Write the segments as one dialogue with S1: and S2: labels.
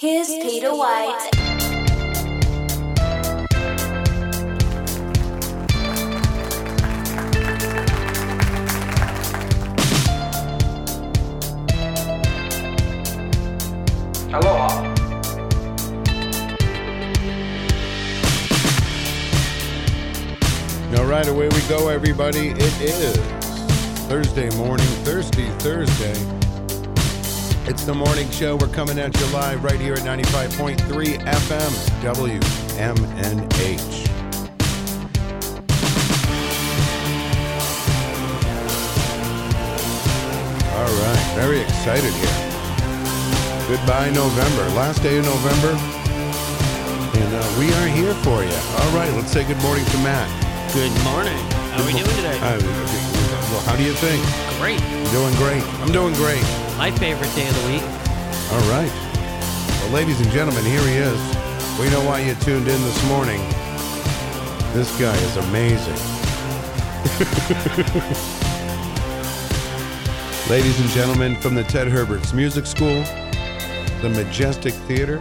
S1: Here's Peter White.
S2: Aloha.
S3: Now, right away we go, everybody. It is Thursday morning, Thirsty Thursday. It's the morning show. We're coming at you live right here at 95.3 FM WMNH. All right, very excited here. Goodbye, November. Last day of November. And uh, we are here for you. All right, let's say good morning to Matt.
S4: Good morning. How are we doing today?
S3: Uh, well, how do you think?
S4: Great.
S3: Doing great. I'm doing great.
S4: My favorite day of the week.
S3: All right. Well, ladies and gentlemen, here he is. We know why you tuned in this morning. This guy is amazing. ladies and gentlemen, from the Ted Herbert's Music School, the Majestic Theater,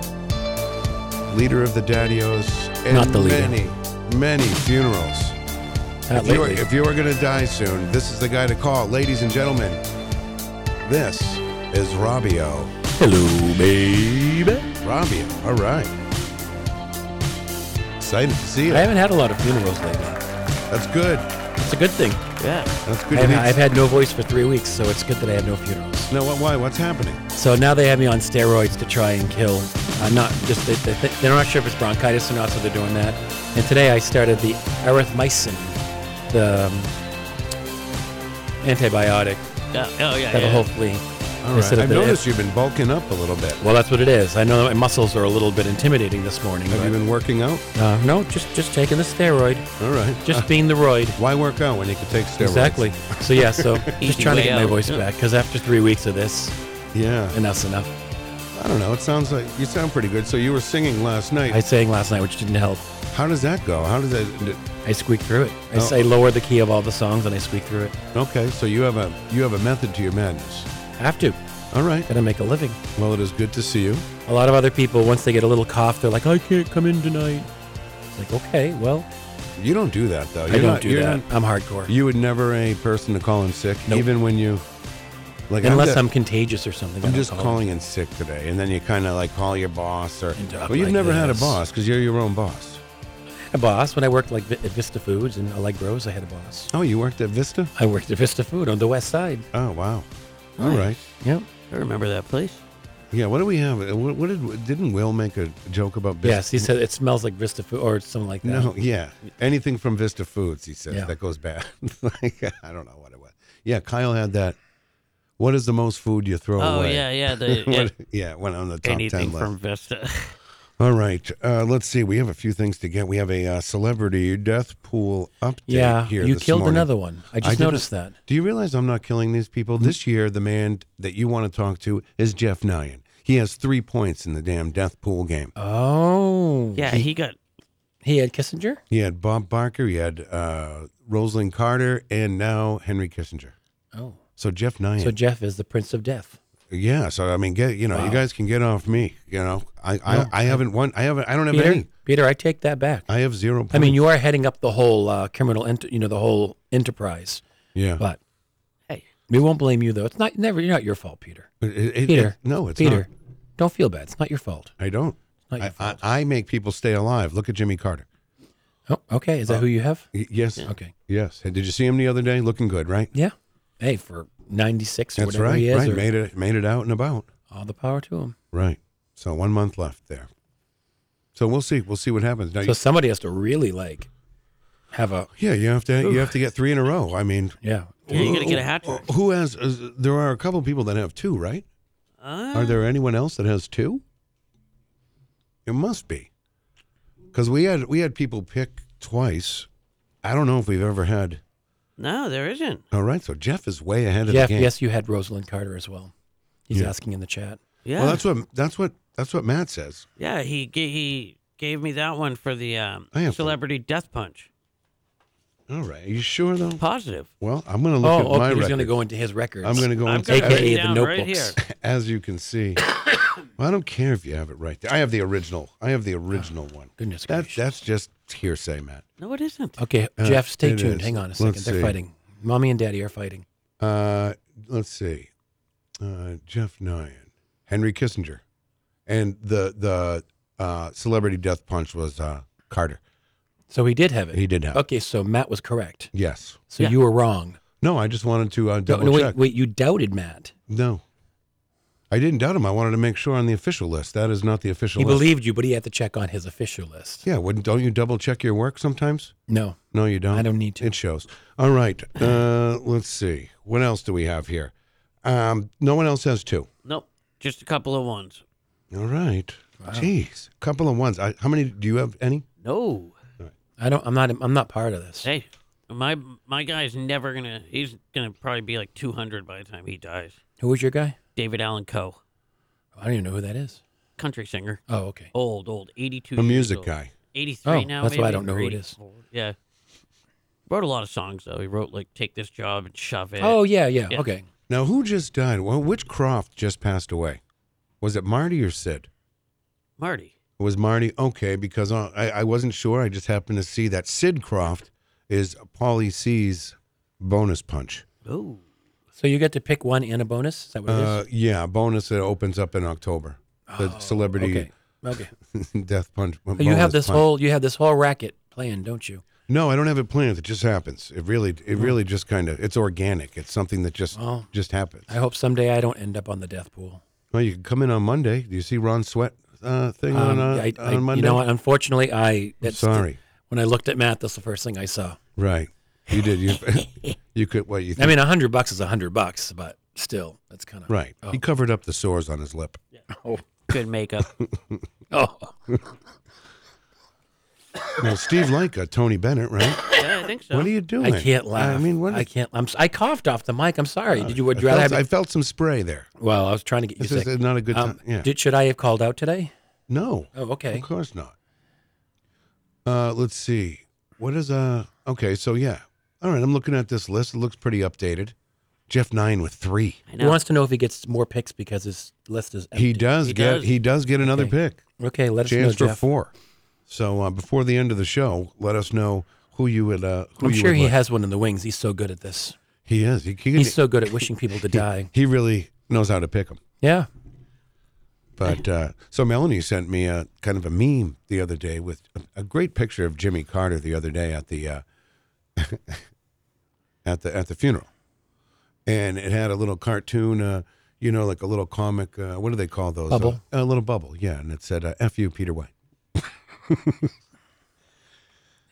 S3: leader of the Daddios, and
S5: Not the leader.
S3: many, many funerals.
S5: Not
S3: If you, were,
S5: lately.
S3: if you were going to die soon, this is the guy to call. Ladies and gentlemen, this is Robbio.
S5: Hello, baby.
S3: Robbio, all right. Excited to see you.
S5: I haven't had a lot of funerals lately.
S3: That's good.
S5: It's a good thing.
S4: Yeah.
S3: That's good.
S5: I've,
S3: to
S5: I've had no voice for three weeks, so it's good that I have no funerals.
S3: no, what, why? What's happening?
S5: So now they have me on steroids to try and kill. Uh, not just they, they, they're not sure if it's bronchitis or not, so they're doing that. And today I started the erythromycin, the um, antibiotic
S4: Yeah. Oh, yeah.
S5: that'll
S4: yeah.
S5: hopefully.
S3: All right.
S5: instead of
S3: I've
S5: the-
S3: noticed you've been bulking up a little bit.
S5: Well, that's what it is. I know that my muscles are a little bit intimidating this morning.
S3: Have you
S5: but,
S3: been working out?
S5: uh, no, just just taking the steroid,
S3: All right.
S5: just
S3: Uh,
S5: being the roid.
S3: why work out when you could take steroids?
S5: Exactly. So yeah, so just
S4: Easy
S5: trying to
S4: way
S5: get my
S4: out.
S5: voice
S4: Yeah.
S5: back because after three weeks of this,
S3: Yeah.
S5: enough's enough.
S3: I don't know. It sounds like you sound pretty good. So you were singing last night.
S5: I sang last night, which didn't help.
S3: How does that go? How does that?
S5: I squeaked through it. I, s-
S3: Oh.
S5: I lowered the key of all the songs and I squeaked through it.
S3: Okay. So you have a you have a method to your madness.
S5: Have to.
S3: All right.
S5: Gotta make a living.
S3: Well, it is good to see you.
S5: A lot of other people, once they get a little cough, they're like, I can't come in tonight. It's like, okay, well,
S3: You don't do that though.
S5: I
S3: You're
S5: don't
S3: not-
S5: do
S3: you're
S5: that.
S3: not-
S5: I'm hardcore.
S3: you would never a person to call in sick,
S5: Nope.
S3: even when you like.
S5: Unless
S3: that-
S5: I'm contagious or something.
S3: I'm
S5: then I'll
S3: just
S5: call.
S3: calling in sick today, and then you kind of like call your boss or.
S5: And talk
S3: Well, you've
S5: like
S3: never had a
S5: this.
S3: boss because you're your own boss.
S5: A boss. When I worked like Vi- at Vista Foods and Allegro's, I had a boss.
S3: Oh, you worked at Vista.
S5: I worked at Vista Food on the west side.
S3: Oh wow. All right.
S5: Yep.
S4: I remember that place.
S3: Yeah. What do we have? Uh, What, what did didn't Will make a joke about? Vista?
S5: Yes, he said it smells like Vista Food or something like that.
S3: No, yeah. Anything from Vista Foods, he says,
S5: Yeah.
S3: that goes bad. like, I don't know what it was. Yeah, Kyle had that. What is the most food you throw
S4: Oh,
S3: away?
S4: yeah, yeah. The,
S3: What- yeah, it went on the top
S4: anything
S3: 10 list.
S4: from Vista.
S3: All right. Uh, let's see. We have a few things to get. We have a uh, celebrity death pool update
S5: Yeah,
S3: here.
S5: you
S3: this
S5: killed
S3: morning.
S5: another one. Mm-hmm. I just
S3: didn't-
S5: noticed that.
S3: Do you realize I'm not killing these people? This year, the man that you want to talk to is Jeff Nyan. He has three points in the damn death pool game.
S5: Oh,
S4: yeah, he got.
S5: He had Kissinger.
S3: He had Bob Barker, he had uh, Rosalind Carter, and now Henry Kissinger.
S5: Oh,
S3: So Jeff Nyan.
S5: so Jeff is the Prince of Death.
S3: yeah. So I mean, get you know, you guys can get off me. You know, I I, I haven't won. I haven't. I don't have
S5: Peter,
S3: any.
S5: Peter, I take that back. I,
S3: I have zero. Points.
S5: mean, you are heading up the whole uh, criminal, ent- you know, the whole enterprise.
S3: yeah.
S5: But
S4: Hey.
S5: we won't blame you though. It's not never you're not your fault, Peter.
S3: It- it- it-
S5: Peter,
S3: no, it's
S5: Peter,
S3: Not.
S5: don't feel bad. It's not your fault.
S3: I don't.
S5: Not your
S3: I, I, I make people stay alive. Look at Jimmy Carter.
S5: Oh, okay.
S3: Uh,
S5: Is that who you have?
S3: Y- Yes. uh,
S5: Okay.
S3: Yes. Hey, did you see him the other day? Looking good, right?
S5: Yeah. Hey, for ninety six or
S3: That's
S5: whatever
S3: right.
S5: he is,
S3: right.
S5: or-
S3: Made it. Made it out and about.
S5: all the power to him.
S3: Right. So one month left there. So we'll see. We'll see what happens. Now,
S5: So somebody has to really like have a
S3: yeah, you have to. You have to get three in a row. I mean,
S5: yeah.
S4: Yeah, you got to get a hat trick.
S3: who has? Uh, there are a couple people that have two, right?
S4: Uh,
S3: Are there
S5: Um.
S3: anyone else that has two? It must be, because we had we had people pick twice. I don't know if we've ever had.
S4: no, there isn't.
S3: All right, so Jeff is way ahead of
S5: Jeff,
S3: the game.
S5: yes, you had Rosalind Carter as well. He's
S3: Yeah.
S5: asking in the chat.
S4: Yeah.
S3: Well, that's what that's what that's what Matt says.
S4: yeah, he ga- he gave me that one for the um,
S3: I have-
S4: celebrity death punch.
S3: All right, are you sure though?
S4: Positive.
S3: Well, I'm going to look
S5: Oh,
S3: at my
S5: okay. He's going to
S3: record.
S5: go into his records.
S3: I'm going to go
S4: I'm
S3: and
S4: gonna
S5: AKA
S4: write it
S5: the
S4: down right
S5: notebooks.
S4: here.
S3: as you can see. Well, I don't care if you have it right there. I have the original. I have the original one.
S5: Goodness
S3: That,
S5: gracious.
S3: that's just hearsay, Matt.
S4: No, it isn't.
S5: Okay,
S3: Uh,
S5: Jeff, stay
S3: it
S5: tuned.
S3: is.
S5: Hang on a 2nd
S3: Let's
S5: They're
S3: see.
S5: fighting. Mommy and daddy are fighting.
S3: Uh, let's see. Uh, Jeff Nyan, Henry Kissinger, and the the uh, celebrity death punch was uh, Carter.
S5: So he did have it.
S3: He did have.
S5: Okay, so Matt was correct.
S3: Yes.
S5: So
S4: Yeah.
S5: you were wrong.
S3: No, I just wanted to uh,
S5: No,
S3: double
S5: no,
S3: check.
S5: wait, wait, you doubted Matt.
S3: No, I didn't doubt him. I wanted to make sure on the official list. That is not the official
S5: He
S3: list.
S5: believed you, but he had to check on his official list.
S3: yeah, wouldn't don't you double check your work sometimes?
S5: No,
S3: No, you don't.
S5: I don't need to.
S3: It shows. All right. Uh, let's see. What else do we have here? Um, no one else has two.
S4: Nope. Just a couple of ones.
S3: All right. Jeez, couple of ones. I, how many do you have? Any?
S4: No.
S5: I don't. I'm not. I'm not part of this.
S4: Hey, my my guy's never gonna. He's gonna probably be like 200 by the time he dies.
S5: Who was your guy?
S4: David Allen Coe,
S5: I don't even know who that is.
S4: country singer,
S5: Oh, okay.
S4: old, old, 82.
S3: A
S4: years
S3: music
S4: old.
S3: guy.
S4: 83
S5: Oh,
S4: now.
S5: that's why I
S4: maybe,
S5: don't know
S4: or
S5: who it
S4: 84. Yeah. Wrote a lot of songs though. He wrote like "Take This Job" and "Shove It."
S5: Oh, yeah, yeah,
S4: Yeah.
S5: Okay.
S3: Now, who just died? Well, which Croft just passed away? Was it Marty or Sid?
S4: Marty.
S3: It was Marty. Okay, because uh, I, I wasn't sure. I just happened to see that Sid Croft is Paulie C's bonus punch.
S4: Oh,
S5: So you get to pick one and a bonus. Is that what it is?
S3: Uh, yeah, bonus that opens up in October. The celebrity
S5: Okay. Oh, Okay.
S3: death punch.
S5: So you have
S3: bonus
S5: this
S3: punch.
S5: whole you have this whole racket planned, don't you?
S3: No, I don't have it planned. It just happens. It really,
S5: Oh.
S3: it really just kind of, it's organic. It's something that just,
S5: Well,
S3: just happens.
S5: Oh. I hope someday I don't end up on the death pool.
S3: Well, you can come in on Monday. Do you see Ron Sweat uh, thing
S5: Um,
S3: on, uh,
S5: I, I-
S3: on Monday?
S5: You know what? Unfortunately, I. That's
S3: Sorry.
S5: when I looked at Matt, that's the first thing I saw.
S3: Right. You did. You, you could. What you?
S5: I
S3: Think,
S5: mean, a hundred bucks is a hundred bucks, but still, that's kind of
S3: right. He covered up the sores on his lip.
S4: good makeup.
S5: Oh,
S3: Now, Steve Leica, Tony Bennett, right?
S4: yeah, I think so.
S3: What are you doing?
S5: I can't laugh.
S3: I mean, what? Uh,
S5: I can't. I'm. s- I coughed off the mic. I'm sorry. Did you? Would
S3: I
S5: you rather
S3: felt,
S5: have?
S3: I felt some spray there.
S5: well, I was trying to get you
S3: This is
S5: sick.
S3: not a good time.
S5: Um,
S3: yeah.
S5: did, should I have called out today?
S3: no.
S5: Oh, okay.
S3: Of course not. Uh, let's see. What is uh? Okay, so yeah. All right, I'm looking at this list. It looks pretty updated. Jeff Nine with three.
S4: I
S5: He
S4: know.
S5: wants to know if he gets more picks because his list is empty.
S3: He does
S4: He
S3: get
S4: does.
S3: he does get another
S5: Okay.
S3: pick.
S5: Okay, let us know,
S3: Chance for
S5: Jeff.
S3: four. So uh, before the end of the show, let us know who you would. Uh, who
S5: I'm
S3: you
S5: sure
S3: would
S5: he
S3: like.
S5: has one in the wings. He's so good at this.
S3: He is. He, he,
S5: He's so good at wishing people to die.
S3: he really knows how to pick them.
S5: Yeah.
S3: But uh, so Melanie sent me a kind of a meme the other day with a, a great picture of Jimmy Carter the other day at the uh, at the at the funeral, and it had a little cartoon, uh, you know, like a little comic. Uh, what do they call those?
S5: Bubble.
S3: Uh, a little bubble, yeah. And it said, uh, "F you, Peter White."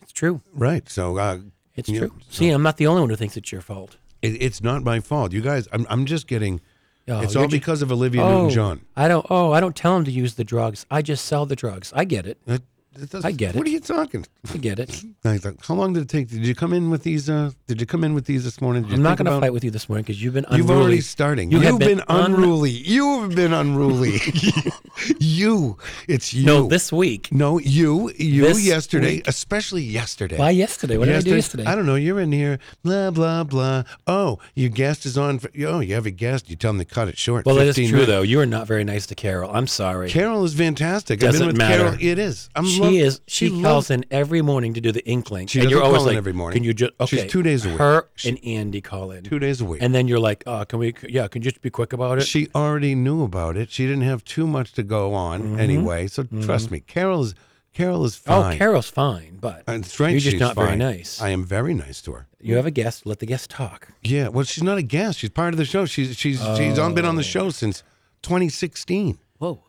S5: It's true.
S3: Right. So uh,
S5: It's
S3: Yeah,
S5: true. See, I'm not the only one who thinks it's your fault.
S3: it, it's not my fault, you guys. I'm I'm just getting.
S5: Oh,
S3: it's
S5: you're
S3: all
S5: ju-
S3: because of Olivia
S5: oh,
S3: Newton-John.
S5: I don't. Oh, I don't tell him to use the drugs. I just sell the drugs. I get it.
S3: That- that doesn't-
S5: I get
S3: What
S5: it.
S3: are you talking?
S5: I get it.
S3: I thought, how long did it take? Did you come in with these? Uh, did you come in with these this morning? Did you
S5: I'm not
S3: think
S5: going to
S3: about-
S5: fight with you this morning because you've been unruly.
S3: You've already starting.
S5: You
S3: You
S5: have
S3: have been,
S5: been un-
S3: unruly. You have been unruly. you. It's you.
S5: No, this week.
S3: No, you. You
S5: This
S3: yesterday,
S5: week.
S3: especially yesterday.
S5: Why yesterday? What did I do yesterday?
S3: I don't know. You're in here, blah blah blah. Oh, your guest is on. For, oh, you have a guest. You tell them to cut it short.
S5: well, it is
S3: 15
S5: true
S3: minutes.
S5: though. You are not very nice to Carol. I'm sorry.
S3: Carol is fantastic. I've
S5: Doesn't
S3: been with
S5: matter.
S3: Carol. It is. I'm
S5: she
S3: lo-
S5: is. She, calls
S3: loves-
S5: in every morning to do the inkling.
S3: She
S5: and you're
S3: doesn't
S5: always
S3: call in
S5: like,
S3: every morning.
S5: Can you just? Okay.
S3: She's two days a week.
S5: Her and Andy call in.
S3: two days a week.
S5: And then you're like, oh, can we? Yeah, can you just be quick about it?
S3: She already knew about it. She didn't have too much to go on anyway. So trust me, Carol's Carol is
S5: Mm-hmm. oh,
S3: fine.
S5: Carol's fine, but
S3: That's right.
S5: you're just
S3: she's
S5: not very
S3: fine.
S5: nice.
S3: I am very nice to her.
S5: you have a guest. Let the guest talk.
S3: Yeah. Well, she's not a guest. She's part of the show. She's she's she's on, been on the
S5: Oh.
S3: show since 2016.
S4: Whoa.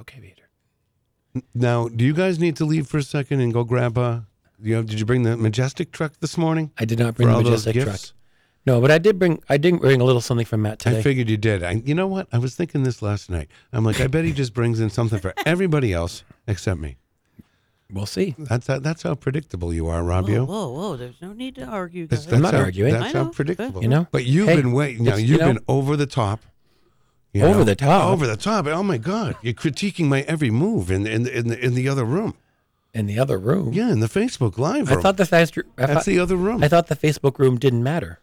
S5: Okay, Peter.
S3: Now, do you guys need to leave for a second and go grab a? You know, did you bring the majestic truck this morning?
S5: I did not bring
S3: For
S5: the
S3: all those
S5: majestic truck.
S3: gifts?
S5: No, but I did bring. I did bring a little something from Matt today.
S3: I figured you did. I, you know what? I was thinking this last night. I'm like, I bet he just brings in something for everybody else except me.
S5: we'll see.
S3: That's how, that's how predictable you are,
S4: Whoa,
S5: Oh,
S3: Robbio.
S4: whoa, whoa. There's no need to argue.
S3: That's,
S4: Guys.
S3: that's
S5: not
S3: how,
S5: arguing.
S3: That's
S4: I
S3: how
S4: know.
S3: predictable.
S5: You know?
S3: But you've
S5: Hey,
S3: been waiting. Now
S5: it's-
S3: you've
S5: you know-
S3: been over the top. you
S5: Over the top?
S3: Over the top. Oh my God! You're critiquing my every move in in in the, in the other room.
S5: In the other room.
S3: Yeah, in the Facebook Live
S5: I
S3: room.
S5: thought the fast. I
S3: that's
S5: thought,
S3: the other room.
S5: I thought the Facebook room didn't matter.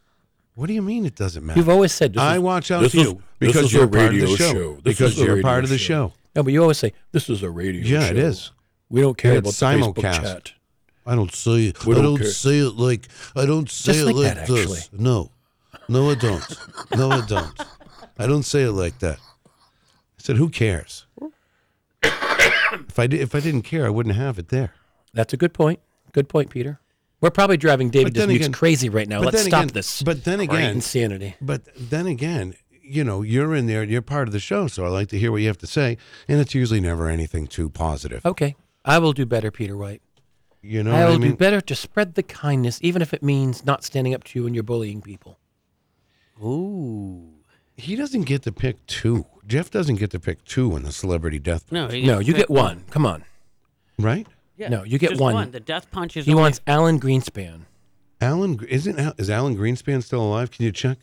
S3: What do you mean it doesn't matter?
S5: You've always said this.
S3: I
S5: is,
S3: watch out
S1: this
S3: for
S1: is-
S3: you
S1: this
S3: because
S1: is a
S3: you're part of the
S1: radio
S3: show.
S1: show. This
S3: Because
S1: is a
S3: you're
S1: radio
S3: part of the
S1: show.
S3: show.
S5: no, but you always say
S1: This is a radio
S3: Yeah,
S1: show.
S3: it is.
S5: we don't care
S3: Yeah,
S5: about
S3: it's
S5: the Facebook
S3: simulcast.
S5: chat.
S3: I don't say it.
S1: We
S3: I
S1: don't
S3: don't
S1: care.
S3: say it like I don't say
S5: Just
S3: it
S5: like
S3: like
S5: that,
S3: this. No, no, I don't. No, I don't. I don't say it like that. I said, "Who cares?" if I did, if I didn't care, I wouldn't have it there.
S5: That's a good point. Good point, Peter. We're probably driving David
S3: But then
S5: Dismukes
S3: again-
S5: crazy right now.
S3: but
S5: Let's
S3: then
S5: stop
S3: again-
S5: this.
S3: But then
S5: Great
S3: again,
S5: insanity.
S3: but then again, you know, you're in there. You're part of the show, so I like to hear what you have to say, and it's usually never anything too positive.
S5: Okay, I will do better, Peter White.
S3: You know
S5: I
S3: what
S5: will
S3: I mean?
S5: do better to spread the kindness, even if it means not standing up to you when you're bullying people.
S4: Ooh.
S3: He doesn't get to pick two. Jeff doesn't get to pick two in the celebrity death,
S4: No, he
S5: No, you
S4: gets-
S5: get one. Come on.
S3: right?
S4: Yeah,
S5: no, you get
S4: just
S5: one.
S4: The death punch is
S5: He
S4: only-
S5: wants Alan Greenspan,
S3: Alan isn't Al- is Alan Greenspan still alive? Can you check?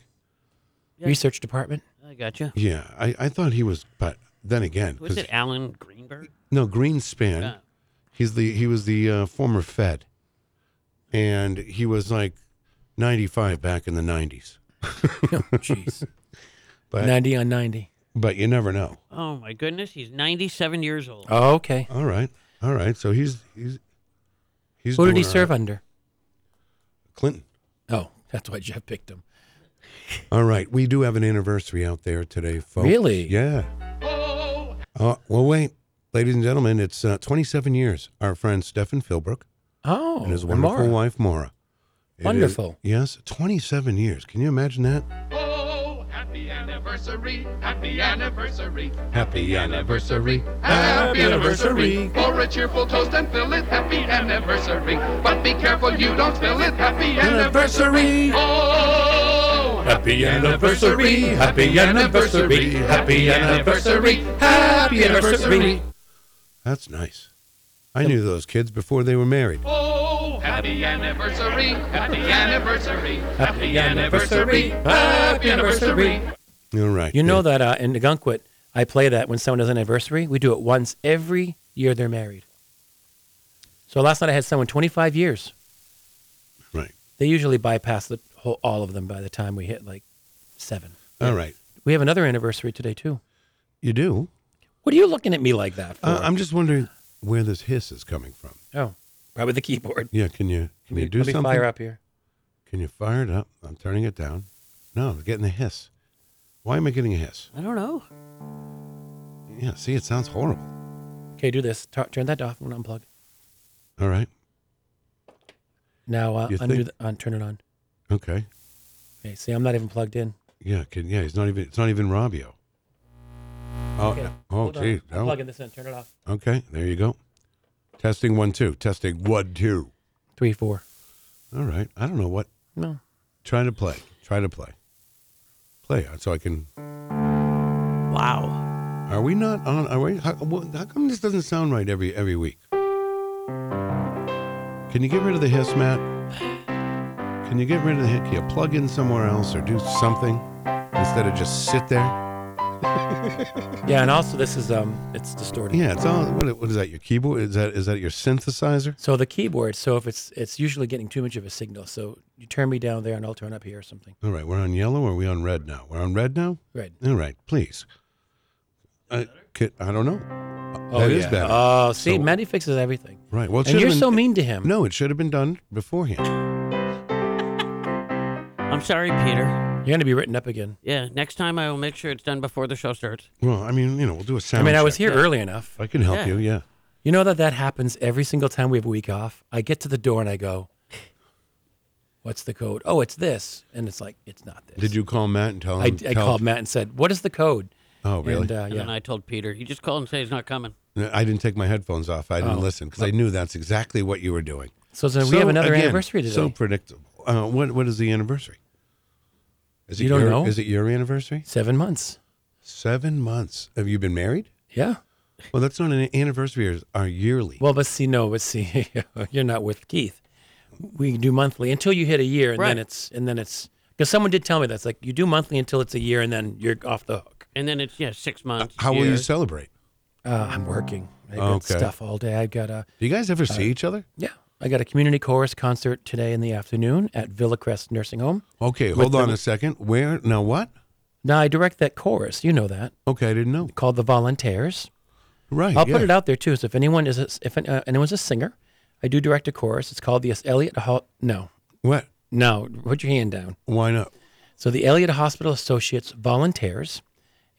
S4: Yeah.
S5: research department.
S4: I gotcha.
S3: Yeah, I, I thought he was, but then again,
S4: Was
S3: 'cause-
S4: it Alan Greenberg? Uh,
S3: no Greenspan.
S4: Yeah.
S3: He's the he was the uh, former Fed, and he was like ninety five back in the nineties.
S5: Oh, Jeez,
S3: But
S5: ninety on ninety.
S3: but you never know.
S4: Oh my goodness, he's 97 years old.
S5: Oh, okay.
S3: All right, all right. So he's he's he's.
S5: Who did
S3: doing
S5: he
S3: all
S5: serve
S3: right.
S5: under?
S3: Clinton.
S5: Oh, that's why Jeff picked him.
S3: All right, we do have an anniversary out there today, folks.
S5: Really?
S3: Yeah. Oh, well, wait, ladies and gentlemen, it's uh, 27 years. Our friend Stefan Philbrook
S5: Oh,
S3: and his wonderful
S5: Mara.
S3: wife Mora. It is-
S5: Wonderful.
S3: yes, 27 years. Can you imagine that?
S6: Oh, happy anniversary, happy anniversary,
S3: Happy anniversary.
S6: happy anniversary. For a cheerful toast and fill it, happy anniversary. But be careful you don't spill it, happy anniversary. Oh, happy anniversary, happy anniversary, happy anniversary, happy anniversary.
S3: That's nice. I knew those kids before they were married.
S6: Oh, happy anniversary, happy anniversary, happy anniversary, happy anniversary.
S3: All right.
S5: You know
S3: yeah.
S5: that uh, in Nagunquit, I play that when someone has an anniversary. We do it once every year they're married. So last night I had someone 25 years.
S3: Right.
S5: They usually bypass the whole, all of them by the time we hit like seven.
S3: All right.
S5: We have another anniversary today too.
S3: You do?
S5: What are you looking at me like that for?
S3: Uh, I'm just wondering where this hiss is coming from.
S5: oh, probably the keyboard.
S3: Yeah, can you can
S5: Let
S3: you
S5: me-
S3: do
S5: let me
S3: something?
S5: fire up here.
S3: Can you fire it up? I'm turning it down. No, I'm getting a hiss. Why am I getting a hiss?
S4: I don't know.
S3: Yeah, see, it sounds horrible.
S5: Okay, do this. Tu- turn that off. I'm gonna unplug.
S3: All right.
S5: Now uh,
S3: You
S5: undo
S3: think-
S5: the, uh, turn it on.
S3: Okay.
S5: Okay, see, I'm not even plugged in.
S3: Yeah, can yeah, it's not even it's not even Robbio. Oh,
S5: Okay,
S3: oh
S5: Hold on.
S3: gee.
S5: I'm
S3: No.
S5: plugging this in. Turn it off.
S3: Okay, there you go. Testing one, two. Testing one, two.
S5: Three, four.
S3: All right. I don't know what.
S5: No.
S3: Try to play. Try to play. Play so I can.
S4: Wow.
S3: Are we not on? Are we? How, wh- how come this doesn't sound right every every week? Can you get rid of the hiss, Matt? Can you get rid of the hiss? Can you plug in somewhere else or do something instead of just sit there?
S5: Yeah, and also this is um, it's distorted.
S3: Yeah, it's all. What, what is that? Your keyboard? Is that is that your synthesizer?
S5: So the keyboard. So if it's it's usually getting too much of a signal. So you turn me down there, and I'll turn up here or something.
S3: All right, we're on yellow. Or are we on red now? We're on red now.
S5: Right.
S3: All right, please. I, could, I don't know.
S5: Oh,
S3: That
S5: yeah.
S3: is better.
S5: Oh, see,
S3: So-
S5: Matty fixes everything.
S3: Right. Well, it
S5: and
S3: should've
S5: you're
S3: been-
S5: so mean to him.
S3: No, it should have been done beforehand.
S4: I'm sorry, Peter.
S5: You're gonna be written up again.
S4: Yeah, next time I will make sure it's done before the show starts.
S3: Well, I mean, you know, we'll do a
S5: I
S3: sound.
S5: mean, I was here
S3: check.
S5: early enough.
S3: I can help
S4: Yeah.
S3: you. Yeah.
S5: You know that that happens every single time we have a week off. I get to the door and I go, "What's the code? Oh, it's this." And it's like, it's not this.
S3: Did you call Matt and tell
S5: I,
S3: him?
S5: I
S3: tell-
S5: called Matt and said, "What is the code?"
S3: Oh, really?
S5: And, uh,
S4: And then
S5: yeah.
S4: I told Peter, he just called and said he's not coming.
S3: I didn't take my headphones off. I didn't
S5: Oh.
S3: listen because I knew that's exactly what you were doing.
S5: So, so we have another
S3: again,
S5: anniversary today.
S3: So predictable. Uh, what What is the anniversary? Is it
S5: You don't
S3: your,
S5: know?
S3: Is it your anniversary?
S5: Seven months.
S3: Seven months. Have you been married?
S5: Yeah.
S3: Well, that's not an anniversary. It's our yearly.
S5: Well, but see, no, but see, you're not with Keith. We do monthly until you hit a year, and
S4: Right.
S5: then it's and then it's because someone did tell me that's like you do monthly until it's a year, and then you're off the hook.
S4: And then it's, yeah, six months.
S3: How will you
S4: year.
S3: celebrate?
S5: Uh, I'm working. I got
S3: Ah. Okay.
S5: stuff all day. I've got a Uh,
S3: Do you guys ever see each other?
S5: yeah. I got a community chorus concert today in the afternoon at Villa Crest Nursing Home.
S3: Okay, hold
S5: the-
S3: on a second. Where? Now what?
S5: Now I direct that chorus. You know that
S3: Okay, I didn't know.
S5: called the Volunteers.
S3: Right.
S5: I'll
S3: Oh, yeah.
S5: put it out there too. So if anyone is a, if uh, anyone's a singer, I do direct a chorus. It's called the Elliott Hall. No,
S3: What?
S5: no, put your hand down.
S3: Why not?
S5: So the Elliott Hospital Associates volunteers,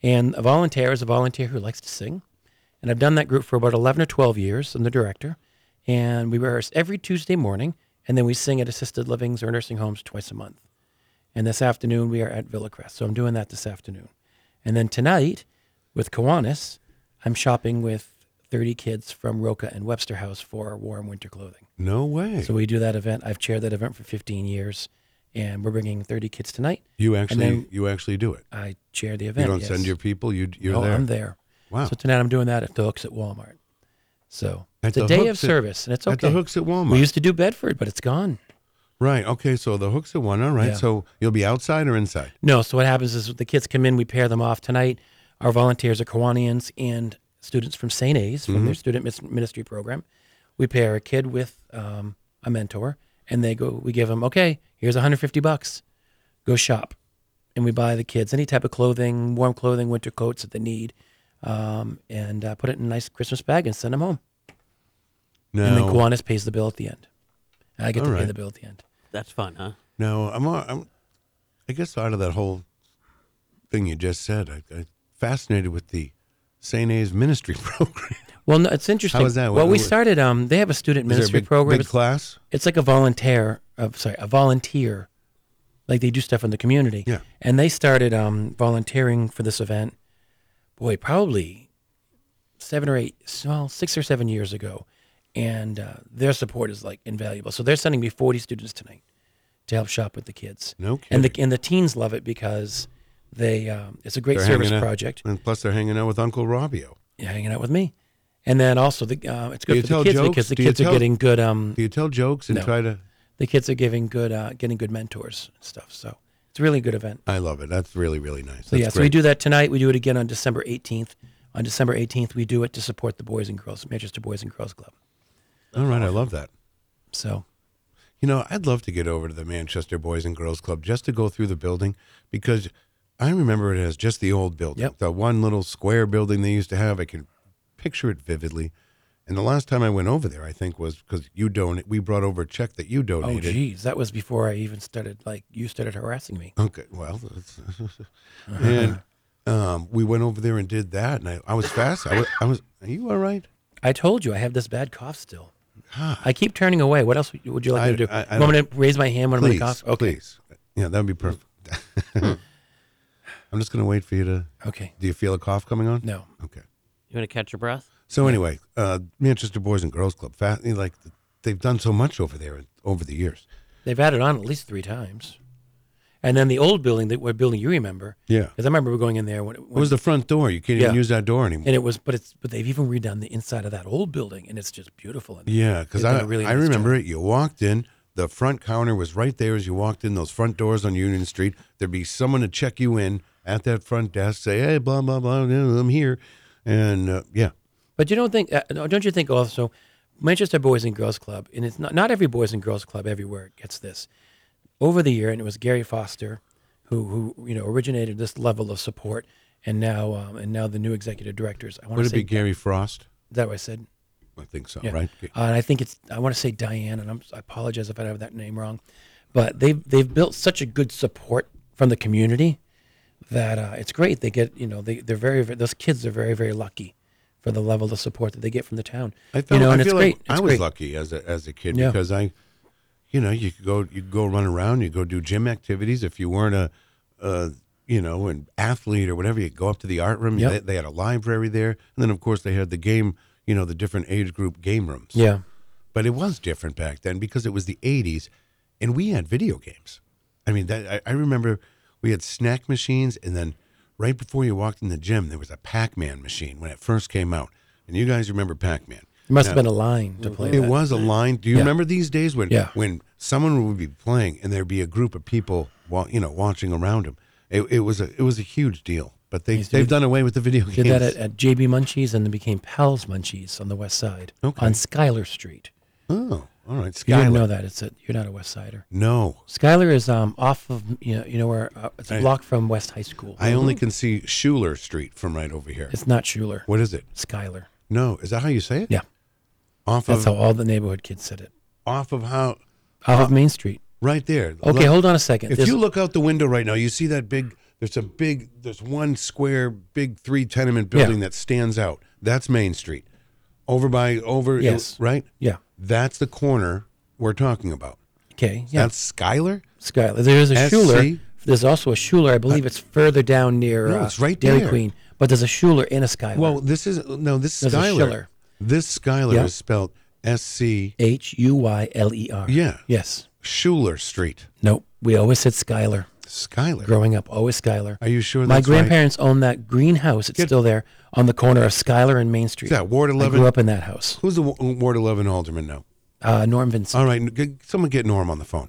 S5: and a volunteer is a volunteer who likes to sing. And I've done that group for about 11 or 12 years. I'm the director. And we rehearse every Tuesday morning, and then we sing at assisted livings or nursing homes twice a month. And this afternoon, we are at Villa Crest. So I'm doing that this afternoon. And then tonight, with Kiwanis, I'm shopping with 30 kids from Roca and Webster House for warm winter clothing.
S3: No way.
S5: So we do that event. I've chaired that event for 15 years, and we're bringing 30 kids tonight.
S3: you actually
S5: then-
S3: you actually do it.
S5: I chair the
S3: You
S5: event.
S3: don't
S5: yes.
S3: send your people. You you're
S5: No,
S3: there.
S5: I'm there.
S3: Wow.
S5: So tonight I'm doing that at the Hooks at Walmart. So
S3: At
S5: it's a
S3: the
S5: day of
S3: Hooks at-
S5: service, and it's okay.
S3: At the hooks at Walmart.
S5: We used to do Bedford, but it's gone.
S3: right. Okay. So the hooks at one. All right.
S5: Yeah.
S3: So you'll be outside or inside.
S5: No. So what happens is the kids come in, we pair them off tonight. Our volunteers are Kiwanians and students from St. A's from
S3: Mm-hmm.
S5: their student mis- ministry program. We pair a kid with um, a mentor, and they go. We give them, okay, here's 150 bucks, go shop, and we buy the kids any type of clothing, warm clothing, winter coats that they need, um, and uh, put it in a nice Christmas bag and send them home.
S3: No.
S5: And then Kiwanis pays the bill at the end. I get
S3: All
S5: to pay
S3: right.
S5: the bill at the end.
S4: That's fun, huh?
S3: No, I'm, I'm. I guess out of that whole thing you just said, I, I fascinated with the Saint A's ministry program.
S5: Well, no, it's interesting.
S3: is that?
S5: Well,
S3: What-
S5: we
S3: what-
S5: started. Um, they have a student
S3: Is there a
S5: ministry
S3: big,
S5: program.
S3: big
S5: It's-
S3: class?
S5: it's like a volunteer of sorry a volunteer like they do stuff in the community
S3: Yeah.
S5: and they started um, volunteering for this event boy probably seven or eight well six or seven years ago and uh, their support is like invaluable so they're sending me 40 students tonight to help shop with the kids
S3: No
S5: and the, and the teens love it because they um, it's a great
S3: They're
S5: service
S3: hanging out-
S5: project
S3: and plus they're hanging out with Uncle Robbio.
S5: yeah, hanging out with me and then also the uh, it's
S3: Do you
S5: good for
S3: tell
S5: the kids
S3: jokes?
S5: because the
S3: Do you
S5: kids are
S3: tell-
S5: getting good um,
S3: Do you tell jokes and
S5: No.
S3: try to?
S5: the kids are giving good uh, getting good mentors and stuff. So it's a really good event.
S3: I love it. That's really really nice.
S5: So
S3: That's
S5: yeah, so we
S3: great.
S5: do that tonight. We do it again on December 18th. On December 18th, we do it to support the Boys and Girls Manchester Boys and Girls Club.
S3: All right, I love that.
S5: So
S3: You know, I'd love to get over to the Manchester Boys and Girls Club just to go through the building because I remember it as just the old building,
S5: Yep.
S3: the one little square building they used to have. I can picture it vividly. And the last time I went over there, I think was because you donate. We brought over a check that you
S5: oh
S3: donated.
S5: geez, that was before I even started like you started harassing me.
S3: Okay, well, that's, and um, we went over there and did that, and I, I was fast. I was, I was. Are you all right?
S5: I told you I have this bad cough still. I keep turning away. What else would you- would you like me
S3: I-
S5: to do?
S3: I- I
S5: you want me to raise my hand when I'm
S3: Please,
S5: going to cough? Okay.
S3: please. Yeah, that'd be perfect. I'm just gonna wait for you to.
S5: Okay.
S3: Do you feel a cough coming on?
S5: No.
S3: Okay.
S4: You want to catch your breath?
S3: So anyway, uh, Manchester Boys and Girls Club, fa- like they've done so much over there over the years.
S5: They've had it on at least three times. And then the old building, that what building you remember?
S3: Yeah.
S5: Because I remember going in there when it
S3: It was the front door. You can't even
S5: Yeah.
S3: use that door anymore.
S5: and it was but it's but they've even redone the inside of that old building and it's just beautiful and
S3: yeah, because
S5: they've done
S3: I
S5: a really
S3: I
S5: nice
S3: remember
S5: job.
S3: it. You walked in, the front counter was right there as you walked in. Those front doors on Union Street, there'd be someone to check you in at that front desk, say, "Hey, blah blah blah, yeah, I'm here," and uh, yeah,
S5: but you don't think uh, no, don't you think also manchester boys and girls club and it's not not every boys and girls club everywhere gets this over the year and it was gary foster who who you know originated this level of support and now um, and now the new executive directors i want
S3: would
S5: to
S3: it
S5: say
S3: be Gary Frost?
S5: is that what i said
S3: I think so,
S5: Yeah.
S3: right?
S5: Uh, and I think it's I want to say Diane, and I'm, I apologize if I have that name wrong, but they've they've built such a good support from the community that uh, it's great. They get you know they they're very, very those kids are very very lucky for the level of support that they get from the town.
S3: I
S5: you
S3: felt,
S5: know, and
S3: I
S5: it's
S3: feel
S5: great.
S3: like
S5: It's
S3: I was
S5: great.
S3: lucky as a as a kid
S5: Yeah.
S3: because I, you know, you could go you could go run around, you go do gym activities. If you weren't a, uh, you know, an athlete or whatever, you go up to the art room.
S5: Yep.
S3: They, they had a library there, and then of course they had the game. You know, the different age group game rooms.
S5: Yeah,
S3: But it was different back then because it was the '80s, and we had video games. I mean, that I, I remember we had snack machines, and then right before you walked in the gym, there was a Pac-Man machine when it first came out. And you guys remember Pac-Man?
S5: it must
S3: Now-
S5: have been a line to play.
S3: it
S5: that.
S3: was a line. Do you
S5: Yeah.
S3: remember these days when
S5: Yeah.
S3: when someone would be playing and there'd be a group of people, wa- you know, watching around him? It, it was a it was a huge deal. But they
S5: Yes,
S3: they've
S5: we
S3: done away with the video
S5: Did
S3: games.
S5: that at, at JB Munchies and then became Pals Munchies on the west side
S3: Okay.
S5: on Schuyler Street.
S3: oh, All right,
S5: You didn't
S3: Skylar.
S5: know that. It's a, you're not a West Sider.
S3: No,
S5: Schuyler is um, off of you know you know where uh, it's
S3: I-
S5: a block from West High School.
S3: I only can see Schuler Street from right over here.
S5: hmm. it's not Schuler.
S3: What is it?
S5: Schuyler.
S3: No, is that how you say it?
S5: Yeah,
S3: Off
S5: that's
S3: of
S5: how all the neighborhood kids said it.
S3: off of how
S5: Off of Main Street.
S3: right there.
S5: Okay,
S3: Uh, Look-
S5: hold on a second.
S3: If
S5: There's-
S3: you look out the window right now, you see that big. There's a big. There's one square, big three tenement
S5: Yeah.
S3: building that stands out. That's Main Street, over by over.
S5: Yes.
S3: right.
S5: yeah,
S3: That's the corner we're talking about.
S5: okay, yeah,
S3: That's Skyler.
S5: Schuyler. There is a
S3: SC.
S5: Schuler. There's also a Schuler. I believe it's further down near
S3: No,
S5: uh,
S3: it's right
S5: Dairy
S3: there.
S5: Queen. But there's a Schuler and a Schuyler.
S3: Well, this is no. This is
S5: There's a
S3: Skyler.
S5: Schiller.
S3: This Skyler
S5: Yeah.
S3: is spelled S C
S5: H U Y L E R.
S3: Yeah.
S5: Yes.
S3: Schuler Street.
S5: Nope. We always said Schuyler
S3: Skyler.
S5: growing up. Always Schuyler.
S3: Are you sure?
S5: My
S3: that's right?
S5: grandparents owned that greenhouse. It's
S3: Good.
S5: still there on the corner of Schuyler and Main Street.
S3: Yeah, Ward
S5: I
S3: 11.
S5: grew up in that house.
S3: Who's the Wa- Ward 11 alderman now?
S5: Uh, Norm Vincent.
S3: All right, n- g- someone get Norm on the phone.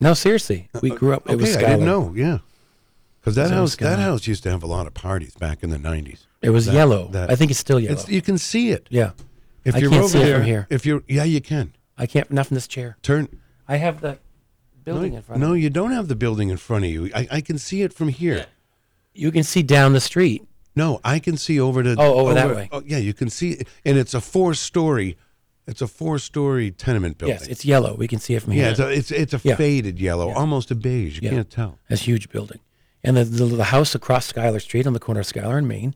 S5: no, seriously, we grew up. It was
S3: uh, okay, I
S5: Schuyler.
S3: didn't know. Yeah, because that
S5: So it
S3: house
S5: was
S3: that
S5: Skylar.
S3: house used to have a lot of parties back in the nineties.
S5: It was
S3: That-
S5: yellow.
S3: that-
S5: I think it's still yellow.
S3: It's you can see it.
S5: yeah,
S3: If
S5: I
S3: you're
S5: can't
S3: over
S5: see it
S3: there,
S5: from here.
S3: if you're yeah, you can
S5: I can't. Not from this chair.
S3: turn.
S5: I have the
S3: No,
S5: building in front.
S3: no,
S5: of me.
S3: you don't have the building in front of you. I, I can see it from here.
S5: you can see down the street.
S3: No, I can see over to
S5: Oh, over that way.
S3: Oh, yeah, you can see, and it's a four story. It's a four story tenement building.
S5: Yes, it's yellow. We can see it from here.
S3: yeah, it's a, it's, it's a
S5: Yeah.
S3: faded yellow, almost a beige. You
S5: Yeah.
S3: can't tell.
S5: That's a huge building. And the, the, the house across Schuyler Street on the corner of Schuyler and Main,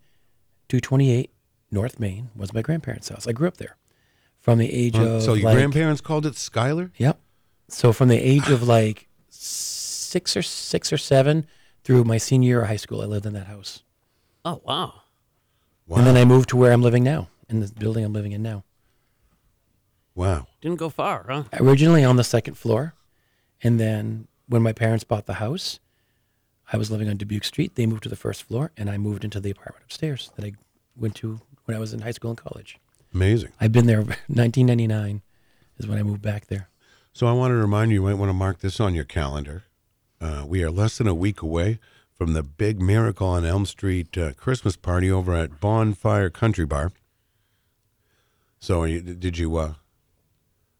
S5: 228 North Main, was my grandparents' house. I grew up there from the age
S3: Uh,
S5: of.
S3: so your
S5: like-
S3: grandparents called it Skylar.
S5: Yep. So from the age of like six or six or seven through my senior year of high school, I lived in that house.
S4: Oh wow.
S3: Wow,
S5: And then I moved to where I'm living now, in the building I'm living in now.
S3: wow.
S4: Didn't go far, huh?
S5: Originally on the second floor. And then when my parents bought the house, I was living on Dubuque Street. They moved to the first floor, and I moved into the apartment upstairs that I went to when I was in high school and college.
S3: amazing.
S5: I've been there 1999 is when I moved back there.
S3: So I want to remind you, you might want to mark this on your calendar. Uh, we are less than a week away from the big Miracle on Elm Street uh, Christmas party over at Bonfire Country Bar. So are you, did you? Uh,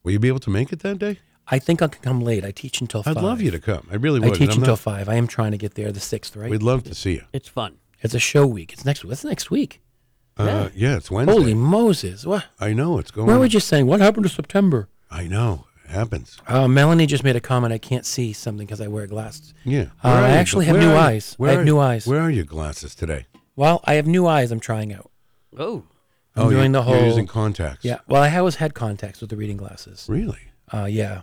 S3: will you be able to make it that day?
S5: I think I could come late. I teach until
S3: I'd
S5: five.
S3: love you to come. I really
S5: I
S3: would.
S5: teach
S3: I'm
S5: until
S3: not-
S5: five. I am trying to get there the sixth, right?
S3: We'd love to see you.
S4: It's fun.
S5: It's a show week. It's next. What's next week?
S3: Uh, yeah, it's Wednesday.
S5: Holy Moses! What?
S3: I know it's going.
S5: Where were you saying? What happened to September?
S3: I know it happens.
S5: Uh, Melanie just made a comment. I can't see something because I wear glasses.
S3: Yeah.
S5: Uh,
S3: Where are
S5: I
S3: you?
S5: actually have
S3: Where
S5: new
S3: are you?
S5: eyes. I
S3: Where
S5: have
S3: are-
S5: new eyes.
S3: Where are your glasses today?
S5: Well, I have new eyes. I'm trying out.
S4: Oh,
S5: I'm
S3: you're-
S5: doing the whole.
S3: You're using contacts.
S5: yeah. Well, I always had contacts with the reading glasses.
S3: Really?
S5: Uh, yeah,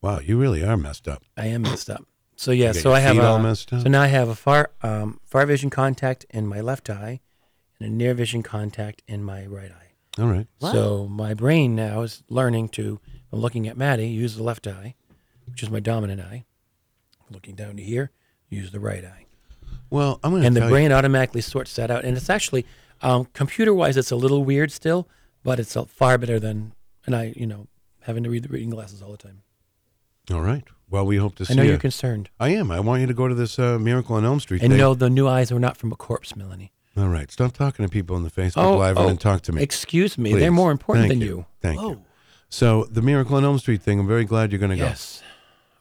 S3: Wow, you really are messed up.
S5: I am messed up. So yeah,
S3: got
S5: so
S3: your
S5: I have
S3: feet
S5: a,
S3: all messed up?
S5: so now I have a far um, far vision contact in my left eye, and a near vision contact in my right eye.
S3: All right.
S5: So my brain now is learning to, I'm looking at Maddie, use the left eye, which is my dominant eye. Looking down to here, use the right eye.
S3: Well, I'm going to
S5: And the
S3: tell
S5: brain automatically sorts that out. And it's actually, um, computer wise, it's a little weird still, but it's a- far better than, and I, you know, having to read the reading glasses all the time.
S3: You. All right. Well, we hope to see
S5: I know
S3: you.
S5: you're concerned.
S3: I am. I want you to go to this uh, Miracle on Elm Street
S5: And
S3: thing.
S5: no, the new eyes are not from a corpse, Melanie.
S3: All right. Stop talking to people in the Facebook
S5: Oh,
S3: Live and then talk to me.
S5: Excuse me.
S3: please.
S5: They're more important
S3: Thank
S5: than you.
S3: Thank you. So the Miracle on Elm Street thing, I'm very glad you're going to
S5: Yes.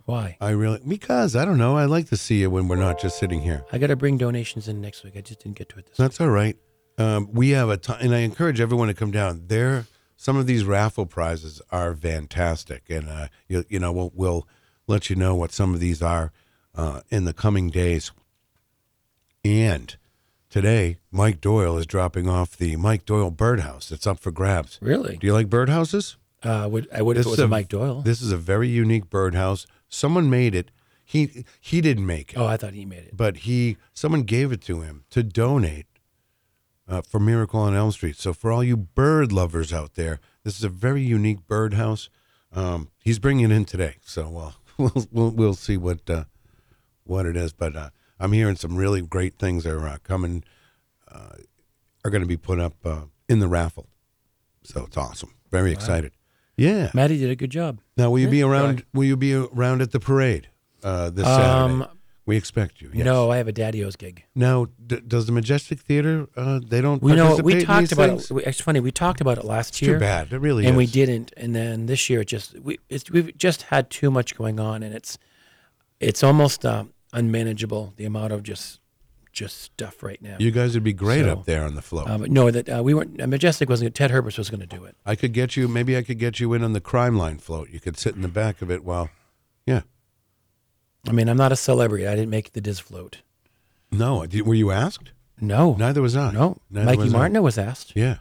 S5: Why?
S3: go. I really, because I don't know. I like to see you when we're not just sitting here.
S5: I got to bring donations in next week. I just didn't get to it this
S3: That's all right. Um, we have a ton, and I encourage everyone to come down. There, some of these raffle prizes are fantastic, and uh, you, you know we'll, we'll let you know what some of these are uh, in the coming days. And today, Mike Doyle is dropping off the Mike Doyle Birdhouse. It's up for grabs.
S5: Really?
S3: Do you like birdhouses?
S5: Uh, would I would if it was
S3: a-
S5: Mike Doyle.
S3: This is a very unique birdhouse. Someone made it. He he didn't make it
S5: oh, I thought he made it.
S3: but he someone gave it to him to donate uh, for Miracle on Elm Street. So for all you bird lovers out there, this is a very unique birdhouse. Um, he's bringing it in today, so uh, we'll, we'll we'll see what uh, what it is. But uh, I'm hearing some really great things that are uh, coming uh, are going to be put up uh, in the raffle. So it's awesome. Very excited. Yeah.
S5: Maddie did a good job.
S3: Now will you be around? Will you be around at the parade uh, this Saturday?
S5: Um,
S3: We expect you. Yes.
S5: No, I have a Daddy O's gig.
S3: Now, d- does the Majestic Theater? Uh, they don't.
S5: We know
S3: participate
S5: we
S3: in
S5: talked
S3: these
S5: about
S3: things?
S5: it. we- It's funny we talked about it last
S3: It's
S5: year.
S3: too bad. It really is.
S5: and we didn't. And then this year, it just we it's, we've just had too much going on, and it's it's almost uh, unmanageable the amount of just just stuff right now.
S3: You guys would be great
S5: So,
S3: up there on the float.
S5: uh, but no, that uh, we weren't. Uh, Majestic wasn't. Ted Herbert was going to do it.
S3: I could get you. Maybe I could get you in on the crime line float. You could sit in the back of it while. Yeah.
S5: I mean, I'm not a celebrity. I didn't make the Diz float.
S3: No. I- Were you asked?
S5: No,
S3: Neither was I.
S5: no.
S3: Neither
S5: Mikey
S3: was I.
S5: Martino was asked,
S3: Yeah.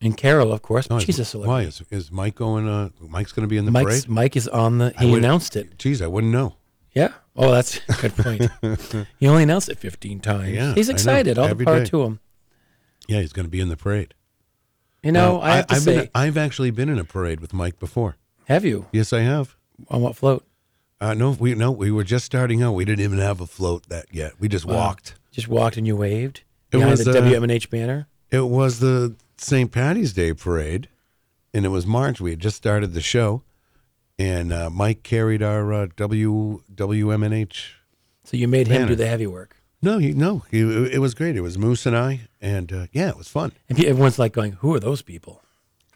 S5: and Carol, of course.
S3: No,
S5: she's a
S3: is,
S5: celebrity.
S3: why is is Mike going? Uh, Mike's going to be in the
S5: Mike's,
S3: parade.
S5: Mike is on the.
S3: I
S5: He
S3: would-
S5: announced it.
S3: Geez, I wouldn't know.
S5: Yeah. Oh, that's a good point. he only announced it 15 times.
S3: Yeah,
S5: He's
S3: I know.
S5: excited. All
S3: Every
S5: the power
S3: day.
S5: to him.
S3: Yeah, he's going to be in the parade.
S5: You know,
S3: Now,
S5: I have to
S3: I've
S5: say,
S3: been, I've actually been in a parade with Mike before.
S5: have you
S3: Yes, I have.
S5: on what float?
S3: Uh, no, we no, we were just starting out. We didn't even have a float that yet. We just walked.
S5: Just walked and you waved
S3: It
S5: behind
S3: was,
S5: the
S3: uh,
S5: WMNH banner.
S3: It was the St. Patty's Day parade, and it was March. We had just started the show, and uh, Mike carried our uh, W WMNH.
S5: So you made him
S3: banner.
S5: do the heavy work.
S3: No, he, no, he, it was great. It was Moose and I, and uh, yeah, it was fun.
S5: And pe- everyone's like going, who are those people?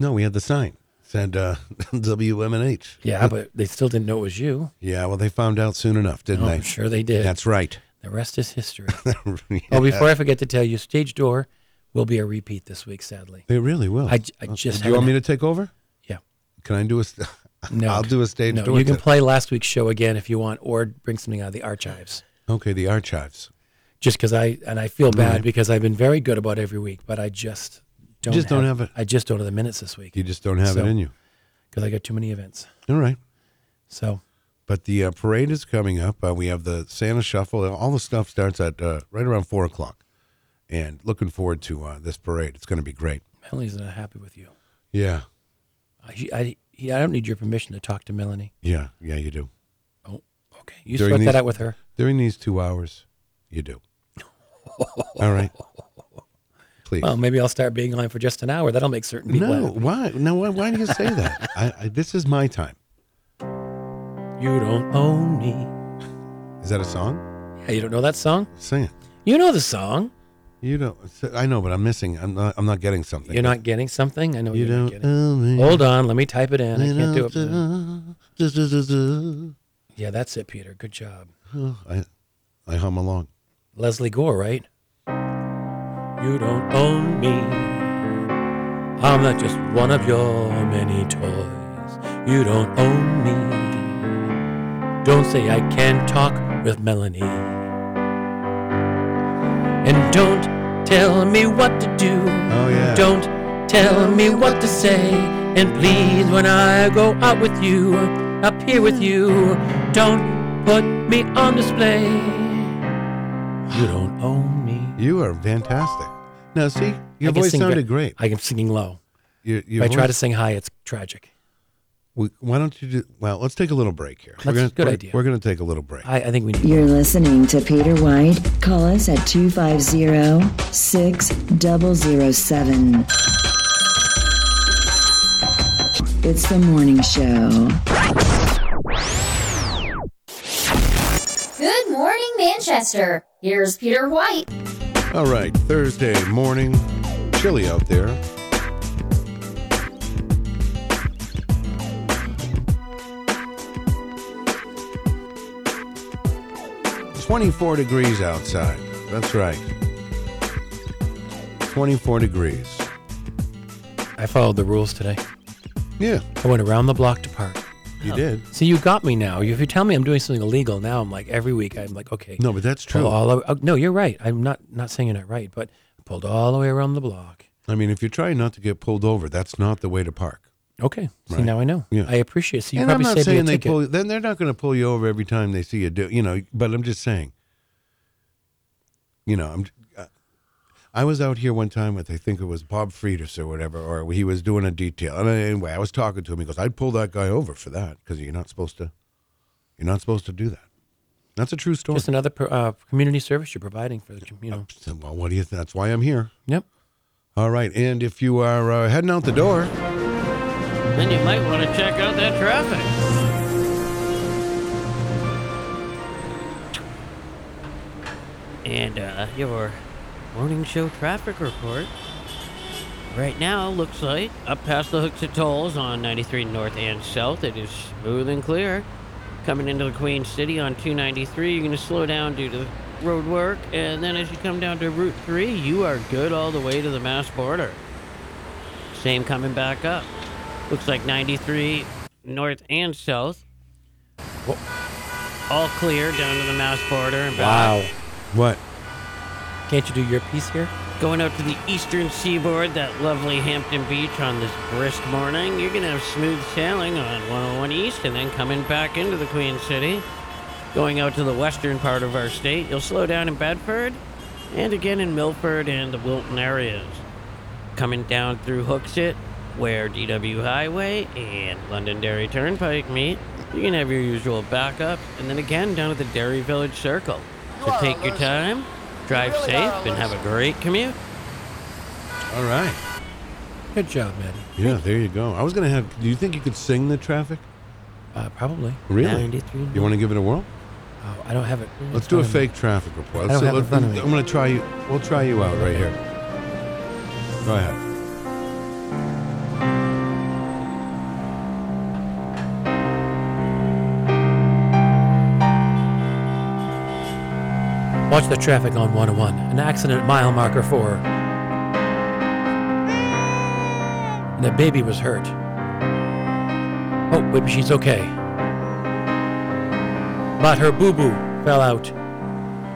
S3: No, we had the sign said uh, WMNH.
S5: Yeah, but they still didn't know it was you.
S3: Yeah, well, they found out soon enough, didn't
S5: Oh,
S3: they?
S5: I'm sure they did.
S3: That's right.
S5: the rest is history.
S3: Yeah.
S5: oh, before I forget to tell you, Stage Door will be a repeat this week, sadly.
S3: They really will.
S5: I, j- I just
S3: do you want me
S5: haven't-
S3: to take over?
S5: Yeah.
S3: Can I do a? st-
S5: No.
S3: I'll do a stage
S5: no,
S3: door.
S5: You can
S3: to-
S5: play last week's show again if you want, or bring something out of the archives.
S3: okay, the archives.
S5: Just because I and I feel bad because I've been very good about every week, but I just don't
S3: just don't have it.
S5: I just don't have the minutes this week
S3: You just don't have
S5: So-
S3: it in you.
S5: because I got too many events.
S3: All right.
S5: So
S3: But the uh, parade is coming up. Uh, we have the Santa Shuffle. Uh, All the stuff starts at uh, right around four o'clock. And looking forward to uh, this parade. It's going to be great.
S5: Melanie's not happy with you.
S3: Yeah,
S5: I, I, he- I don't need your permission to talk to Melanie.
S3: yeah, yeah. You do
S5: Oh, okay. You
S3: During
S5: sort
S3: these-
S5: that out with her.
S3: during these two hours. You do. All right. Please.
S5: Well, maybe I'll start being on for just an hour. That'll make certain people.
S3: no. Why? No. Why, why do you say that? I, I, this is my time.
S5: happy. You don't own me.
S3: Is that a song?
S5: Yeah, you don't know that song?
S3: Sing it.
S5: You know the song.
S3: You don't. I know, but I'm missing. I'm not. I'm not getting something.
S5: You're not getting something. I know
S3: You
S5: are not
S3: don't.
S5: getting. Hold on, let me type it in. I can't do it.
S3: do
S5: Yeah, that's it, Peter. Good job.
S3: I, I hum along.
S5: Leslie Gore, right? You don't own me. I'm not just one of your many toys. You don't own me. Don't say I can talk with Melanie. And don't tell me what to do.
S3: Oh, yeah.
S5: Don't tell me what to say. And please, when I go out with you, up here with you, don't put me on display. You don't own me.
S3: You are fantastic. Now, see, your
S5: I can
S3: voice
S5: sing ve-
S3: sounded great.
S5: I am singing low.
S3: Your,
S5: If
S3: your
S5: I try to
S3: voice-
S5: sing high, it's tragic.
S3: we- why don't you do? Well, let's take a little break here.
S5: That's a good
S3: we're,
S5: idea.
S3: We're going to take a little break.
S5: I, I think we need.
S1: You're listening to Peter White. Call us at 250 6007. It's the morning show.
S7: Good morning, Manchester. Here's Peter White.
S3: All right, Thursday morning, chilly out there. Twenty-four degrees outside. That's right. Twenty-four degrees.
S5: I followed the rules today.
S3: Yeah,
S5: I went around the block to park.
S3: you did.
S5: See, you got me now. You- If you tell me I'm doing something illegal now, I'm like every week I'm like, okay.
S3: No, but that's
S5: pull
S3: true.
S5: all the- oh, no, you're right. I'm not not saying you're not right, but I pulled all the way around the block.
S3: I mean, if you're trying not to get pulled over, that's not the way to park.
S5: Okay. See,
S3: Right.
S5: now I know.
S3: Yeah.
S5: I appreciate. it. So you
S3: and I'm
S5: probably
S3: not
S5: saved me a
S3: saying they
S5: ticket.
S3: pull. Then they're not going to pull you over every time they see you do. You know, but I'm just saying. You know, I'm. uh, I was out here one time with I think it was Bob Frieders or whatever, or he was doing a detail. And I- anyway, I was talking to him. He goes, "I'd pull that guy over for that because you're not supposed to. You're not supposed to do that. That's a true story.
S5: Just another pro- uh, community service you're providing for the community.
S3: So, well, what do you? That's why I'm here.
S5: Yep.
S3: All right, and if you are uh, heading out the door,
S4: Then you might want to check out that traffic. And uh, your morning show traffic report right now looks like up past the hooks of tolls on 93 North and South, it is smooth and clear. Coming into the Queen City on 293, you're going to slow down due to road work. And then as you come down to Route 3, you are good all the way to the Mass border. Same coming back up. Looks like 93 North and South.
S5: Wha-
S4: All clear down to the Mass border and back.
S5: Wow.
S3: What?
S5: Can't you do your piece here?
S4: Going out to the eastern seaboard, that lovely Hampton Beach on this brisk morning, you're going to have smooth sailing on 101 East and then coming back into the Queen City. Going out to the western part of our state, you'll slow down in Bedford and again in Milford and the Wilton areas. Coming down through Hooksett, where DW Highway and Londonderry Turnpike meet, you're going to have your usual backup and then again down at the Derry Village Circle. So take your time, drive safe, and have a great commute.
S3: All right.
S5: Good job, Maddie.
S3: Yeah, there you go. I was gonna have. Do you think you could sing the traffic?
S5: Uh, probably.
S3: Really?
S4: 93.
S3: You want to give it a whirl?
S5: Oh, I don't have it.
S3: Let's do a fake traffic report.
S5: I don't
S3: So
S5: have
S3: let-
S5: it in front of me.
S3: I'm gonna try you. We'll try you out right here. Go ahead.
S5: Watch the traffic on 101. An accident at mile marker 4. And the baby was hurt. Oh, maybe she's okay. But her boo boo fell out.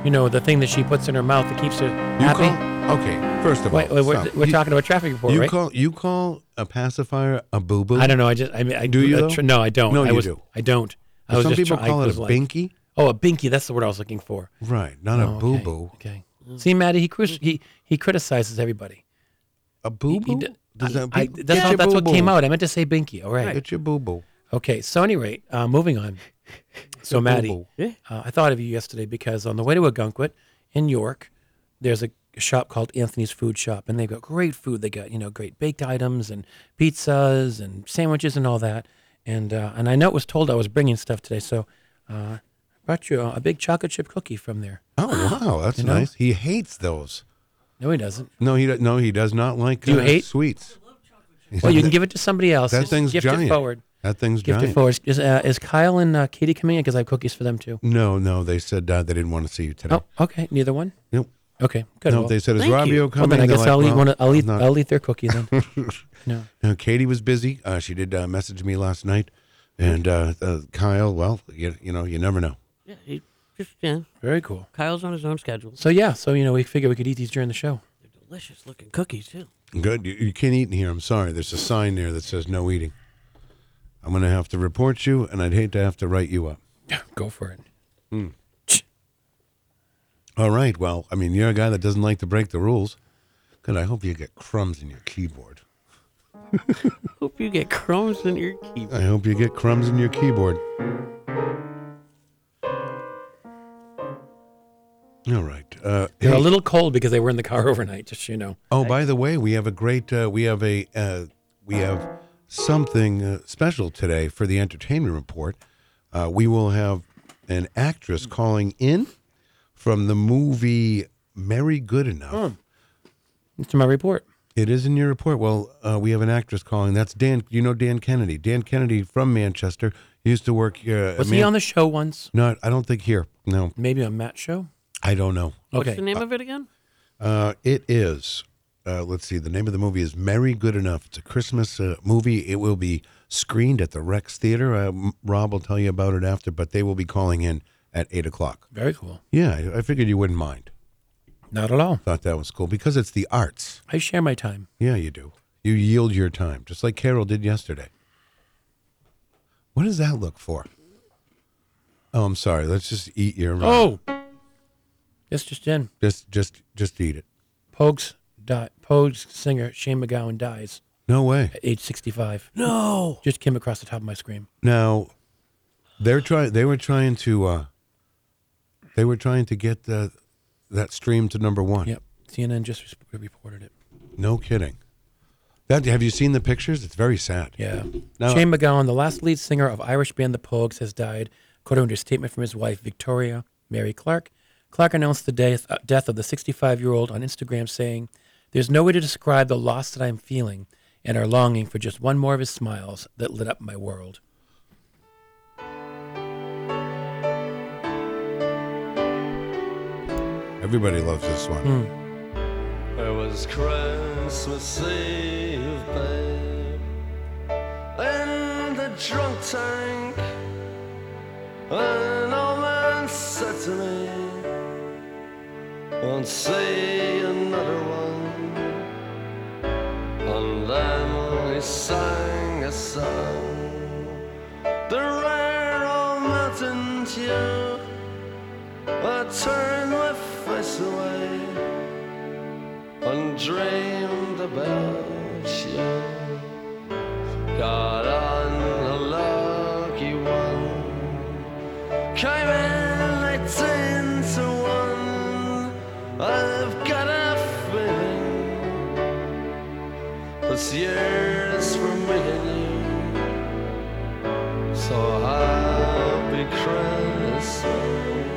S5: You know, the thing that she puts in her mouth that keeps her
S3: You
S5: happy.
S3: call. Okay. First of all,
S5: Wait, wait, we're,
S3: stop.
S5: we're
S3: You-
S5: talking about traffic report,
S3: You
S5: right?
S3: call. You call a pacifier a boo boo.
S5: I don't know. I just, I mean, I
S3: Do you,
S5: a
S3: though?
S5: no, I don't.
S3: No,
S5: I
S3: you
S5: was,
S3: do.
S5: I don't. I was
S3: Some
S5: just
S3: people
S5: try- I
S3: call it
S5: was
S3: a
S5: like-
S3: binky.
S5: Oh, a binky. That's the word I was looking for.
S3: Right. Not
S5: Oh,
S3: a
S5: okay,
S3: boo boo.
S5: Okay. See, Maddie, he cru- he he criticizes everybody.
S3: A
S5: He-
S3: boo
S5: he
S3: boo.
S5: d-
S3: Does that
S5: I-
S3: be-
S5: that's
S3: Get
S5: all-
S3: your
S5: that's what came
S3: boo-boo.
S5: out. I meant to say Binky. All right.
S3: Get your boo boo.
S5: Okay. So, any rate, uh, moving on. So, Maddie, uh, I thought of you yesterday because on the way to Agunquit in York, there's a shop called Anthony's Food Shop, and they've got great food. They got you know great baked items and pizzas and sandwiches and all that. And uh, and I know it was told I was bringing stuff today, so uh, I brought you a, a big chocolate chip cookie from there.
S3: Oh wow, that's
S5: know?
S3: nice. He hates those.
S5: No, he doesn't.
S3: No, he do- no he does not like.
S5: Do you
S3: uh,
S5: hate-
S3: sweets?
S5: Well, you can give it to somebody else.
S3: That
S5: Just
S3: thing's
S5: gift
S3: giant.
S5: it forward.
S3: That thing's
S5: Gift
S3: giant.
S5: it forward. Is, uh, is Kyle and uh, Katie coming in? Because I have cookies for them too.
S3: No, no, they said uh, they didn't want to see you today.
S5: Oh, okay. Neither one.
S3: Nope.
S5: Okay, good.
S3: No,
S5: well,
S3: they said is
S4: thank you.
S3: Robbio
S5: well,
S3: coming?
S5: then I
S3: They're
S5: guess
S3: like,
S5: I'll eat
S3: well,
S5: one. Of, I'll
S3: I'm
S5: eat.
S3: not-
S5: I'll eat their cookie then. no.
S3: No, Katie was busy. Uh, she did uh, message me last night, and uh, uh, Kyle. Well, you, you know, you never know.
S4: Yeah, he just, yeah,
S5: Very cool.
S4: Kyle's on his own schedule.
S5: So yeah, so you know, we figured we could eat these during the show.
S4: They're delicious looking cookies, too.
S3: Good. You, you can't eat in here. I'm sorry. There's a sign there that says no eating. I'm gonna have to report you, and I'd hate to have to write you up.
S5: Go for it.
S3: All right. Well, I mean, you're a guy that doesn't like to break the rules. Good. I hope you get crumbs in your keyboard.
S4: Hope you get crumbs in your keyboard.
S3: I hope you get crumbs in your keyboard. All right. Uh,
S5: They're
S3: hey,
S5: a little cold because they were in the car overnight. Just so you know.
S3: oh, by the way, we have a great. Uh, we have a. Uh, we have something uh, special today for the entertainment report. Uh, we will have an actress calling in from the movie Mary Goodenough.
S5: Hmm. It's my report.
S3: It is in your report. Well, uh, we have an actress calling. That's Dan. You know Dan Kennedy. Dan Kennedy from Manchester used to work. Uh,
S5: Was he on the show once?
S3: No, I don't think here. No,
S5: Maybe on Matt's show.
S3: I don't know.
S4: What's the
S5: Okay.
S4: name of it again?
S3: Uh, it is. Uh, let's see. The name of the movie is Merry Good Enough. It's a Christmas uh, movie. It will be screened at the Rex Theater. Uh, M- Rob will tell you about it after, but they will be calling in at eight o'clock.
S5: Very cool.
S3: Yeah, I, I figured you wouldn't mind.
S5: Not at all.
S3: Thought that was cool because it's the arts.
S5: I share my time.
S3: Yeah, you do. You yield your time, just like Carol did yesterday. What does that look for? Oh, I'm sorry. Let's just eat your.
S5: Oh, this just in.
S3: just just just eat it.
S5: Pogues di Pogues singer Shane McGowan dies
S3: No way.
S5: at age 65.
S3: No.
S5: Just came across the top of my screen.
S3: Now, they're trying. They were trying to. uh They were trying to get the that stream to number one.
S5: Yep. CNN just res- reported it.
S3: No kidding. That have you seen the pictures? It's very sad.
S5: Yeah.
S3: No.
S5: Shane McGowan, the last lead singer of Irish band The Pogues, has died, according to a statement from his wife, Victoria Mary Clark. Clark announced the death, uh, death of the 65 year old on Instagram, saying, There's no way to describe the loss that I am feeling and our longing for just one more of his smiles that lit up my world.
S3: Everybody loves this one.
S5: Hmm.
S8: It was Christmas Eve, babe, in the drunk tank. An old man said to me, Won't see another one. And then he sang a song, the rare old mountain dew. I turned my face away and dreamed about you. Got on a lucky one, came in eighteen to one. I've got a feeling this year's for me and you. So happy Christmas.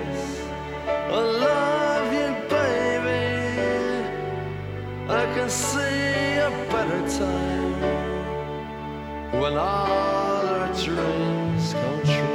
S8: I love you, baby. I can see a better time when all our dreams come true.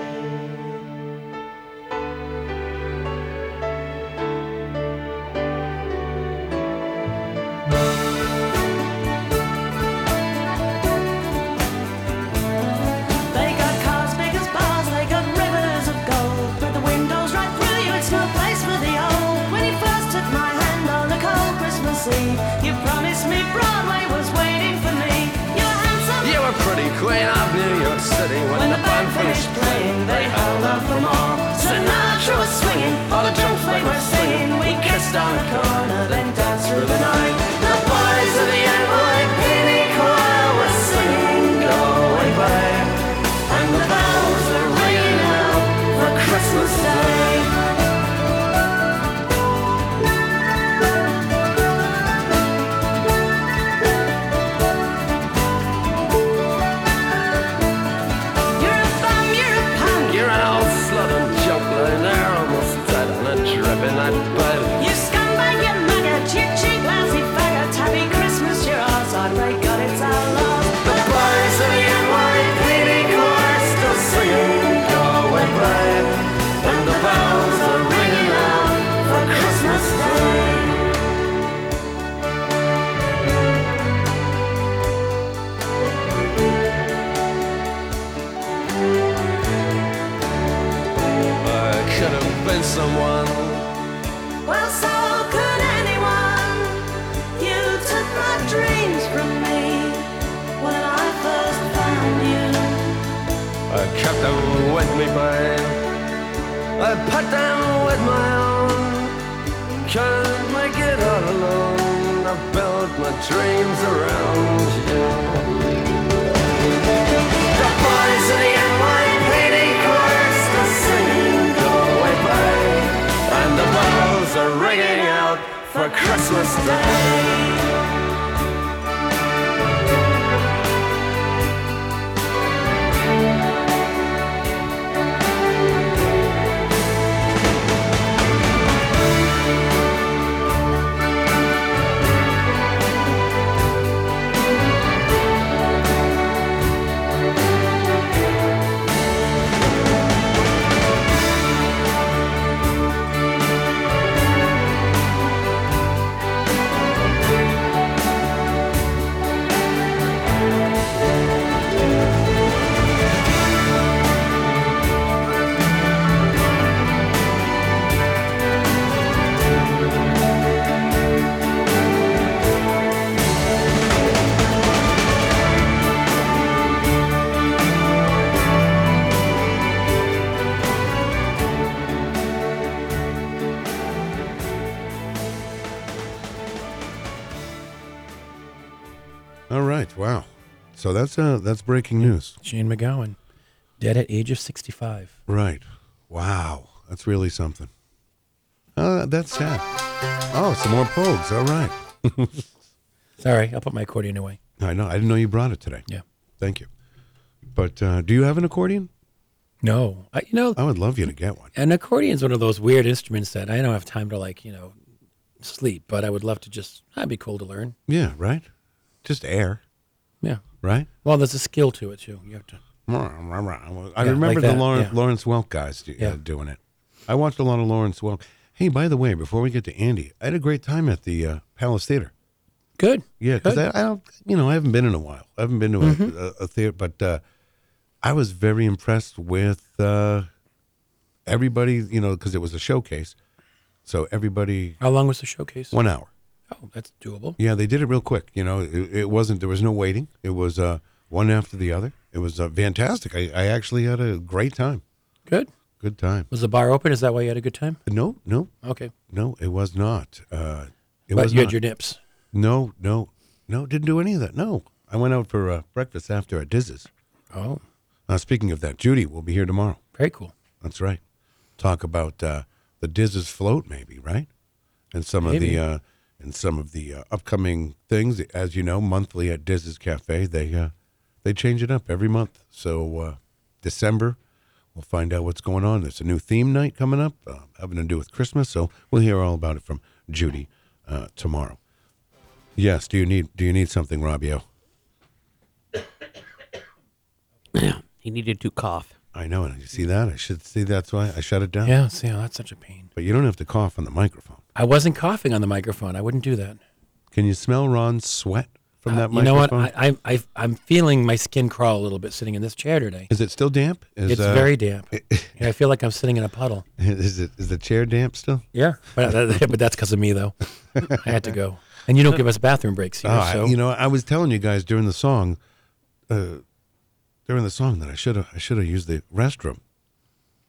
S9: They got cars big as bars, they got rivers of gold. But the windows right through you, it's no place for the old. When you first took my hand on a cold Christmas Eve, you promised me Broadway was waiting for me. You're handsome.
S8: You were pretty queen of New York City when,
S9: When
S8: the band finished playing. They held out for more.
S9: Sinatra was swinging, all the junk they were singing. We kissed on the corner, then danced through the night. The boys of the NYPD choir were singing, go away, babe. And the bells are ringing out for Christmas Day. You're a bum, you're a punk.
S8: You're an old slut and junk lying there almost dead and a dripping at bed.
S9: You scumbag, you maggot, you cheap, lousy faggot. Happy Christmas, you're ours. I pray God it's our love.
S8: The boys of the NYPD chorus still singing, go away, babe. And the bells are ringing out for Christmas Day. I could have been someone.
S9: Well, so could anyone. You took my dreams from me when I first found you.
S8: I kept them with me, babe. I put them with my own. Can't make it all alone. I built my dreams around you. The boys in the NYPD chorus are singing, go away, babe. And the bells are ringing out for Christmas Day.
S3: All right. Wow. So that's uh that's breaking news.
S5: Shane McGowan, dead at age of 65.
S3: Right. Wow. That's really something. Uh, that's sad. Oh, some more pogues. All right.
S5: Sorry, I'll put my accordion away.
S3: I know. I didn't know you brought it today.
S5: Yeah.
S3: Thank you. But uh, do you have an accordion?
S5: No, I, you know,
S3: I would love you to get one.
S5: an accordion's one of those weird instruments that I don't have time to like, you know, sleep. But I would love to just. That'd be cool to learn.
S3: Yeah, right? Just air,
S5: Yeah.
S3: right?
S5: Well, there's a skill to it too. You have to.
S3: I
S5: Yeah,
S3: remember
S5: like
S3: the
S5: that,
S3: Lawrence,
S5: yeah.
S3: Lawrence Welk guys do,
S5: Yeah.
S3: uh, doing it. I watched a lot of Lawrence Welk. Hey, by the way, before we get to Andy, I had a great time at the uh, Palace Theater.
S5: Good.
S3: Yeah, because
S5: Good. Mm-hmm.
S3: I, I don't, you know, I haven't been in a while. I haven't been to a, a, a theater, but uh, I was very impressed with uh, everybody, you know, because it was a showcase. So everybody,
S5: How long was the showcase?
S3: one hour.
S5: Oh, that's doable.
S3: Yeah, they did it real quick. You know, it, it wasn't, there was no waiting. It was uh, one after the other. It was uh, fantastic. I, I actually had a great time.
S5: Good.
S3: Good time.
S5: Was the bar open? Is that why you had a good time?
S3: No, no,
S5: Okay.
S3: no, it was not. Uh, it
S5: but
S3: was
S5: you
S3: not.
S5: had your nips.
S3: no, no, no, didn't do any of that. No, I went out for uh, breakfast after at Diz's.
S5: Oh,
S3: Uh, speaking of that, Judy will be here tomorrow.
S5: very cool.
S3: That's right. Talk about uh, the Diz's float, maybe right, and some of
S5: Maybe.
S3: the uh, and some of the uh, upcoming things. As you know, monthly at Diz's Cafe, they uh, they change it up every month. So uh, December, we'll find out what's going on. There's a new theme night coming up, uh, having to do with Christmas. So we'll hear all about it from Judy uh, tomorrow. Yes. Do you need Do you need something, Robbio?
S4: He needed to cough.
S3: I know. And you see that? I should see. That's why I shut it down.
S5: Yeah. See, oh, that's such a pain.
S3: But you don't have to cough on the microphone.
S5: I wasn't coughing on the microphone. I wouldn't do that.
S3: Can you smell Ron's sweat from that
S5: Uh, you know
S3: microphone?
S5: what? I, I, I, I'm feeling my skin crawl a little bit sitting in this chair today.
S3: is it still damp? Is,
S5: It's
S3: uh,
S5: very damp. Yeah, I feel like I'm sitting in a puddle.
S3: Is it is the chair damp still?
S5: Yeah, but, that- but that's because of me though. I had to go, and you don't give us bathroom breaks here.
S3: Oh, I-
S5: so
S3: you know, I was telling you guys during the song, uh, during the song that I should have I should have used the restroom,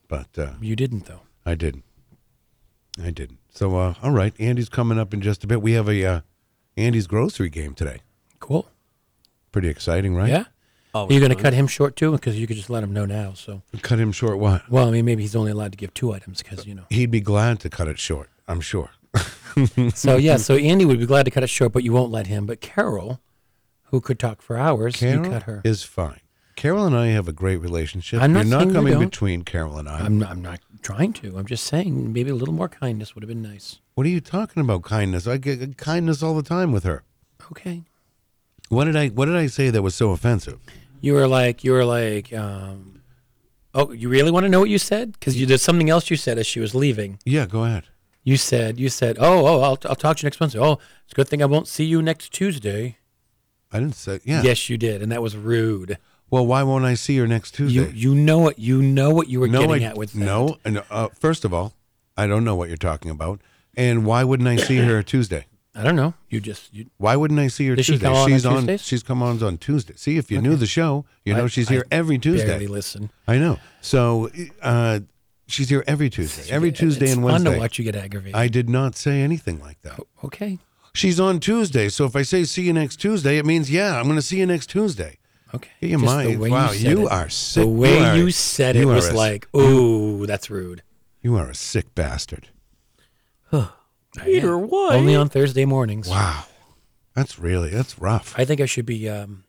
S3: but uh,
S5: you didn't though.
S3: I didn't. I didn't. So uh, all right, Andy's coming up in just a bit. We have a uh, Andy's grocery game today.
S5: Cool.
S3: Pretty exciting, right?
S5: Yeah.
S4: Oh,
S5: Are you going to cut him short too? Because you could just let him know now. So
S3: Cut him short. What?
S5: well, I mean, maybe he's only allowed to give two items because you know.
S3: He'd be glad to cut it short. I'm sure.
S5: So yeah, so Andy would be glad to cut it short, but you won't let him. But Carol, who could talk for hours, you
S3: Carol
S5: cut her.
S3: is fine. Carol and I have a great relationship.
S5: I'm not saying
S3: You're not
S5: you
S3: coming
S5: don't.
S3: between Carol and I.
S5: I'm not, I'm not trying to. I'm just saying maybe a little more kindness would have been nice.
S3: What are you talking about? Kindness. I get kindness all the time with her.
S5: Okay.
S3: What did I What did I say that was so offensive?
S5: You were like, you were like, um, oh, you really want to know what you said? Because there's something else you said as she was leaving.
S3: Yeah, go ahead.
S5: You said, you said, oh, oh, I'll, I'll talk to you next Wednesday. Oh, it's a good thing I won't see you next Tuesday.
S3: I didn't say. Yeah.
S5: Yes, you did, and that was rude.
S3: Well, why won't I see her next Tuesday?
S5: You, you know it. You know what you were
S3: no,
S5: getting
S3: I,
S5: at with that.
S3: no. and, Uh, first of all, I don't know what you're talking about. And why wouldn't I see her Tuesday?
S5: I don't know. You just, you,
S3: Why wouldn't I see her
S5: Does she
S3: Tuesday?
S5: come on
S3: she's
S5: on
S3: on.
S5: Tuesdays?
S3: She's come on on Tuesday. See, if you knew the show, you know
S5: I-
S3: she's
S5: I
S3: here every Tuesday.
S5: barely listen.
S3: I know. So uh, she's here every Tuesday, every Tuesday
S5: it's
S3: and Wednesday.
S5: fun to watch you get aggravated.
S3: I did not say anything like that.
S5: okay.
S3: She's on Tuesday, so if I say see you next Tuesday, it means yeah, I'm going to see you next Tuesday.
S5: Okay.
S3: Get your
S5: Just
S3: mind-
S5: way
S3: wow,
S5: said
S3: you
S5: it.
S3: are sick.
S5: The way
S3: You
S5: you,
S3: are-
S5: said it
S3: you are
S5: was
S3: a-
S5: like, ooh, that's rude.
S3: You are a sick bastard.
S4: Peter, what?
S5: Only on Thursday mornings.
S3: Wow, that's really that's rough.
S5: I think I should be um,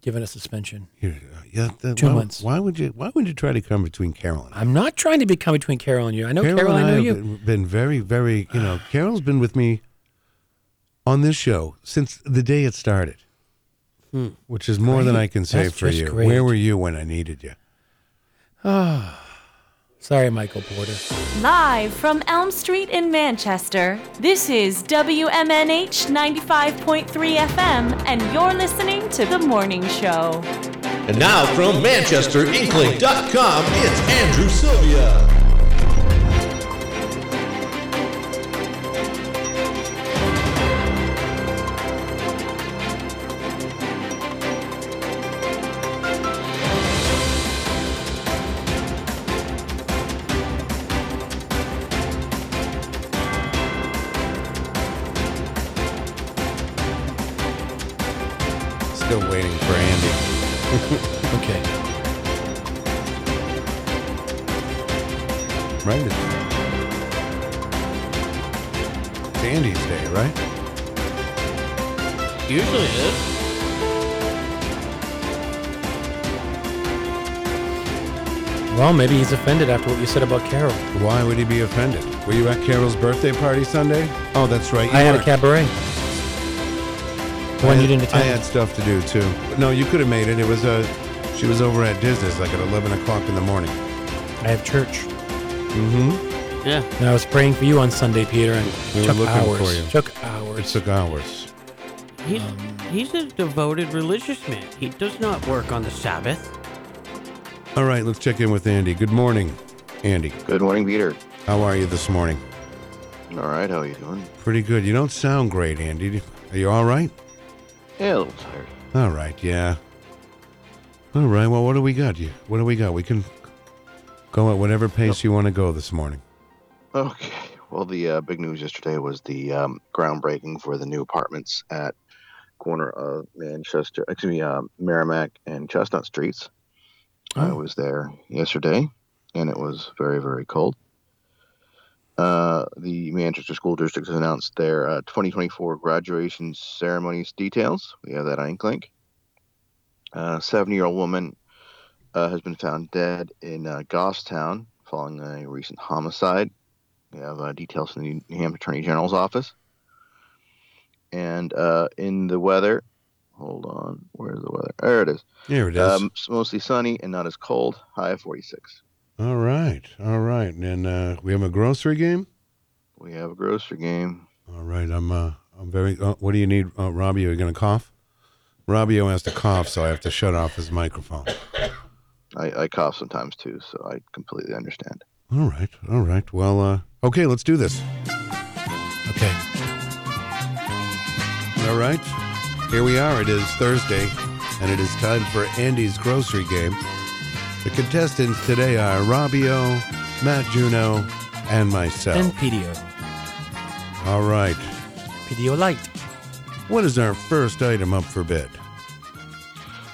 S5: given a suspension.
S3: You're- uh, yeah, that-
S5: Two
S3: why,
S5: months.
S3: Why would you? Why would you try to come between Carol and I?
S5: I'm not trying to be come between Carol and you. I know Carol,
S3: and
S5: I know
S3: have
S5: you.
S3: been- been very, very. You know, Carol's been with me on this show since the day it started, which is more than I can say
S5: Hmm. That's
S3: for
S5: just
S3: you.
S5: great.
S3: Where were you when I needed you?
S5: Sorry, Michael Porter.
S10: Live from Elm Street in Manchester, this is WMNH 95.3 FM, and you're listening to The Morning Show.
S11: And now from Manchester, Inkling.com, it's Andrew Sylvia.
S3: Still waiting for Andy.
S5: Okay.
S3: Right. It's Andy's day, right?
S4: Usually it is.
S5: Well, maybe he's offended after what you said about Carol.
S3: Why would he be offended? Were you at Carol's birthday party Sunday? Oh, that's right. You
S5: I had a
S3: weren't.
S5: cabaret. The
S3: I
S5: one you
S3: had-
S5: didn't
S3: I had
S5: attend.
S3: stuff to do too. No, you could have made it. It was a. She was over at Disney's like at eleven o'clock in the morning.
S5: I have church.
S3: Mm-hmm.
S4: Yeah.
S5: And I was praying for you on Sunday, Peter, and
S3: We
S5: it
S3: were
S5: took
S3: looking
S5: hours.
S3: for you.
S5: Took hours.
S3: It took hours.
S4: He's, he's a devoted religious man. He does not work on the Sabbath.
S3: All right, let's check in with Andy. Good morning, Andy.
S9: Good morning, Peter.
S3: How are you this morning?
S9: All right, how you doing?
S3: Pretty good. You don't sound great, Andy. Are you all right?
S9: Yeah, a little tired.
S3: All right, yeah. All right. Well, what do we got? You. What do we got? We can go at whatever pace you want to go this morning.
S9: Okay. Well, the uh, big news yesterday was the um, groundbreaking for the new apartments at corner of Manchester, excuse me, uh, Merrimack and Chestnut Streets. I
S5: Oh.
S9: was there yesterday, and it was very, very cold. Uh, the Manchester School District has announced their uh, 2024 graduation ceremonies details. We have that link link. A seven-year-old woman uh, has been found dead in uh, Goffstown following a recent homicide. We have uh, details from the New Hampshire Attorney General's office. And uh, in the weather, hold on, where's the weather? There it is.
S3: Here it is.
S9: Um, it's mostly sunny and not as cold. High of 46.
S3: all right. All right. And uh, we have a grocery game.
S9: We have a grocery game.
S3: All right, I'm uh, I'm very. Uh, what do you need, uh, Robbie? Are you gonna cough? Robbio has to cough, so I have to shut off his microphone.
S9: I, I cough sometimes too, so I completely understand.
S3: All right, all right. Well, uh, okay, let's do this. Okay. All right, here we are. It is Thursday, and it is time for Andy's grocery game. The contestants today are Robbio, Matt Juno, and myself.
S5: And PDO.
S3: all right.
S5: PDO Light.
S3: What is our first item up for bid?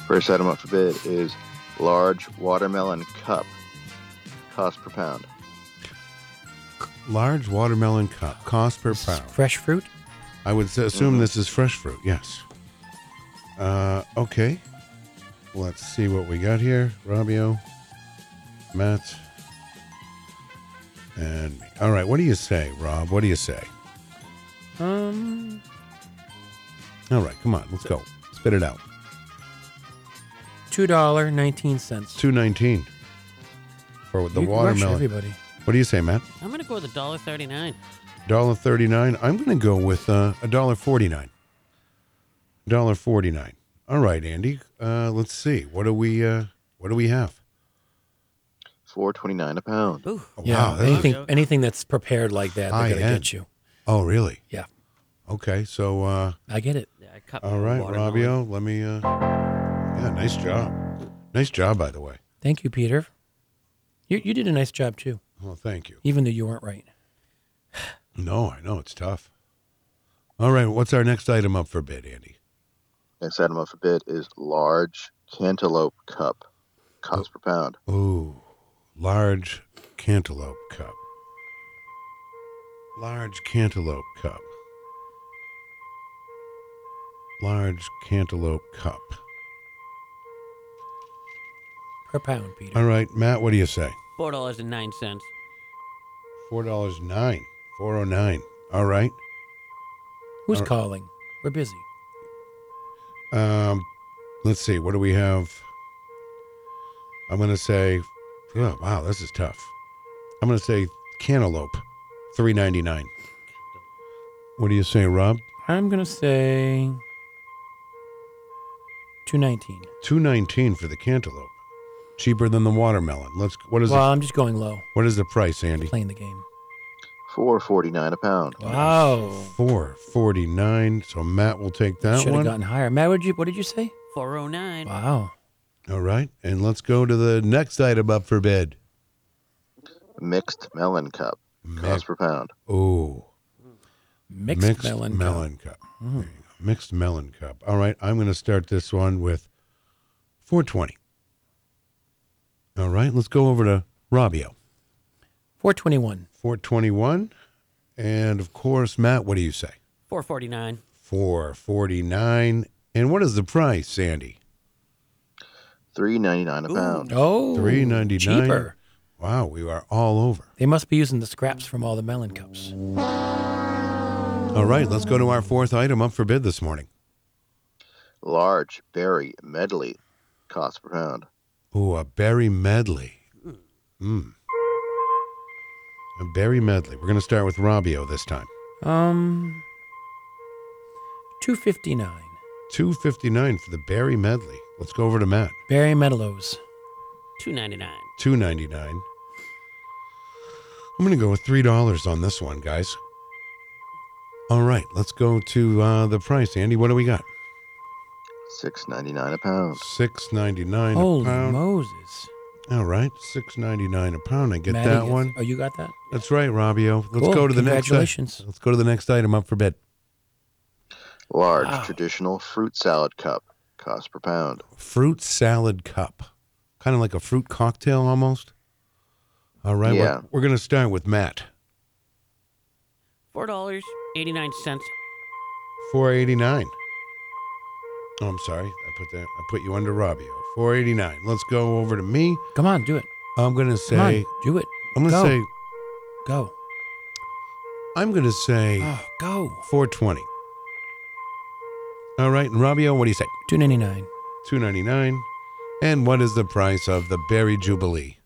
S9: First item up for bid is large watermelon cup. Cost per pound.
S3: Large watermelon cup, cost per pound.
S5: Fresh fruit.
S3: I would s- assume
S5: Mm-hmm.
S9: Mhm.
S3: this is fresh fruit. Yes. Uh, okay. Let's see what we got here. Robbio, Matt, and me. All right. What do you say, Rob? What do you say?
S5: Um,
S3: All right. Come on. Let's go. Spit it out.
S5: two dollar nineteen cents.
S3: Two nineteen for the
S5: You rush
S3: watermelon.
S5: everybody.
S3: What do you say, Matt?
S4: I'm gonna go with a dollar thirty-nine.
S3: Dollar thirty nine. I'm going to go with uh, a dollar forty nine. Dollar forty nine. All right, Andy. Uh, let's see. What do we? Uh, what do we have?
S9: 429 a pound.
S4: Ooh.
S3: Oh,
S5: Yeah,
S3: wow, that's
S5: anything anything that's prepared like that,
S3: high
S5: they're gonna
S3: end.
S5: get you.
S3: Oh, really?
S5: Yeah,
S3: Okay, so uh,
S5: I get it.
S4: Yeah, I cut
S3: all right,
S4: watermelon.
S3: Robbio, let me. Uh, yeah, nice job. Nice job, by the way.
S5: Thank you, Peter. You you did a nice job too,
S3: Well, Oh, thank you.
S5: even though you weren't right.
S3: No, I know it's tough. All right, what's our next item up for bid, Andy?
S9: Next item up for bid is large cantaloupe cup. Cost per pound.
S3: Ooh, large cantaloupe cup. Large cantaloupe cup. Large cantaloupe cup.
S5: Per pound, Peter.
S3: All right, Matt, what do you say?
S4: Four dollars and nine cents.
S3: Four dollars nine. Four oh nine. All right.
S5: Who's Uh,
S3: all right.
S5: calling? We're busy.
S3: Um, let's see. What do we have? I'm gonna say, oh, wow, this is tough. I'm gonna say cantaloupe, three ninety nine. What do you say, Rob?
S5: I'm gonna say two nineteen.
S3: Two nineteen for the cantaloupe, cheaper than the watermelon. Let's. What is
S5: Well,
S3: the,
S5: I'm just going low,
S3: what is the price, Andy?
S5: playing the game.
S9: 449 a pound.
S5: Wow.
S3: Four forty nine. So Matt will take that
S5: Should
S3: one.
S5: have gotten higher. Matt, what did you what did you say?
S4: Four oh nine.
S5: Wow.
S3: All right, and let's go to the next item up for bid.
S9: Mixed melon cup.
S3: Mix-
S9: Cost per pound.
S3: Ooh.
S5: Mixed, melon. cup. Mm.
S3: cup. There you go. Mixed melon cup. All right, I'm going to start this one with 420. All right, let's go over to Robbio.
S5: 421.
S3: 421. And of course, Matt, what do you say?
S4: Four forty-nine.
S3: 449. And what is the price, Sandy?
S12: Three ninety nine a pound.
S5: Oh,
S3: Three ninety nine.
S5: cheaper.
S3: Wow, we are all over.
S5: They must be using the scraps from all the melon cups.
S3: All right, let's go to our fourth item up for bid this morning.
S12: Large berry medley cost per pound.
S3: Ooh, a berry medley. Mm. A berry medley. We're going to start with Robbio this time.
S5: Um, two fifty nine.
S3: Two fifty nine for the berry medley. Let's go over to Matt.
S5: Barry Meadows.
S4: Two ninety nine.
S3: Two ninety nine. I'm going to go with three dollars on this one, guys. All right, let's go to uh, the price. Andy, what do we got?
S12: Six ninety nine a pound.
S3: Six ninety nine a
S5: Holy
S3: pound.
S5: Moses!
S3: All right, six ninety nine a pound. I get
S5: Maddie
S3: that
S5: gets-
S3: one.
S5: Oh, you got that?
S3: That's right, Robbio. Let's
S5: Cool.
S3: go to the next.
S5: Congratulations.
S3: Let's go to the next item up for bid.
S12: Large
S5: Wow.
S12: traditional fruit salad cup cost per pound.
S3: Fruit salad cup, kind of like a fruit cocktail almost. All right,
S12: Yeah.
S3: we're, we're going to start with Matt.
S4: Four dollars eighty nine cents.
S3: Four eighty nine. Oh, I'm sorry. I put that. I put you under Robbio. Four eighty nine. Let's go over to me.
S5: Come on, do it.
S3: I'm going to
S5: Come
S3: say.
S5: on, do it.
S3: I'm going to
S5: Go.
S3: say.
S5: Go.
S3: I'm going to say
S5: Oh, go.
S3: four twenty. All right, and Robbio, what do you say?
S5: Two ninety nine.
S3: Two ninety nine. And what is the price of the Berry Jubilee?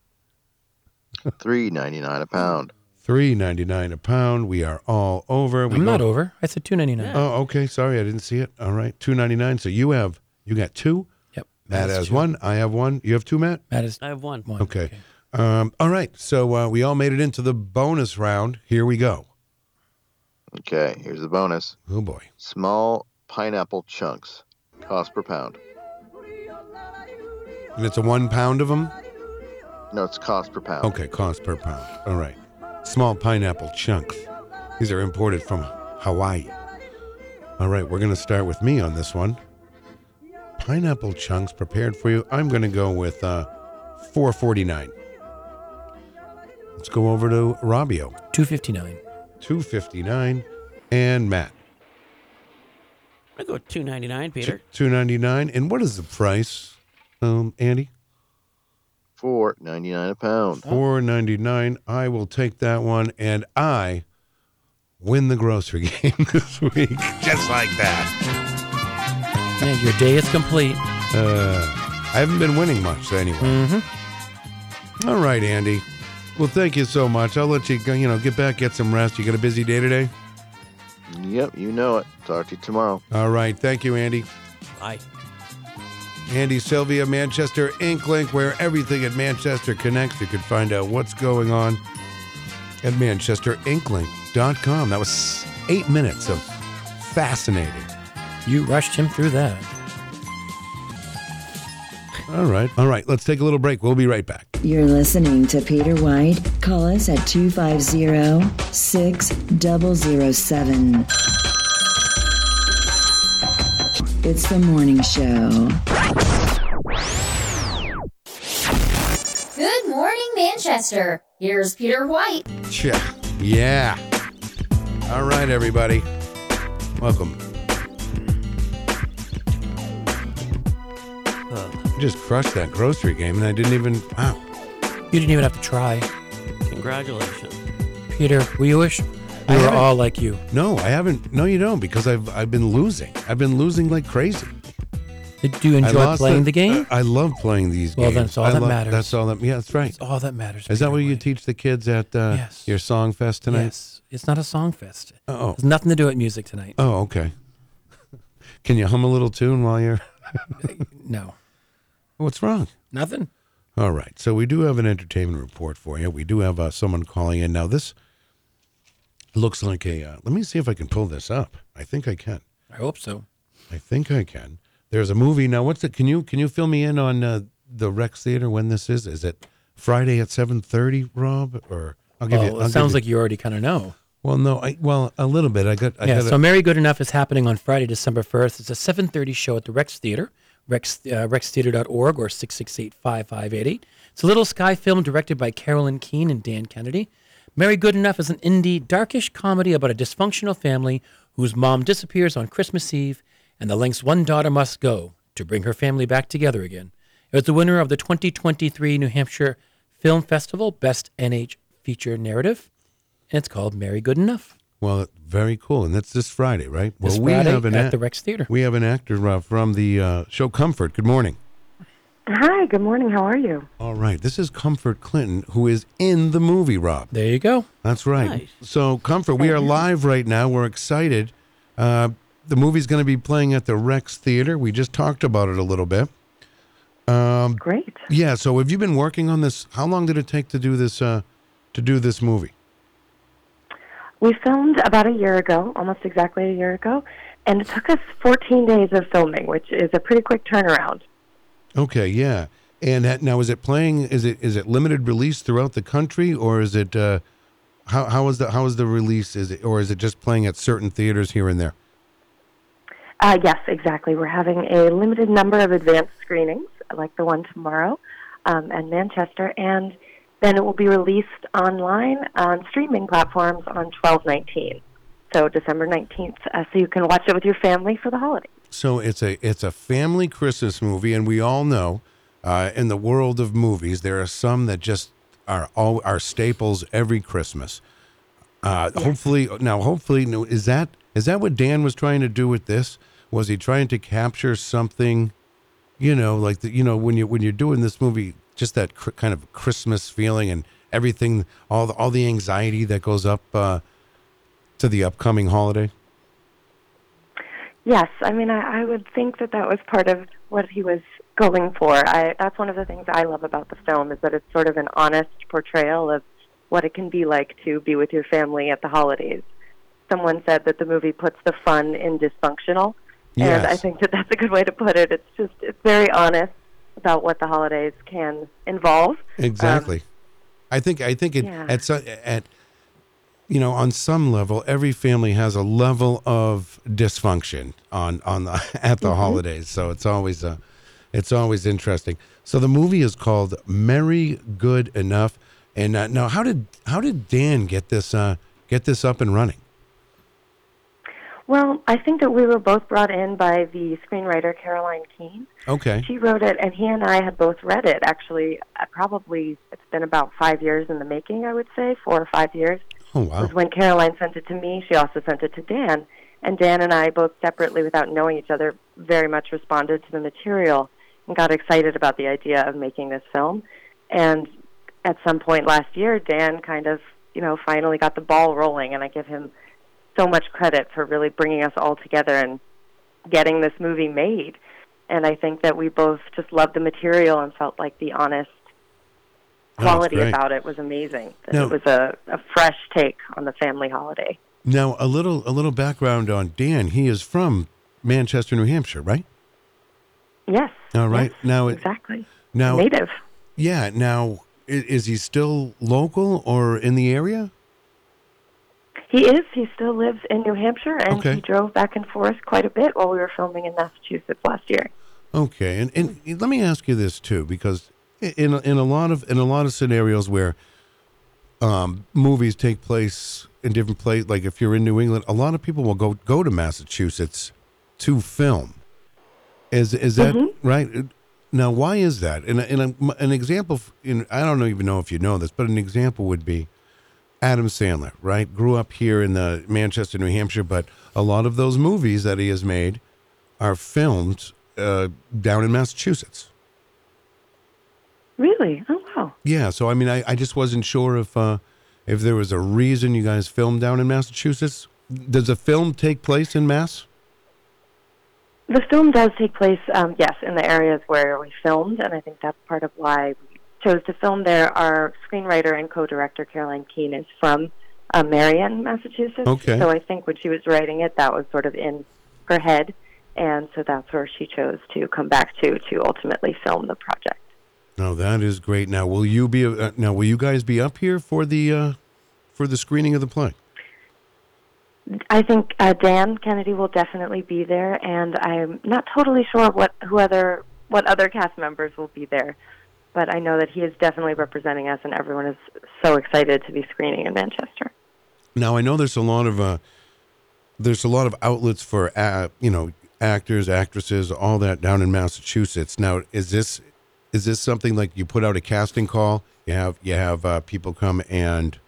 S12: Three ninety nine a pound.
S3: Three ninety nine a pound. We are all over. We
S5: I'm
S3: go-
S5: not over. I said two ninety nine.
S3: Oh, okay. Sorry, I didn't see it. All right, two ninety nine. So you have you got two.
S5: Yep.
S3: Matt
S5: That's
S3: has
S5: two.
S3: one. I have one. You have two, Matt.
S5: That is
S4: I have one.
S5: one.
S3: Okay. Um, all right. So uh, we all made it into the bonus round. Here we go.
S12: Okay, here's the bonus.
S3: Oh boy.
S12: Small pineapple chunks cost per pound.
S3: And it's a one pound of them.
S12: No, it's cost per pound.
S3: Okay, cost per pound. All right. Small pineapple chunks. These are imported from Hawaii. All right, we're going to start with me on this one. Pineapple chunks prepared for you. I'm going to go with uh, 449. Let's go over to Robbio.
S5: Two fifty nine.
S3: 259 and Matt.
S4: I go two ninety nine, Peter.
S3: 299 and what is the price? Um Andy?
S12: Four ninety nine a pound.
S3: 499. I will take that one and I win the grocery game this week. Just like that.
S5: Man, your day is complete.
S3: Uh, I haven't been winning much anyway. All right, Andy. Well, thank you so much. I'll let you go, you know, get back, get some rest. You got a busy day today?
S12: Yep, you know it. Talk to you tomorrow.
S3: All right. Thank you, Andy.
S4: Bye.
S3: Andy Sylvia, Manchester Inc. Link, where everything at Manchester connects. You can find out what's going on at manchesterinclink.com. That was eight minutes of fascinating.
S5: You rushed him through that.
S3: All right. All right. Let's take a little break. We'll be right back.
S1: You're listening to Peter White. Call us at 250 6007. It's the morning show.
S7: Good morning, Manchester. Here's Peter White.
S3: Yeah. Yeah. All right, everybody. Welcome.
S4: Uh,
S3: I just crushed that grocery game and I didn't even. Wow.
S5: You didn't even have to try,
S4: Congratulations.
S5: Peter. We wish we were
S3: haven't-
S5: all like you.
S3: No, I haven't. No, you don't because I've, I've been losing. I've been losing like crazy.
S5: Did you
S3: I
S5: enjoy
S3: lost
S5: playing the game?
S3: I, I love playing these
S5: Well,
S3: games.
S5: that's all
S3: I
S5: that
S3: love-
S5: matters.
S3: That's all that. Yeah, that's right.
S5: It's all that matters.
S3: uh, Is that
S5: Peter
S3: what you
S5: White.
S3: teach the kids at uh,
S5: Yes.
S3: your song fest tonight?
S5: Yes. It's not a song fest.
S3: Oh.
S5: It's nothing to do with music tonight.
S3: Oh, okay. Can you hum a little tune while you're?
S5: No.
S3: What's wrong?
S5: Nothing.
S3: All right. So we do have an entertainment report for you. We do have uh, someone calling in now. This looks like a. Uh, let me see if I can pull this up. I think I can.
S5: I hope so.
S3: I think I can. There's a movie now. What's it? Can you can you fill me in on uh, the Rex Theater when this is? Is it Friday at seven thirty, Rob? Or I'll give
S5: Well,
S3: you. I'll
S5: Oh, it
S3: give
S5: sounds
S3: you-
S5: like you already kind of know.
S3: Well, no. I well a little bit. I got. I
S5: yeah.
S3: got
S5: So Mary Good Enough is happening on Friday, December first. It's a seven thirty show at the Rex Theater, Rex uh, RexTheater.org or six six eight five five eight eight. It's a Little Sky film directed by Carolyn Keene and Dan Kennedy. Mary Good Enough is an indie darkish comedy about a dysfunctional family whose mom disappears on Christmas Eve, and the lengths one daughter must go to bring her family back together again. It was the winner of the 2023 New Hampshire Film Festival Best NH Feature Narrative, and it's called Mary Good Enough.
S3: Well, very cool. And that's this Friday, right?
S5: This
S3: well, we
S5: Friday
S3: have an
S5: at
S3: ac-
S5: the Rex Theater.
S3: We have an actor uh, from the uh, show Comfort. Good morning.
S9: Hi, good morning. How are you?
S3: All right. This is Comfort Clinton, who is in the movie, Rob.
S5: There you go.
S3: That's right.
S5: Nice.
S3: So, Comfort, we are live right now. We're excited. Uh, the movie's going to be playing at the Rex Theater. We just talked about it a little bit. Um,
S9: Great.
S3: Yeah. So, have you been working on this? How long did it take to do this? Uh, to do this movie?
S9: We filmed about a year ago, almost exactly a year ago, and it took us 14 days of filming, which is a pretty quick turnaround.
S3: Okay. Yeah. And that, now, is it playing? Is it is it limited release throughout the country, or is it? Uh, how how is the how is the release? Is it or is it just playing at certain theaters here and there?
S9: Uh, yes, exactly. We're having a limited number of advanced screenings, like the one tomorrow um, in Manchester, and then it will be released online on streaming platforms on 1219. So December 19th, uh, so you can watch it with your family for the holiday.
S3: So it's a it's a family Christmas movie, and we all know uh, in the world of movies there are some that just are all are staples every Christmas. Uh, Hopefully now, hopefully no, is that is that what Dan was trying to do with this? Was he trying to capture something? You know, like the, you know when you when you're doing this movie, just that cr- kind of Christmas feeling and everything, all the, all the anxiety that goes up uh, to the upcoming holiday.
S9: Yes, I mean, I, I would think that that was part of what he was going for. I, that's one of the things I love about the film is that it's sort of an honest portrayal of what it can be like to be with your family at the holidays. Someone said that the movie puts the fun in dysfunctional, and I
S3: Yes.
S9: think that that's a good way to put it. It's just it's very honest about what the holidays can involve.
S3: Exactly. Um, I think I think it,
S9: Yeah.
S3: at so, at you know on some level every family has a level of dysfunction on on the, at the
S9: Mm-hmm.
S3: holidays. So it's always uh it's always interesting. So the movie is called Merry Good Enough. And uh, now how did how did Dan get this uh get this up and running?
S9: Well, I think that we were both brought in by the screenwriter Caroline Keene.
S3: Okay.
S9: She wrote it, and he and I had both read it. Actually, uh, probably it's been about five years in the making. I would say four or five years
S3: Oh wow.
S9: was when Caroline sent it to me. She also sent it to Dan, and Dan and I both separately, without knowing each other, very much responded to the material and got excited about the idea of making this film. And at some point last year, Dan kind of, you know, finally got the ball rolling, and I give him so much credit for really bringing us all together and getting this movie made. And I think that we both just loved the material and felt like the honest
S3: Oh, that's
S9: quality
S3: great.
S9: about it was amazing. That
S3: Now-
S9: it was a, a fresh take on the family holiday.
S3: Now a little a little background on Dan. He is from Manchester, New Hampshire, right?
S9: Yes.
S3: All right. now it,
S9: Exactly.
S3: Now
S9: Native.
S3: Yeah. Now i- is he still local or in the area?
S9: He is. He still lives in New Hampshire, and
S3: Okay.
S9: he drove back and forth quite a bit while we were filming in Massachusetts last year.
S3: Okay. And and let me ask you this too, because i- in a- in a lot of in a lot of scenarios where um, movies take place in different places, like if you're in New England, a lot of people will go go to Massachusetts to film. Is is that right? Now, why is that? And and um, an example, f- in, I don't even know if you know this, but an example would be Adam Sandler. Right, grew up here in the Manchester, New Hampshire, but a lot of those movies that he has made are filmed uh, down in Massachusetts.
S9: Really? Oh, wow.
S3: Yeah, so I mean, I, I just wasn't sure if uh, if there was a reason you guys filmed down in Massachusetts. Does the film take place in Mass?
S9: The film does take place, um, yes, in the areas where we filmed, and I think that's part of why we chose to film there. Our screenwriter and co-director Caroline Keene is from uh, Marion, Massachusetts.
S3: Okay.
S9: So I think when she was writing it, that was sort of in her head, and so that's where she chose to come back to to ultimately film the project.
S3: No, that is great. Now, will you be uh, now? Will you guys be up here for the uh, for the screening of the play?
S9: I think uh, Dan Kennedy will definitely be there, and I'm not totally sure what who other what other cast members will be there, but I know that he is definitely representing us, and everyone is so excited to be screening in Manchester.
S3: Now, I know there's a lot of uh, there's a lot of outlets for uh, you know actors, actresses, all that down in Massachusetts. Now, is this Is this something like you put out a casting call? You have you have uh, people come and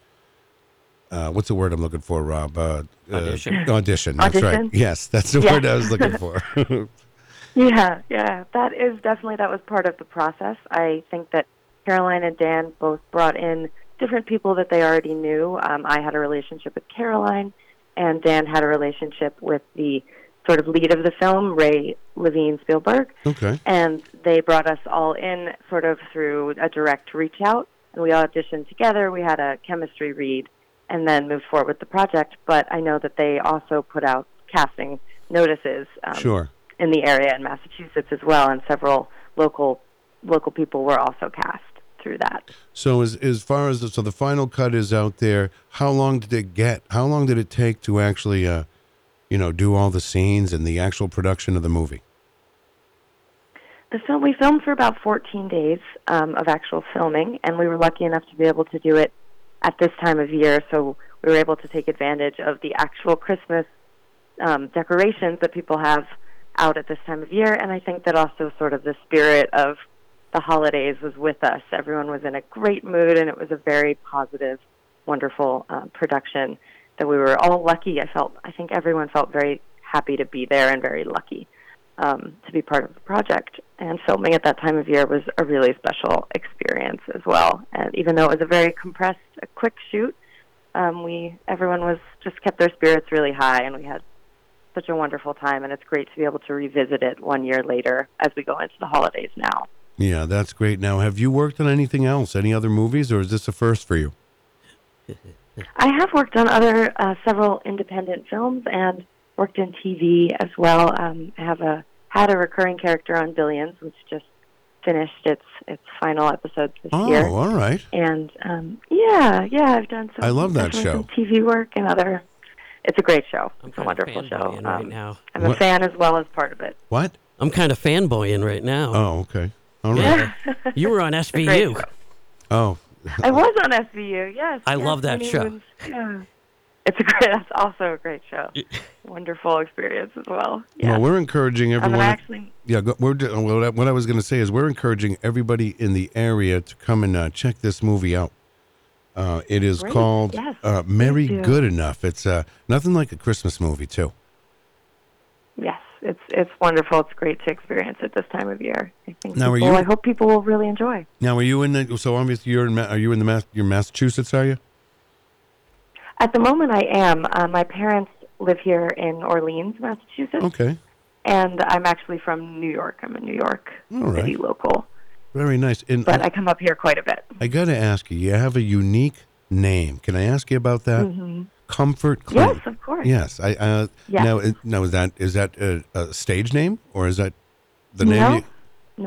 S3: uh, what's the word I'm looking for, Rob? Uh, uh,
S4: Audition.
S3: audition. That's
S9: Audition?
S3: right. Yes, that's the
S9: Yeah.
S3: word I was looking for.
S9: Yeah, yeah, that is definitely that was part of the process. I think that Caroline and Dan both brought in different people that they already knew. Um, I had a relationship with Caroline, and Dan had a relationship with the sort of lead of the film, Ray Levine Spielberg,
S3: okay.
S9: and they brought us all in sort of through a direct reach out, and we all auditioned together. We had a chemistry read, and then moved forward with the project. But I know that they also put out casting notices. Um,
S3: Sure.
S9: in the area in Massachusetts as well, and several local local people were also cast through that.
S3: So as as far as the, so the final cut is out there, how long did it get? How long did it take to actually, uh, you know, do all the scenes and the actual production of the movie?
S9: The film we filmed for about 14 days um, of actual filming, and we were lucky enough to be able to do it at this time of year, so we were able to take advantage of the actual Christmas um, decorations that people have out at this time of year, and I think that also sort of the spirit of the holidays was with us. Everyone was in a great mood, and it was a very positive, wonderful uh, production that we were all lucky. I felt, I think everyone felt very happy to be there and very lucky um, to be part of the project. And filming at that time of year was a really special experience as well. And even though it was a very compressed, a quick shoot, um, we everyone was just kept their spirits really high, and we had such a wonderful time. And it's great to be able to revisit it one year later as we go into the holidays now.
S3: Yeah, that's great. Now, have you worked on anything else? Any other movies, or is this a first for you?
S9: I have worked on other uh, several independent films and worked in TV as well. Um, I have a had a recurring character on Billions, which just finished its its final episode this
S3: Oh,
S9: year.
S3: all right.
S9: And um, yeah, yeah, I've done some.
S3: I love that
S9: definitely
S3: show.
S9: some TV work and other. It's a great show. it's a wonderful show.
S4: fanboying right
S9: Um,
S4: now.
S9: I'm a
S4: What-
S9: fan as well as part of it.
S3: What?
S4: I'm kind of fanboying right now.
S3: Oh, okay. All
S4: right. you were on SVU.
S3: Oh,
S9: I was on SVU. Yes.
S4: I
S9: yes,
S4: love that
S9: many
S4: show.
S9: moons, Yeah. It's a great. That's also a great show. Wonderful experience as well.
S3: Well, we're encouraging
S9: Um, and
S3: everyone.
S9: I actually-
S3: yeah, go, we're do- what I- what I was going to say is we're encouraging everybody in the area to come and uh, check this movie out. Uh, it is
S13: Great,
S3: called
S13: yes,
S3: uh, "Merry
S9: do.
S3: Good Enough." It's uh, nothing like a Christmas movie, too.
S9: Yes, it's it's wonderful. It's great to experience at this time of year. I think.
S3: Now, are
S9: people,
S3: you-
S9: I hope people will really enjoy.
S3: Now, are you in the? So obviously, you're in. Ma- Are you in the? Mass, you're in Massachusetts, are you?
S9: At the moment, I am. Uh, my parents live here in Orleans, Massachusetts,
S3: Okay.
S9: and I'm actually from New York. I'm a New York
S3: All right. Mm-hmm.
S9: city local,
S3: Very nice. And
S9: but I come up here quite a bit.
S3: I got to ask you. You have a unique name. Can I ask you about that?
S9: Mhm.
S3: Comfort.
S9: Yes,
S3: Clinic.
S9: of course.
S3: Yes, I. Uh,
S9: Yeah.
S3: Now, it- now is that is that a, a stage name or is that the name?
S9: No.
S3: you-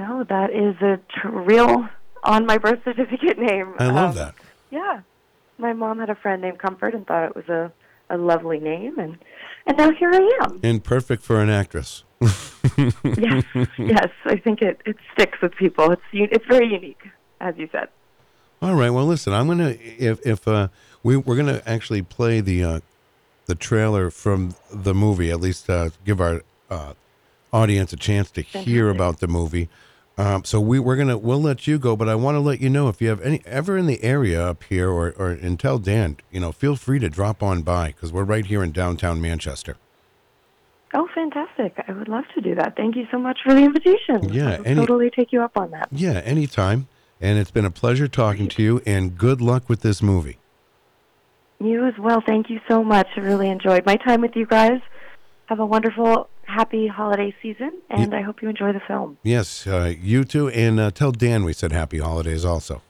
S9: No, that is a tr- real on my birth certificate name.
S3: I love
S9: Um,
S3: that.
S9: Yeah, my mom had a friend named Comfort and thought it was a a lovely name, and and now here I am.
S3: And perfect for an actress.
S9: yes, yes, I think it, it sticks with people. It's u- it's very unique, as you said.
S3: All right. Well, listen. I'm gonna if if uh, we we're gonna actually play the uh, the trailer from the movie. At least uh, give our uh, audience a chance to hear about the movie. Um, so we we're gonna we'll let you go, but I want to let you know if you have any ever in the area up here or or and tell Dan. You know, feel free to drop on by because we're right here in downtown Manchester.
S9: Oh, fantastic! I would love to do that. Thank you so much for the invitation.
S3: Yeah,
S9: I will
S3: any-
S9: totally take you up on that.
S3: Yeah, anytime. And it's been a pleasure talking to you. And good luck with this movie.
S9: You as well. Thank you so much. I really enjoyed my time with you guys. Have a wonderful, happy holiday season, and I hope you enjoy the film.
S3: Yes, uh, you too. And uh, tell Dan we said happy holidays also.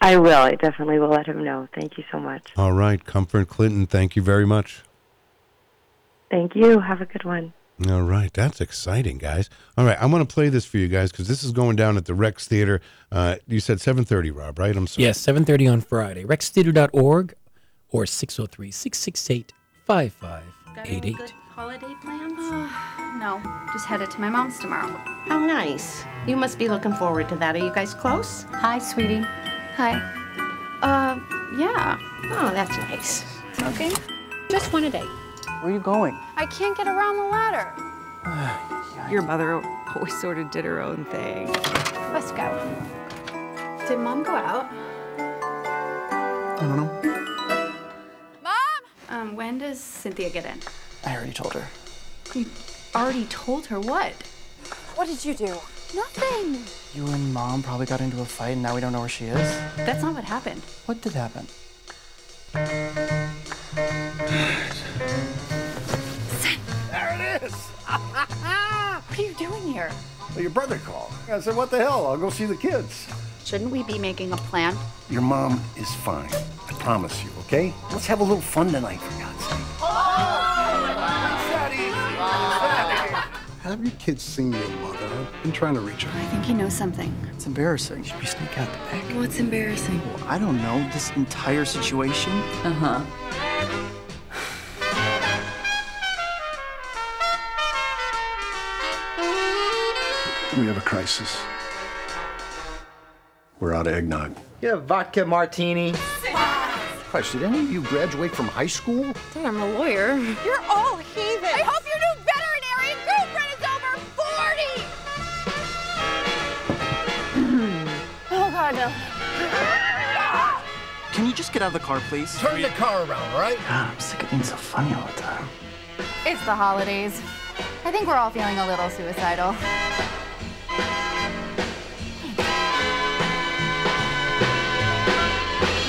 S9: I will. I definitely will let him know. Thank you so much.
S3: All right, Comfort Clinton, thank you very much.
S9: Thank you. Have a good one.
S3: All right, that's exciting, guys. All right, I'm going to play this for you guys because this is going down at the Rex Theater. Uh, you said 7:30, Rob, right? I'm sorry.
S5: Yes, 7:30 on Friday. Rextheater.org or 603-668-5588.
S14: Holiday plans? no, just headed to my mom's tomorrow. How nice. You must be looking forward to that. Are you guys close? Hi, sweetie. Hi. Uh, yeah. Oh, that's nice. Smoking? Just one a day.
S15: Where are you going?
S14: I can't get around the ladder.
S13: Your mother always sort of did her own thing.
S14: Let's go. Did mom go out?
S13: I don't know.
S14: Mom! Um, when does Cynthia get in?
S15: I already told her.
S14: You already told her what? What did you do? Nothing.
S15: You and mom probably got into a fight and now we don't know where she is.
S14: That's not what happened.
S15: What did happen?
S16: There it is.
S14: what are you doing here?
S17: Well, your brother called. I said, What the hell? I'll go see the kids.
S14: Shouldn't we be making a plan?
S17: Your mom is fine. I promise you, okay? Let's have a little fun tonight, for God's sake. Have your kids seen your mother? I've been trying to reach her.
S14: I think he knows something.
S15: It's embarrassing. Should we sneak out the back?
S14: What's embarrassing?
S15: I don't know. This entire situation. Uh huh.
S17: We have a crisis. We're out of eggnog.
S18: Get a vodka martini.
S17: Christ, did any of you graduate from high school?
S14: I'm a lawyer.
S16: You're all heathens. I hope your new veterinarian girlfriend is over 40. oh, God, no.
S15: Can you just get out of the car, please?
S17: Turn the car around, all right?
S15: God, I'm sick of being so funny all the time.
S14: It's the holidays. I think we're all feeling a little suicidal.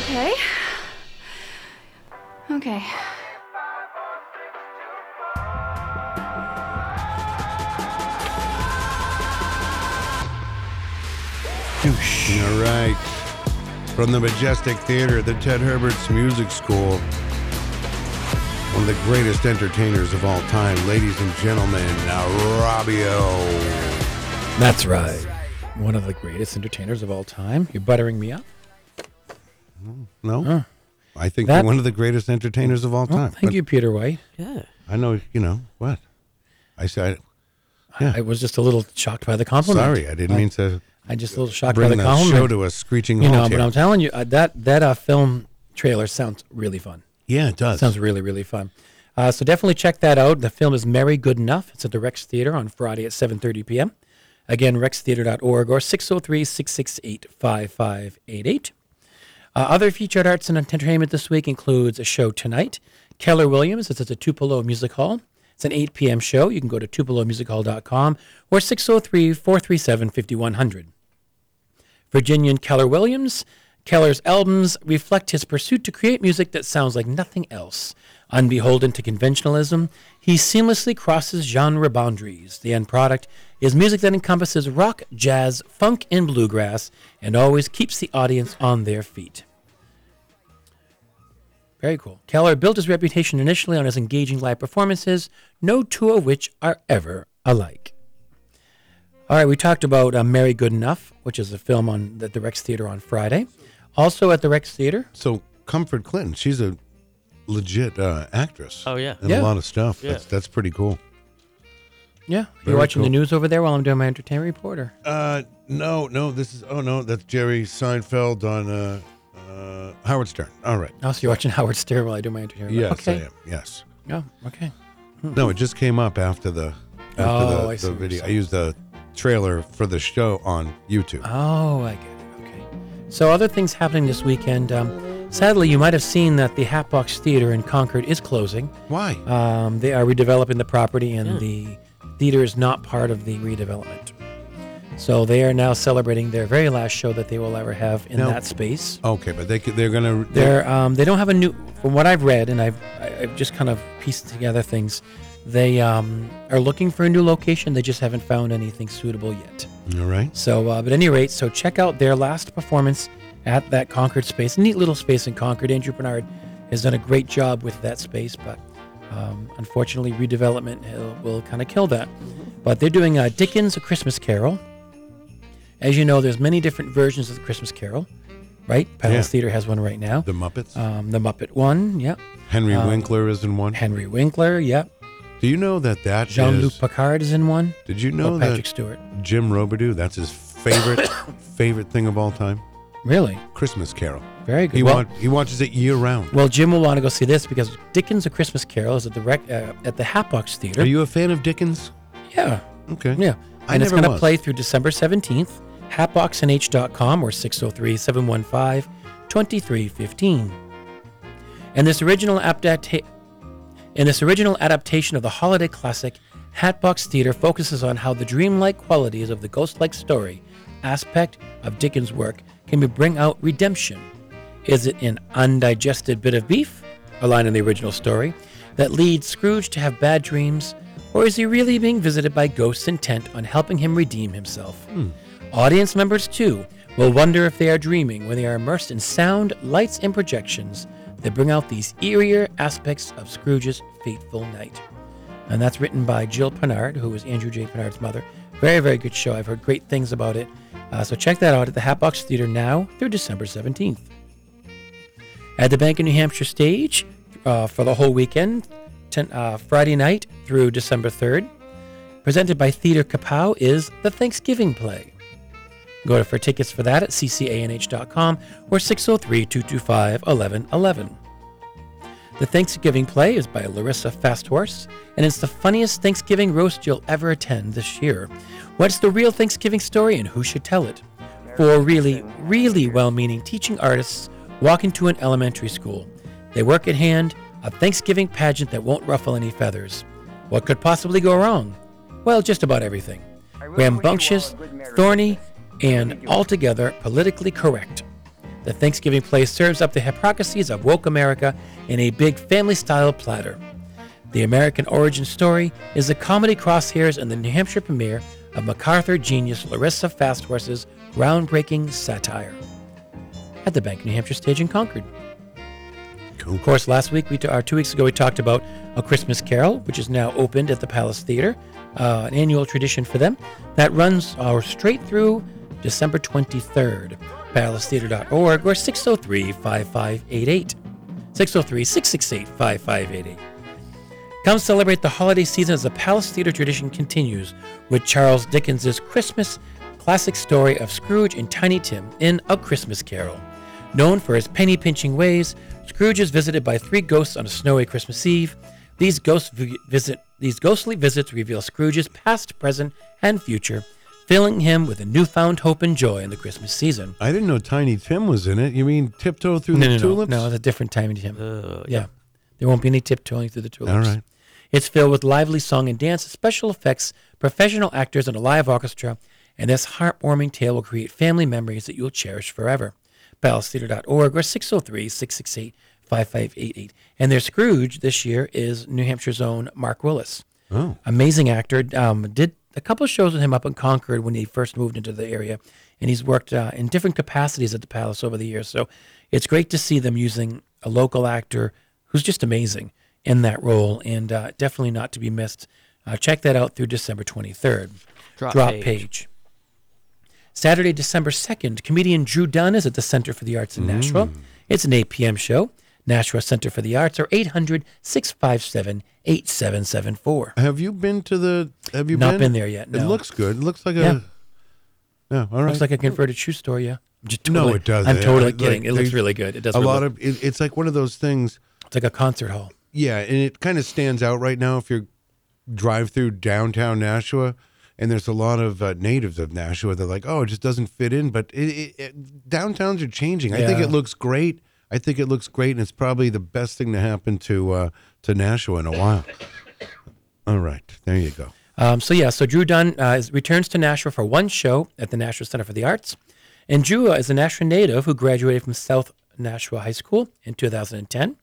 S14: Okay. Okay.
S3: All right. From the Majestic Theater, the Ted Herberts Music School. One of the greatest entertainers of all time, ladies and gentlemen, Robbio.
S5: That's right. One of the greatest entertainers of all time. You're buttering me up.
S3: No?
S5: Huh.
S3: I think
S5: That-
S3: one of the greatest entertainers of all
S5: Well,
S3: time.
S5: thank you, Peter White.
S4: Yeah.
S3: I know, you know, what? I said, yeah.
S5: I was just a little shocked by the compliment.
S3: Sorry, I didn't mean to
S5: I just a little shocked by
S3: bring
S5: the
S3: the
S5: compliment.
S3: show to a screeching
S5: You know,
S3: halt
S5: but
S3: here.
S5: I'm telling you uh, that that uh, film trailer sounds really fun.
S3: Yeah, it does.
S5: Sounds really really fun. Uh, so definitely check that out. The film is Merry Good Enough. It's at the Rex Theater on Friday at 7:30 p.m. Again, rextheater.org or 603-668-5588. Uh, other featured arts and entertainment this week includes a show tonight. Keller Williams is at the Tupelo Music Hall. It's an 8 p.m. show. You can go to tupelomusichall.com or 603 437 5100. Virginian Keller Williams. Keller's albums reflect his pursuit to create music that sounds like nothing else. Unbeholden to conventionalism, he seamlessly crosses genre boundaries. The end product is music that encompasses rock, jazz, funk, and bluegrass, and always keeps the audience on their feet. Very cool. Keller built his reputation initially on his engaging live performances, no two of which are ever alike. All right, we talked about uh, Mary Good Enough, which is a film on at the Rex Theater on Friday. Also at the Rex Theater.
S3: So Comfort Clinton, she's a legit uh, actress.
S4: Oh, yeah.
S3: and
S5: Yeah.
S3: a lot of stuff.
S5: Yeah.
S3: That's that's pretty cool.
S5: Yeah,
S3: Very
S5: you're watching the
S3: cool.
S5: news over there while I'm doing my entertainment reporter.
S3: Uh, no, no, this is oh no, that's Jerry Seinfeld on uh, uh, Howard Stern. All right.
S5: Oh, so you're watching Howard Stern while I do my entertainment.
S3: Yes,
S5: okay.
S3: I am. Yes.
S5: Yeah. Okay. Hmm.
S3: No, it just came up after the after
S5: Oh,
S3: the,
S5: I see
S3: the
S5: what you're
S3: video. I
S5: saying.
S3: used the trailer for the show on YouTube.
S5: Oh, I get it. Okay. So, other things happening this weekend. Um, sadly, you might have seen that the Hatbox Theater in Concord is closing.
S3: Why?
S5: Um, they are redeveloping the property, and
S4: Hmm.
S5: the theater is not part of the redevelopment. So, they are now celebrating their very last show that they will ever have in
S3: No.
S5: that space.
S3: Okay, but they could- they're gonna
S5: They're um, they don't have a new. From what I've read, and I've I- I've just kind of pieced together things. They um, are looking for a new location. They just haven't found anything suitable yet.
S3: All right.
S5: So, uh, but at any rate, so check out their last performance at that Concord space. Neat little space in Concord. Andrew Bernard has done a great job with that space, but um, unfortunately, redevelopment will, will kind of kill that. But they're doing uh, Dickens' A Christmas Carol. As you know, there's many different versions of the Christmas Carol, right? Palace
S3: Yeah.
S5: Theater has one right now.
S3: The Muppets.
S5: Um, the Muppet one, yep.
S3: Henry
S5: Um,
S3: Winkler is in one.
S5: Henry Winkler, yep.
S3: Do you know that that
S5: Jean Luc
S3: is-
S5: Picard is in one.
S3: Did you
S5: Oh,
S3: know that
S5: Patrick Stewart?
S3: Jim Robidoux, that's his favorite favorite thing of all time.
S5: Really?
S3: Christmas Carol.
S5: Very good.
S3: He,
S5: Well-
S3: wa- he watches it year round.
S5: Well, Jim will want to go see this because Dickens: A Christmas Carol is at the rec- uh, at the Hatbox Theater.
S3: Are you a fan of Dickens?
S5: Yeah.
S3: Okay.
S5: Yeah.
S3: I
S5: and it's
S3: never
S5: going to
S3: was.
S5: play through December 17th. Hatboxnh.com or 603 715 2315. And this original adapta- and this original adaptation of the holiday classic, Hatbox Theater focuses on how the dreamlike qualities of the ghost-like story aspect of Dickens' work can be bring out redemption. Is it an undigested bit of beef, a line in the original story, that leads Scrooge to have bad dreams, or is he really being visited by ghosts intent on helping him redeem himself?
S16: Hmm.
S5: Audience members, too, will wonder if they are dreaming when they are immersed in sound, lights, and projections that bring out these eerier aspects of Scrooge's fateful night. And that's written by Jill Pennard, who is Andrew J. Pennard's mother. Very, very good show. I've heard great things about it. Uh, so check that out at the Hatbox Theater now through December 17th. At the Bank of New Hampshire stage uh, for the whole weekend, ten, uh, Friday night through December 3rd, presented by Theater Kapow, is the Thanksgiving play. Go to for tickets for that at ccanh.com or 603 225 1111. The Thanksgiving play is by Larissa Fasthorse, and it's the funniest Thanksgiving roast you'll ever attend this year. What's the real Thanksgiving story and who should tell it? Four really, really well meaning teaching artists walk into an elementary school. They work at hand, a Thanksgiving pageant that won't ruffle any feathers. What could possibly go wrong? Well, just about everything. Rambunctious, thorny, and altogether politically correct. The Thanksgiving play serves up the hypocrisies of woke America in a big family style platter. The American origin story is the comedy crosshairs in the New Hampshire premiere of MacArthur genius Larissa Fasthorse's groundbreaking satire at the Bank of New Hampshire stage in Concord. Of course, last week, we t- or two weeks ago, we talked about A Christmas Carol, which is now opened at the Palace Theater, uh, an annual tradition for them that runs uh, straight through December 23rd. PalaceTheater.org or 603 5588. 603 668 5588. Come celebrate the holiday season as the Palace Theater tradition continues with Charles Dickens' Christmas classic story of Scrooge and Tiny Tim in A Christmas Carol. Known for his penny pinching ways, Scrooge is visited by three ghosts on a snowy Christmas Eve. These, ghost vi- visit, these ghostly visits reveal Scrooge's past, present, and future, filling him with a newfound hope and joy in the Christmas season.
S3: I didn't know Tiny Tim was in it. You mean tiptoe through
S5: no, Uh,
S3: the
S5: no,
S3: tulips?
S5: No, no, it's a different time of him. yeah. There won't be any tiptoeing through the tulips.
S3: All right.
S5: It's filled with lively song and dance, special effects, professional actors, and a live orchestra. And this heartwarming tale will create family memories that you'll cherish forever. PalaceTheater.org or 603 668 5588. And their Scrooge this year is New Hampshire's own Mark Willis.
S3: Oh.
S5: Amazing actor. Um, did a couple shows with him up in Concord when he first moved into the area, and he's worked uh, in different capacities at the Palace over the years. So it's great to see them using a local actor who's just amazing in that role, and uh, definitely not to be missed. Uh, check that out through December 23rd.
S4: Drop page.
S5: page. Saturday, December 2nd, comedian Drew Dunn is at the Center for the Arts in Nashville.
S4: Mm.
S5: It's an 8 p.m. show. Nashville Center for the Arts are 800 657 8774.
S3: Have you been to the? Have you
S5: Not
S3: been?
S5: been there yet,
S3: It
S5: no.
S3: looks good. It looks like
S5: Yeah.
S3: a. Yeah. All right.
S5: Looks like a converted shoe store, yeah. I'm just
S3: no,
S5: totally-
S3: it does.
S5: I'm
S3: It-
S5: totally
S3: like,
S5: kidding. It looks
S3: they-
S5: really good. It does.
S3: A
S5: really
S3: lot
S5: look-
S3: of. It, it's like one of those things.
S5: It's like a concert hall.
S3: Yeah, and it kind of stands out right now if you drive through downtown Nashua, and there's a lot of uh, natives of Nashua. They're like, oh, it just doesn't fit in. But it, it, it, downtowns are changing. I think
S5: Yeah.
S3: it looks great. I think it looks great, and it's probably the best thing to happen to uh, to Nashua in a while. All right, there you go.
S5: Um, so yeah, so Drew Dunn uh, is, returns to Nashville for one show at the Nashville Center for the Arts, and Drew is a Nashville native who graduated from South Nashua High School in 2010.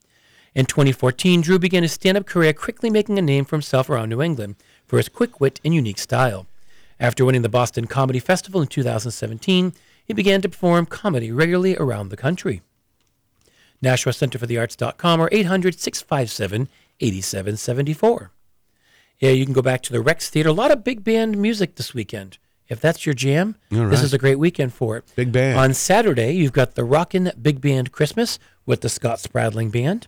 S5: In 2014, Drew began his stand-up career, quickly making a name for himself around New England for his quick wit and unique style. After winning the Boston Comedy Festival in 2017, he began to perform comedy regularly around the country. Nashua Center for the Arts.com or 800 657 8774. Yeah, you can go back to the Rex Theater. A lot of big band music this weekend. If that's your jam,
S3: All
S5: this
S3: right.
S5: is a great weekend for it. Big band. On Saturday, you've got the Rockin' Big Band Christmas with the Scott Spradling Band.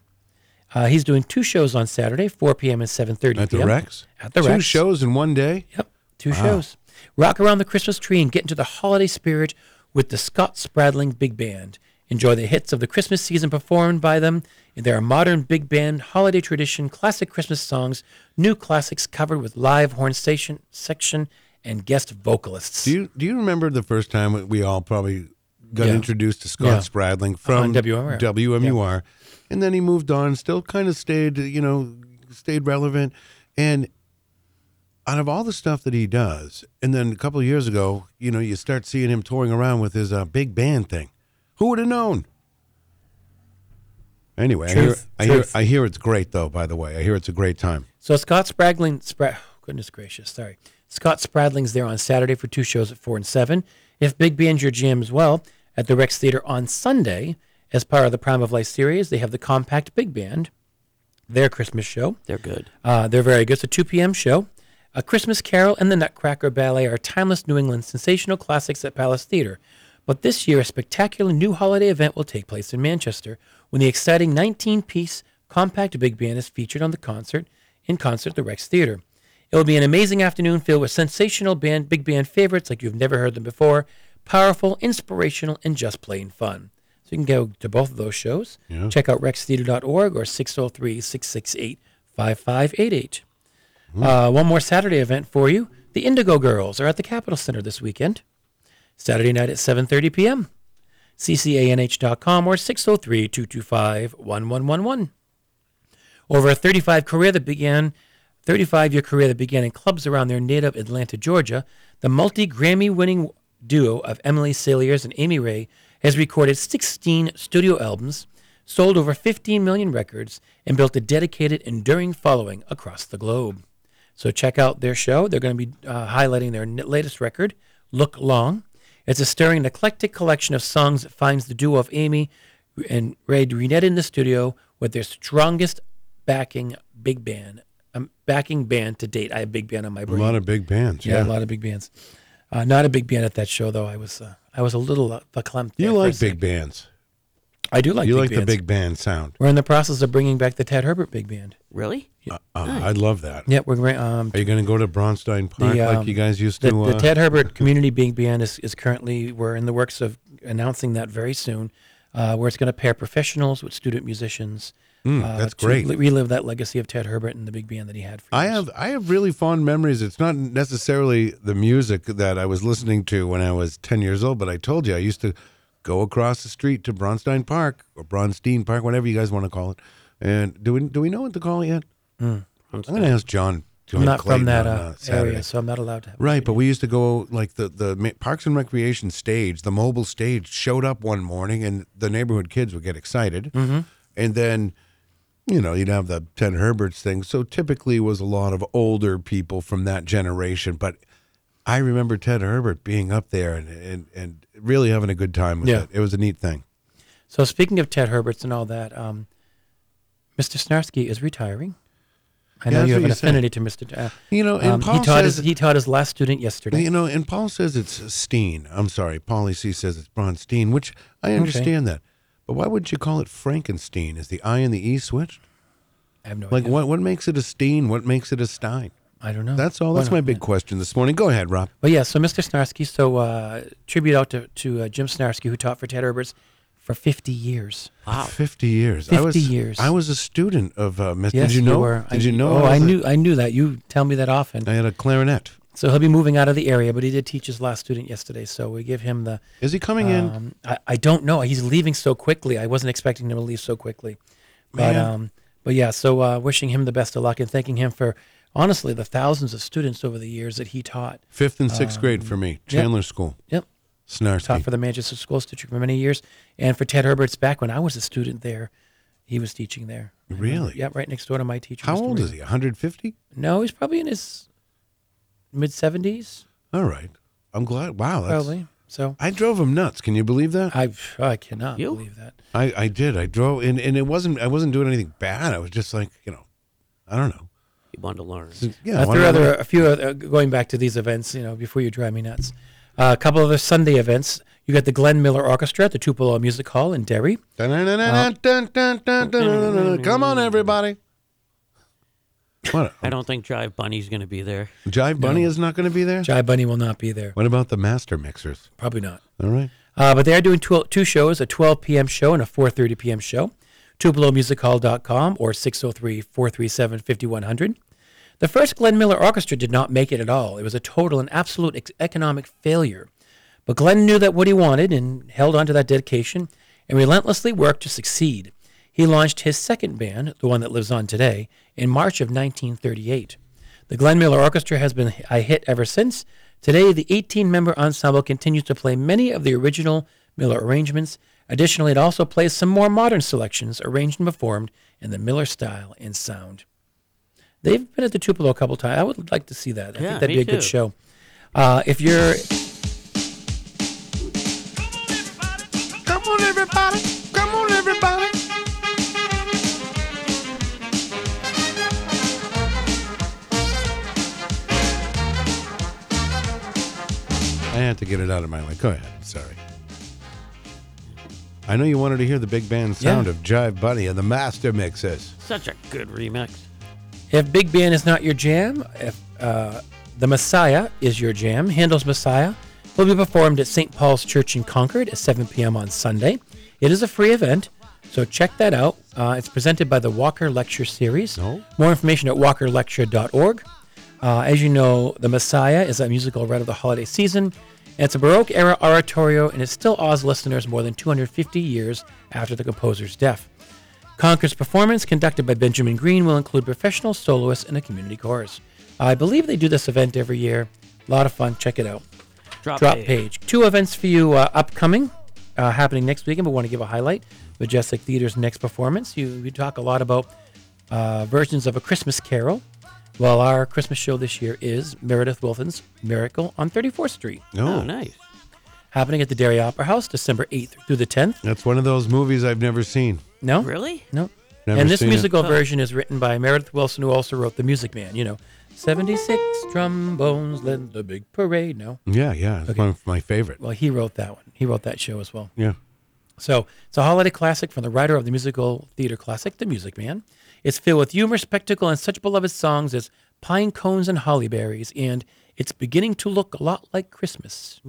S5: Uh, he's doing two shows on Saturday, 4 p.m. and 7.30 p.m.
S3: At the Rex?
S5: At the
S3: Two
S5: Rex.
S3: shows in one day?
S5: Yep, two
S3: Wow.
S5: shows. Rock around the Christmas tree and get into the holiday spirit with the Scott Spradling Big Band. Enjoy the hits of the Christmas season performed by them. There are modern big band, holiday tradition, classic Christmas songs, new classics covered with live horn station, section, and guest vocalists.
S3: Do you do you remember the first time we- we all probably got
S5: Yeah.
S3: introduced to Scott
S5: Yeah.
S3: Spradling from
S5: On WMUR.
S3: WMUR, and then he moved on. Still, kind of stayed, you know, stayed relevant. And out of all the stuff that he does, and then a couple of years ago, you know, you start seeing him touring around with his uh, big band thing. Who would have known? Anyway,
S5: Truth.
S3: I hear, I hear,
S5: Truth.
S3: I hear it's great though. By the way, I hear it's a great time.
S5: So Scott Spradling, Spra- oh, goodness gracious, sorry. Scott Spradling's there on Saturday for two shows at four and seven. If Big Band's your jam as well, at the Rex Theater on Sunday, as part of the Prime of Life series, they have the Compact Big Band, their Christmas show.
S4: They're good.
S5: Uh, they're very good. It's a 2 p.m. show. A Christmas Carol and the Nutcracker Ballet are timeless New England sensational classics at Palace Theater. But this year, a spectacular new holiday event will take place in Manchester when the exciting 19 piece compact big band is featured on the concert in concert at the Rex Theater. It will be an amazing afternoon filled with sensational band big band favorites like you've never heard them before, powerful, inspirational, and just plain fun. So you can go to both of those shows.
S3: Yeah.
S5: Check out rextheater.org or 603 668 5588. Uh, one more Saturday event for you. The Indigo Girls are at the Capitol Center this weekend, Saturday night at 7.30 p.m. ccanh.com or 603-225-1111. Over a 35 career that began 35 year career that began in clubs around their native Atlanta, Georgia, the multi Grammy winning duo of Emily Saliers and Amy Ray has recorded 16 studio albums, sold over 15 million records, and built a dedicated, enduring following across the globe. So check out their show. They're going to be uh, highlighting their n- latest record, Look Long. It's a stirring and eclectic collection of songs that finds the duo of Amy and Ray Renette in the studio with their strongest backing big band, um, backing band to date. I have big band on my
S3: A
S5: brain.
S3: lot of big bands. Yeah,
S5: yeah, a lot of big bands. Uh, not a big band at that show though. I was uh, I was a little uh, verklempt.
S3: You
S5: there for a
S3: like
S5: second.
S3: big bands.
S5: I do like
S3: You
S5: big
S3: like the
S5: bands.
S3: big band sound.
S5: We're in the process of bringing back the Ted Herbert big band.
S4: Really?
S5: Yeah,
S3: Uh, I love that.
S5: yeah we're going. Um,
S3: Are you going to go to Bronstein Park like
S5: um,
S3: you guys used
S5: the,
S3: to?
S5: the
S3: uh,
S5: Ted Herbert Community Big Band is, is currently we're in the works of announcing that very soon, uh, where it's going to pair professionals with student musicians.
S3: Mm,
S5: uh,
S3: that's
S5: to
S3: great.
S5: li- relive that legacy of Ted Herbert and the big band that he had. For
S3: I have I have really fond memories. It's not necessarily the music that I was listening to when I was ten years old, but I told you I used to go across the street to Bronstein Park or Bronstein Park, whatever you guys want to call it. And do we do we know what to call it yet?
S5: Mm.
S3: I'm going to ask John. John
S5: I'm not
S3: Clayton
S5: from that
S3: on,
S5: uh,
S3: Saturday.
S5: area, so I'm not allowed to. Have
S3: Right, but we used to go like the the ma- Parks and Recreation stage, the mobile stage showed up one morning, and the neighborhood kids would get excited,
S5: Mhm.
S3: and then, you know, you'd have the Ted Herberts thing. So typically was a lot of older people from that generation, but I remember Ted Herbert being up there and and, and really having a good time with
S5: Yeah.
S3: it. It was a neat thing.
S5: So speaking of Ted Herberts and all that, um, Mr. Snarsky is retiring. I
S3: Yeah,
S5: know
S3: that's
S5: you
S3: what
S5: have an
S3: you said.
S5: affinity to Mr. T- uh,
S3: You know, and Paul
S5: he taught
S3: says-
S5: his he taught his last student yesterday.
S3: You know, and Paul says it's Steen. I'm sorry, Paulie C says it's Bronstein, which I
S5: Okay.
S3: understand that. But why would you call it Frankenstein? Is the I and the E switched?
S5: Oh, I have no
S3: Like
S5: idea.
S3: what? What makes it a Steen? What makes it a Stein?
S5: I don't know.
S3: That's all.
S5: Why
S3: That's
S5: not?
S3: my big question this morning. Go ahead, Rob.
S5: But yeah, so Mr. Snarsky, so uh, tribute out to, to uh, Jim Snarsky, who taught for Ted Herberts for 50 years.
S3: Fifty years. I
S5: 50
S3: was,
S5: years.
S3: I was a student of uh, Mr.
S5: Yes,
S3: Did you know?
S5: were.
S3: Did
S5: I,
S3: you know?
S5: Oh, I
S3: was a-
S5: knew I knew that. You tell me that often.
S3: I had a clarinet.
S5: So he'll be moving out of the area, but he did teach his last student yesterday. So we give him the.
S3: Is he coming in?
S5: in? I, I don't know. He's leaving so quickly. I wasn't expecting him to leave so quickly. But
S3: Man.
S5: um, but yeah. So uh, wishing him the best of luck and thanking him for honestly the thousands of students over the years that he taught.
S3: Fifth and sixth
S5: Um,
S3: grade for me,
S5: yep.
S3: Chandler School.
S5: Yep.
S3: Snarsky.
S5: Taught for the Manchester Schools District for many years, and for Ted Herbert's back when I was a student there, he was teaching there. I remember.
S3: Really?
S5: Yep, right next door to my teacher.
S3: How
S5: Mr.
S3: old
S5: Reed.
S3: is he? 150.
S5: No, he's probably in his mid seventies,
S3: All right. I'm glad. Wow. That's,
S5: probably. So
S3: I drove him nuts. Can you believe that?
S5: I I cannot believe that.
S3: I, I did. I drove, and, and it wasn't. I wasn't doing anything bad. I was just like, you know, I don't know.
S4: You wanted to learn.
S3: So,
S5: Uh,
S3: yeah. why
S5: there are
S3: not?
S5: other, a few other, going back to these events, you know, before you drive me nuts. Uh, a couple of the Sunday events. You got the Glenn Miller Orchestra at the Tupelo Music Hall in Derry.
S3: Dun-dun-dun-dun, dun-dun-dun-dun-dun-dun. Come on, everybody. What?
S4: I don't think Jive Bunny's going to be there.
S3: Jive Bunny is not going to be there.
S5: Jai Bunny will not be there.
S3: What about the master mixers?
S5: Probably not.
S3: All right.
S5: Uh, but they are doing two, two shows, a 12 p.m. show and a 4.30 p.m. show. TupeloMusicHall.com or 603-437-5100. The first Glenn Miller Orchestra did not make it at all. It was a total and absolute ex- economic failure. But Glenn knew that what he wanted and held on to that dedication and relentlessly worked to succeed. He launched his second band, the one that lives on today, in March of 1938. The Glenn Miller Orchestra has been a hit ever since. Today, the 18 member ensemble continues to play many of the original Miller arrangements. Additionally, it also plays some more modern selections arranged and performed in the Miller style and sound. They've been at the Tupelo a couple times. I would like to see that. I
S4: Yeah,
S5: think that'd
S4: me
S5: be a
S4: too.
S5: good show. Uh, if you're
S16: Come on, everybody. Come on, everybody.
S3: I had to get it out of my mind. Go ahead. Sorry. I know you wanted to hear the big band sound
S5: Yeah.
S3: of Jive Bunny and the Master Mixes.
S4: Such a good remix.
S5: If Big Band is not your jam, if uh, The Messiah is your jam, Handel's Messiah will be performed at St. Paul's Church in Concord at 7 p.m. on Sunday. It is a free event, so check that out. Uh, it's presented by the Walker Lecture Series. More information at walkerlecture.org. Uh, as you know, The Messiah is a musical right of the holiday season. and It's a Baroque era oratorio, and it still awes listeners more than 250 years after the composer's death. Concord's performance, conducted by Benjamin Green, will include professional soloists and a community chorus. I believe they do this event every year. A lot of fun. Check it out.
S4: Drop page.
S5: Two events for you uh, upcoming, uh, happening next weekend, but want to give a highlight. Majestic Theater's next performance. You, you talk a lot about uh, versions of A Christmas Carol. Well, our Christmas show this year is Meredith Wilson's Miracle on 34th Street.
S3: Oh. Oh,
S4: nice.
S5: Happening at the Derry Opera House December 8th through the 10th.
S3: That's one of those movies I've never seen.
S5: No?
S4: Really?
S5: No.
S3: Never
S5: and this
S3: seen it.
S5: musical
S4: Huh.
S5: version is written by Meredith Wilson, who also wrote The Music Man. You know, 76 trombones led the big parade. No?
S3: Yeah, yeah. It's
S5: Okay.
S3: one of my favorite.
S5: Well, he wrote that one. He wrote that show as well.
S3: Yeah.
S5: So it's a holiday classic from the writer of the musical theater classic, The Music Man. It's filled with humor, spectacle, and such beloved songs as Pine Cones and Holly Berries, and It's Beginning to Look a Lot Like Christmas.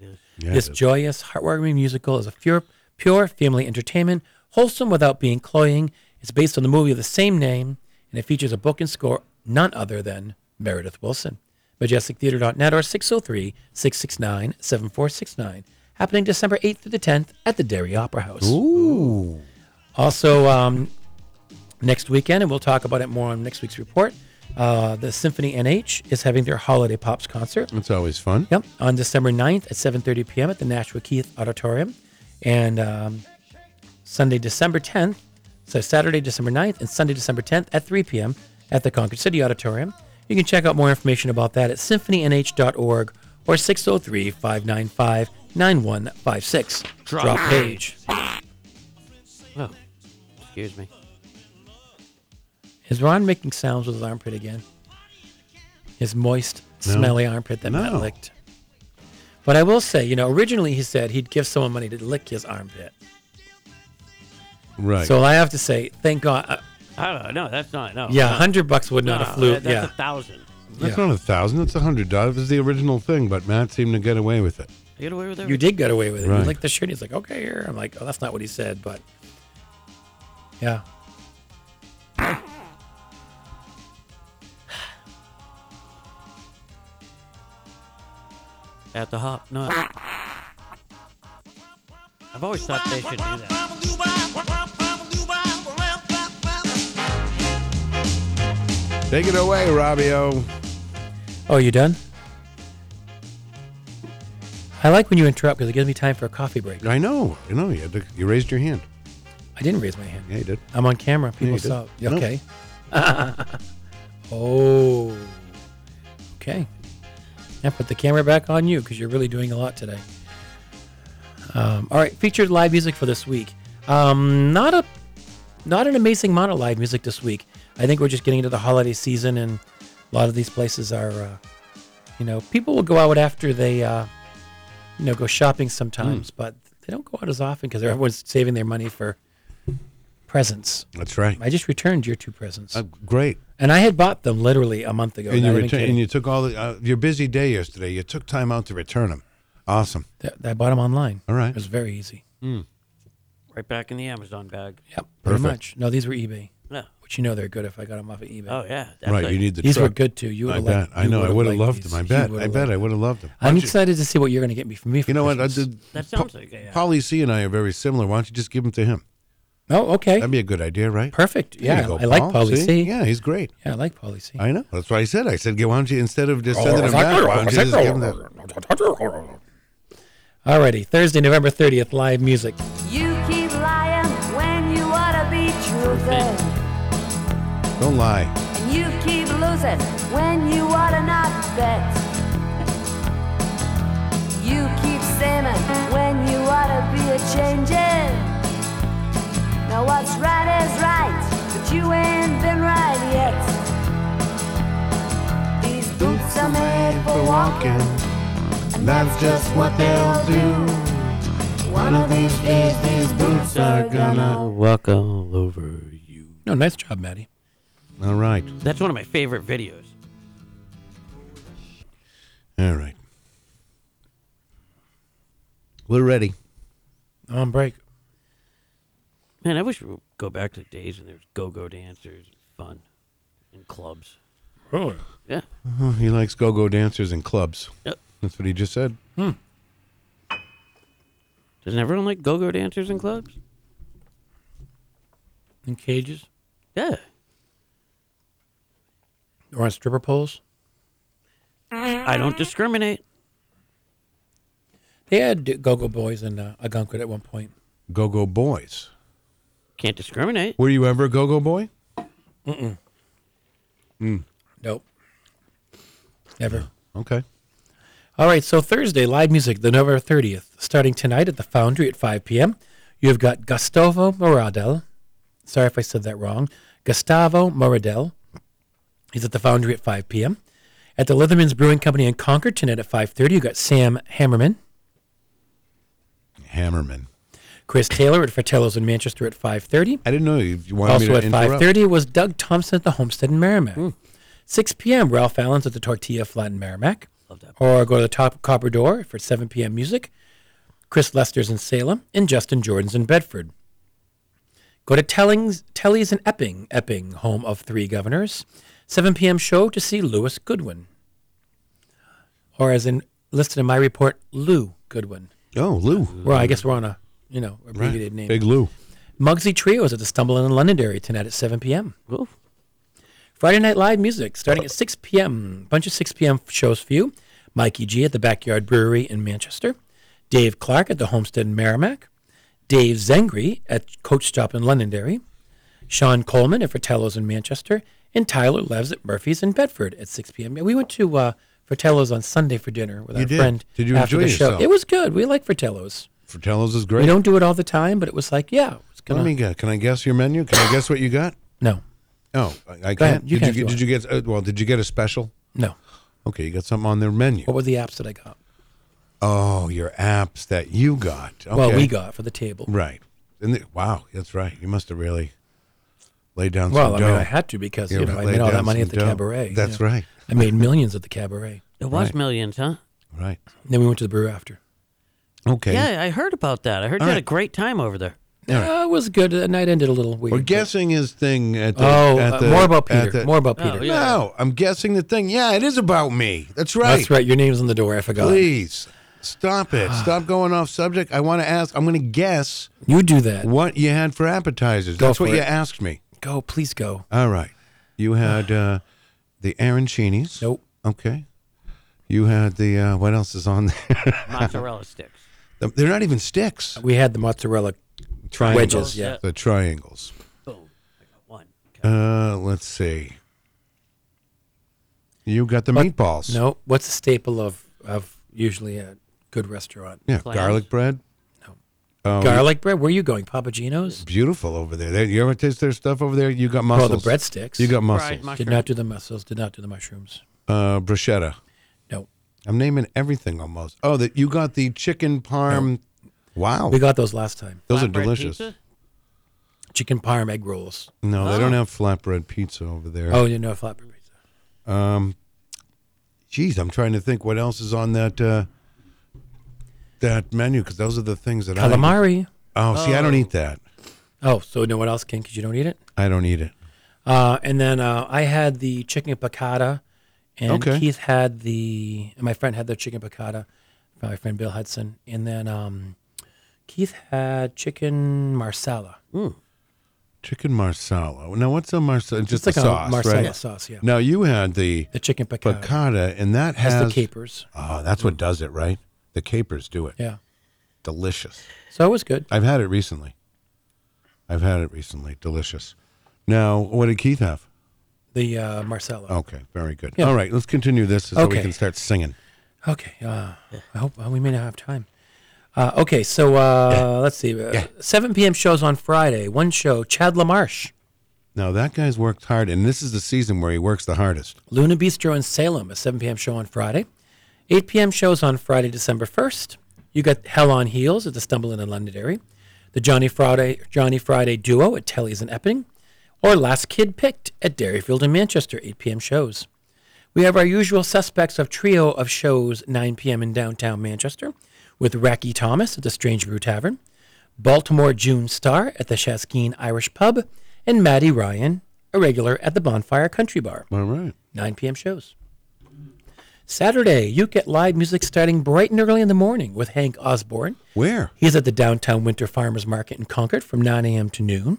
S3: Yeah,
S5: this joyous, heartwarming musical is a pure, pure family entertainment, wholesome without being cloying. It's based on the movie of the same name, and it features a book and score none other than Meredith Wilson. MajesticTheater.net or 603 669 7469. Happening December 8th through the 10th at the Derry Opera House.
S3: Ooh.
S5: Also, um, next weekend, and we'll talk about it more on next week's report. Uh, the Symphony NH is having their Holiday Pops concert.
S3: It's always fun.
S5: Yep, on December 9th at 7:30 p.m. at the Nashua Keith Auditorium, and um, Sunday, December 10th. So Saturday, December 9th, and Sunday, December 10th at 3 p.m. at the Concord City Auditorium. You can check out more information about that at symphonynh.org or 603-595-9156.
S4: Drop
S5: page.
S4: Oh, excuse me.
S5: Is Ron making sounds with his armpit again? His moist,
S4: No.
S5: smelly armpit that Matt
S4: No.
S5: licked. But I will say, you know, originally he said he'd give someone money to lick his armpit.
S3: Right.
S5: So I have to say, thank God. Uh,
S4: I don't know. That's not no.
S5: yeah,
S4: no.
S5: hundred bucks would not
S4: No,
S5: have flew.
S4: Ah, that- that's
S5: yeah,
S4: a thousand.
S3: That's not a thousand. That's a hundred. That was the original thing, but Matt seemed to get away with it.
S4: I get away with it.
S5: you did get away with it. You
S3: Right.
S5: licked the shirt. He's like, okay, here. I'm like, oh, that's not what he said, but yeah.
S4: at the hop. No. I've always thought they should do that.
S3: Take it away, Robbio.
S5: Oh, you done? I like when you interrupt because it gives me time for a coffee break.
S3: I know. I know. You, had to, you raised your hand.
S5: I didn't raise my hand.
S3: Yeah, you did.
S5: I'm on camera.
S3: Yeah, you
S5: People saw.
S3: did. No.
S5: Okay. oh. Okay. Yeah, put the camera back on you because you're really doing a lot today. Um, all right, featured live music for this week. Um, not a, not an amazing amount of live music this week. I think we're just getting into the holiday season, and a lot of these places are, uh, you know, people will go out after they, uh, you know, go shopping sometimes,
S3: Hmm.
S5: but they don't go out as often because everyone's saving their money for presents.
S3: That's right.
S5: I just returned your two presents.
S3: Uh, great.
S5: And I had bought them literally a month ago.
S3: and
S5: not
S3: you
S5: even
S3: return,
S5: kidding.
S3: and you took all the uh, your busy day yesterday. You took time out to return them. Awesome.
S5: Th- I bought them online.
S3: All right.
S5: It was very easy.
S4: Right back in the Amazon bag.
S5: Yep. Pretty
S3: Perfect.
S5: much. No, these were eBay.
S4: Yeah.
S5: Which you know they're good if I got them off of eBay.
S4: Oh, yeah,
S3: Right, you need the
S5: These were
S3: truck.
S5: good too. You
S3: I
S5: would've
S3: bet.
S5: liked-
S3: I
S5: you
S3: know. I
S5: would've
S3: would have
S5: liked
S3: loved
S5: these.
S3: them. I
S5: You
S3: bet.
S5: would've
S3: I bet.
S5: liked
S3: I would have loved them. Why
S5: I'm
S3: don't you-
S5: excited to see what you're going to get me for me. For
S3: You know what? I
S5: Christmas.
S3: did.
S4: That sounds like a- yeah.
S3: Polly C and I are very similar. Why don't you just give them to him?
S5: Oh, okay.
S3: That'd be a good idea, right?
S5: Perfect.
S3: There you
S5: Yeah,
S3: go,
S5: I like
S3: Paul.
S5: Polly
S3: See?
S5: C.
S3: Yeah, he's great.
S5: Yeah, I like Polly C.
S3: I know. That's why I said. I said, "Go- why don't you instead of just sending him back, why don't you just give him that?
S5: Alrighty, Thursday, November 30th, live music.
S16: You keep lying when you ought to be truthful.
S3: Don't lie.
S16: And you keep losing when you ought to not bet. You keep sinning when you ought to be a changing. Now what's right is right, but you ain't been right yet. These boots are made for walking, and that's just what they'll do. One of these days, these boots are gonna.
S4: walk all over you.
S5: No, nice job, Maddie.
S3: All right.
S4: That's one of my favorite videos.
S3: All right. We're ready.
S5: On break.
S4: Man, I wish we would go back to the days when there was go-go dancers and fun and clubs.
S5: Really?
S4: Yeah.
S3: Oh, he likes go-go dancers and clubs.
S4: Yep.
S3: That's what he just said.
S4: Doesn't everyone like go-go dancers and clubs?
S5: In cages
S4: Yeah.
S5: or on stripper poles.
S4: I don't discriminate.
S5: They had Go-Go Boys in uh, Agunquit at one point.
S3: Go-go boys.
S4: Can't discriminate.
S3: Were you ever a go-go boy?
S5: Mm-mm.
S3: Mm.
S5: Nope. Never.
S3: Okay.
S5: All right, so Thursday, live music, the November 30th, starting tonight at the Foundry at 5 p.m. You've got Gustavo Moradel. Sorry if I said that wrong. Gustavo Moradel. He's at the Foundry at 5 p.m. At the Litherman's Brewing Company in Concord tonight at 5.30, you've got Sam Hammerman.
S3: Hammerman.
S5: Chris Taylor at Fratello's in Manchester at 5.30.
S3: I didn't know you you wanted
S5: Also
S3: me
S5: at
S3: to interrupt. Hmm.
S5: 5.30 was Doug Thompson at the Homestead in Merrimack. 6 p.m., Ralph Allen's at the Tortilla Flat in Merrimack. Or go to the Top Copper Door for 7 p.m. music. Chris Lester's in Salem, and Justin Jordan's in Bedford. Go to Telling's, Telly's in Epping, Epping, home of three governors. 7 p.m. show to see Lewis Goodwin. Or as in listed in my report, Lou Goodwin.
S3: Oh, Lou.
S5: Well, I guess we're on a, you know, abbreviated name.
S3: Big Lou.
S5: Mugsy Trios at the Stumble in Londonderry tonight at 7 p.m. Friday Night Live Music starting at 6 p.m. Bunch of 6 p.m. shows for you. Mikey G at the Backyard Brewery in Manchester. Dave Clark at the Homestead in Merrimack. Dave Zengri at Coach Stop in Londonderry. Sean Coleman at Fratello's in Manchester. And Tyler Levs at Murphy's in Bedford at 6 p.m. Yeah, We went to uh, Fratello's on Sunday for dinner with
S3: You
S5: our
S3: did.
S5: friend
S3: Did you
S5: after
S3: enjoy
S5: the show.
S3: yourself?
S5: It was good. We like Fratello's.
S3: Fratello's is great.
S5: We don't do it all the time, but it was like, yeah, it's
S3: Let
S5: gonna.
S3: me guess. Can I guess your menu? Can I guess what you got?
S5: No.
S3: Oh, I, I
S5: Go ahead.
S3: can't.
S5: You
S3: did
S5: can
S3: you,
S5: if
S3: get-
S5: you
S3: did you get? Uh, well, did you get a special?
S5: No.
S3: Okay, you got something on their menu.
S5: What were the apps that I got?
S3: Oh, your apps that you got.
S5: Well,
S3: Okay.
S5: we got for the table.
S3: Right. And the, wow, that's right. You must have really laid down.
S5: Well,
S3: some
S5: I mean,
S3: dough.
S5: I had to because you
S3: Yeah,
S5: know I
S3: laid
S5: made all that
S3: down
S5: money at
S3: some
S5: the
S3: dough.
S5: cabaret.
S3: That's
S5: you know.
S3: right.
S5: I made millions at the cabaret.
S4: It was
S3: Right.
S4: millions, huh?
S3: Right.
S5: And then we went to the brew after.
S3: Okay.
S4: Yeah, I heard about that. I heard you
S3: All
S4: had a
S3: right.
S4: great time over there.
S3: All right.
S5: Uh, it was good. The night ended a little weird.
S3: We're guessing his thing at the.
S5: Oh,
S3: at
S5: uh,
S3: the-
S5: more about
S3: at
S5: Peter.
S3: the-
S5: More about Peter.
S4: Oh, yeah.
S3: No, I'm guessing the thing. Yeah, it is about me. That's right.
S5: That's right. Your name's on the door. I forgot.
S3: Please stop it. stop going off subject. I want to ask. I'm going to guess
S5: You do that.
S3: what you had for appetizers.
S5: Go
S3: That's what
S5: for
S3: you
S5: it.
S3: asked me.
S5: Go, please go.
S3: All right. You had uh, the arancini's.
S5: Nope.
S3: Okay. You had the uh, what else is on there?
S4: Mozzarella sticks.
S3: They're not even sticks.
S5: We had the mozzarella.
S3: Triangles.
S5: Wedges, yeah.
S3: The triangles.
S4: Boom. I got one.
S3: Uh, let's see. You got the
S5: What-
S3: meatballs.
S5: No. What's a staple of of usually a good restaurant?
S3: Yeah, Oh,
S4: Clams.
S3: garlic bread. No.
S5: Garlic bread. Where are you going? Papagino's.
S3: Beautiful over there. They- You ever taste their stuff over there? You got
S5: Oh,
S3: mussels.
S5: the breadsticks.
S3: You got
S4: Fried
S3: mussels.
S5: Did
S4: mushroom.
S5: not do the mussels. Did not do the mushrooms.
S3: Uh, bruschetta.
S5: No.
S3: I'm naming everything almost. Oh, that you got the chicken parm. Wow,
S5: Oh. We got those last time.
S3: those are
S4: Flatbread
S3: delicious.
S4: pizza?
S5: Chicken parm egg rolls.
S3: No, they don't
S4: Oh.
S3: have flatbread pizza over there.
S5: Oh, you know flatbread pizza.
S3: Um, geez, I'm trying to think what else is on that uh, that menu because those are the things that
S5: Calamari.
S3: I Oh, see, I don't
S5: Oh.
S3: eat that.
S5: Oh, so no one else can because you don't eat it.
S3: I don't eat it.
S5: Uh, and then uh, I had the chicken piccata, and
S3: Okay.
S5: Keith had the, and my friend had the chicken piccata, my friend Bill Hudson, and then um, Keith had chicken marsala.
S3: Chicken marsala. Now, what's a marsala? Just
S5: like
S3: the
S5: a
S3: sauce,
S5: marsala
S3: right?
S5: sauce, yeah.
S3: Now you had the
S5: The chicken piccata.
S3: piccata, and that
S5: Has
S3: has,
S5: the capers.
S3: Oh, that's what does it, right? The capers do it.
S5: Yeah.
S3: delicious.
S5: So it was good.
S3: I've had it recently. I've had it recently. Delicious. Now, what did Keith have?
S5: The uh, marsala.
S3: Okay, very good.
S5: Yeah.
S3: All right, let's continue this so we
S5: Okay.
S3: can start singing.
S5: Okay. Uh, I hope uh, we may not have time. Uh, okay, so uh, let's see. Uh, 7 p.m. shows on Friday. One show, Chad LaMarche,
S3: Now that guy's worked hard, and this is the season where he works the hardest.
S5: Luna Bistro in Salem, a 7 p.m. show on Friday. 8 p.m. shows on Friday, December 1st. You got Hell on Heels at the Stumble Inn in Londonderry. The Johnny Friday Johnny Friday Duo at Telly's in Epping. Or Last Kid Picked at Dairyfield in Manchester, 8 p.m. shows. We have our usual suspects of trio of shows, 9 p.m. in downtown Manchester, with Racky Thomas at the Strange Brew Tavern, Baltimore June Star at the Shaskeen Irish Pub, and Maddie Ryan, a regular at the Bonfire Country Bar.
S3: All right.
S5: 9 p.m. shows. Saturday, you get live music starting bright and early in the morning with Hank Osborne.
S3: Where?
S5: He's at the downtown Winter Farmers Market in Concord from 9 a.m. to noon.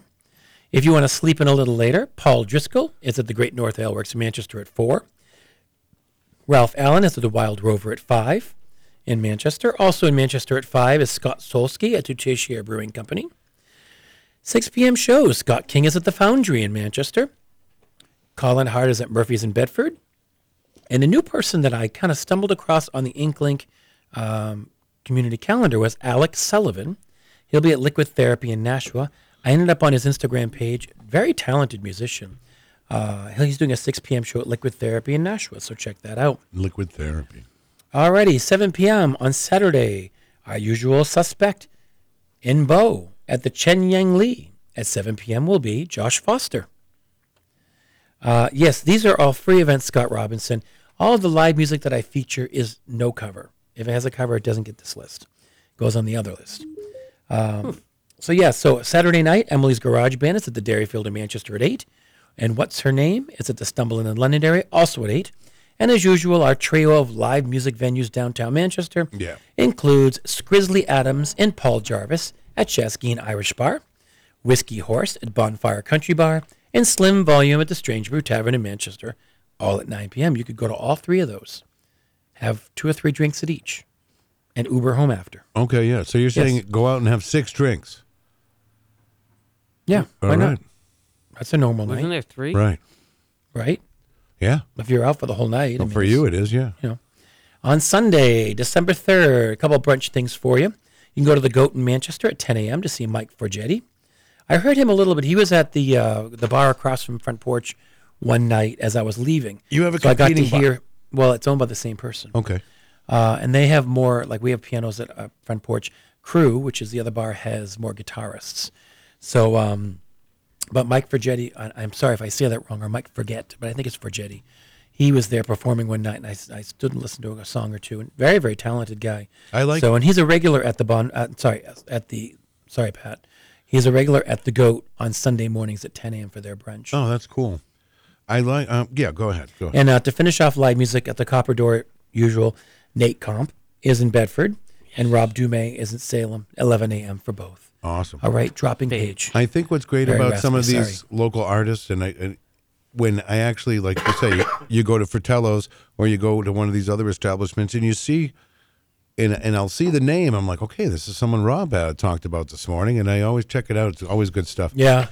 S5: If you want to sleep in a little later, Paul Driscoll is at the Great North Ale Works in Manchester at 4. Ralph Allen is at the Wild Rover at 5 in Manchester. Also in Manchester at 5 is Scott Solsky at Tutatier Brewing Company. 6 p.m. shows. Scott King is at the Foundry in Manchester. Colin Hart is at Murphy's in Bedford. And a new person that I kind of stumbled across on the Inklink um, community calendar was Alex Sullivan. He'll be at Liquid Therapy in Nashua. I ended up on his Instagram page. Very talented musician. Uh, he's doing a 6 p.m. show at Liquid Therapy in Nashua, so check that out.
S3: Liquid therapy.
S5: Alrighty, 7 p.m. on Saturday. Our usual suspect in Bo at the Chen Yang Li at 7 p.m. will be Josh Foster. Uh, yes, these are all free events, Scott Robinson. All of the live music that I feature is no cover. If it has a cover, it doesn't get this list. It goes on the other list. Um, So, yeah, so Saturday night, Emily's Garage Band is at the Dairyfield in Manchester at 8. And What's Her Name is at the Stumble Inn in Londonderry, also at 8. And as usual, our trio of live music venues downtown Manchester
S3: Yeah.
S5: includes Scrizzly Adams and Paul Jarvis at Shaskeen Irish Bar, Whiskey Horse at Bonfire Country Bar, and Slim Volume at the Strange Brew Tavern in Manchester, all at 9 p.m. You could go to all three of those, have two or three drinks at each, and Uber home after.
S3: Okay, yeah. So you're
S5: Yes.
S3: saying go out and have six drinks.
S5: Yeah,
S3: All
S5: why not?
S3: right.
S5: That's a normal night.
S4: Wasn't there three?
S3: Right.
S5: Right?
S3: Yeah.
S5: If you're out for the whole night. I
S3: Well,
S5: mean,
S3: for you, it is. Yeah.
S5: You know. On Sunday, December 3rd, a couple of brunch things for you. You can go to the Goat in Manchester at 10 a.m. to see Mike Forgetti. I heard him a little bit. He was at the uh, the bar across from Front Porch one night as I was leaving.
S3: You have a
S5: so I got to
S3: competing bar.
S5: hear. Well, it's owned by the same person.
S3: Okay.
S5: Uh, and they have more, like we have pianos at uh, Front Porch. Crew, which is the other bar, has more guitarists. So, um, but Mike Forgetti, I, I'm sorry if I say that wrong, or Mike Forget, but I think it's Forgetti. He was there performing one night, and I, s- I stood and listened to a song or two. And very, very talented guy.
S3: I like
S5: So,
S3: him.
S5: and he's a regular at the Bon. Uh, sorry, at the. Sorry, Pat. He's a regular at the Goat on Sunday mornings at 10 a.m. for their brunch.
S3: Oh, that's cool. I like. Um, yeah. Go ahead. Go ahead.
S5: And uh, to finish off live music at the Copper Door, usual, Nate Comp is in Bedford, and Rob Dume is in Salem, 11 a.m. for both.
S3: Awesome.
S5: All right, dropping page.
S3: I think what's great
S5: Very
S3: about some of
S5: raspy,
S3: these local artists, and, I, and when I actually, like you say, you go to Fratello's or you go to one of these other establishments and you see, and, and I'll see the name, I'm like, okay, this is someone Rob uh, talked about this morning, and I always check it out. It's always good stuff.
S5: Yeah.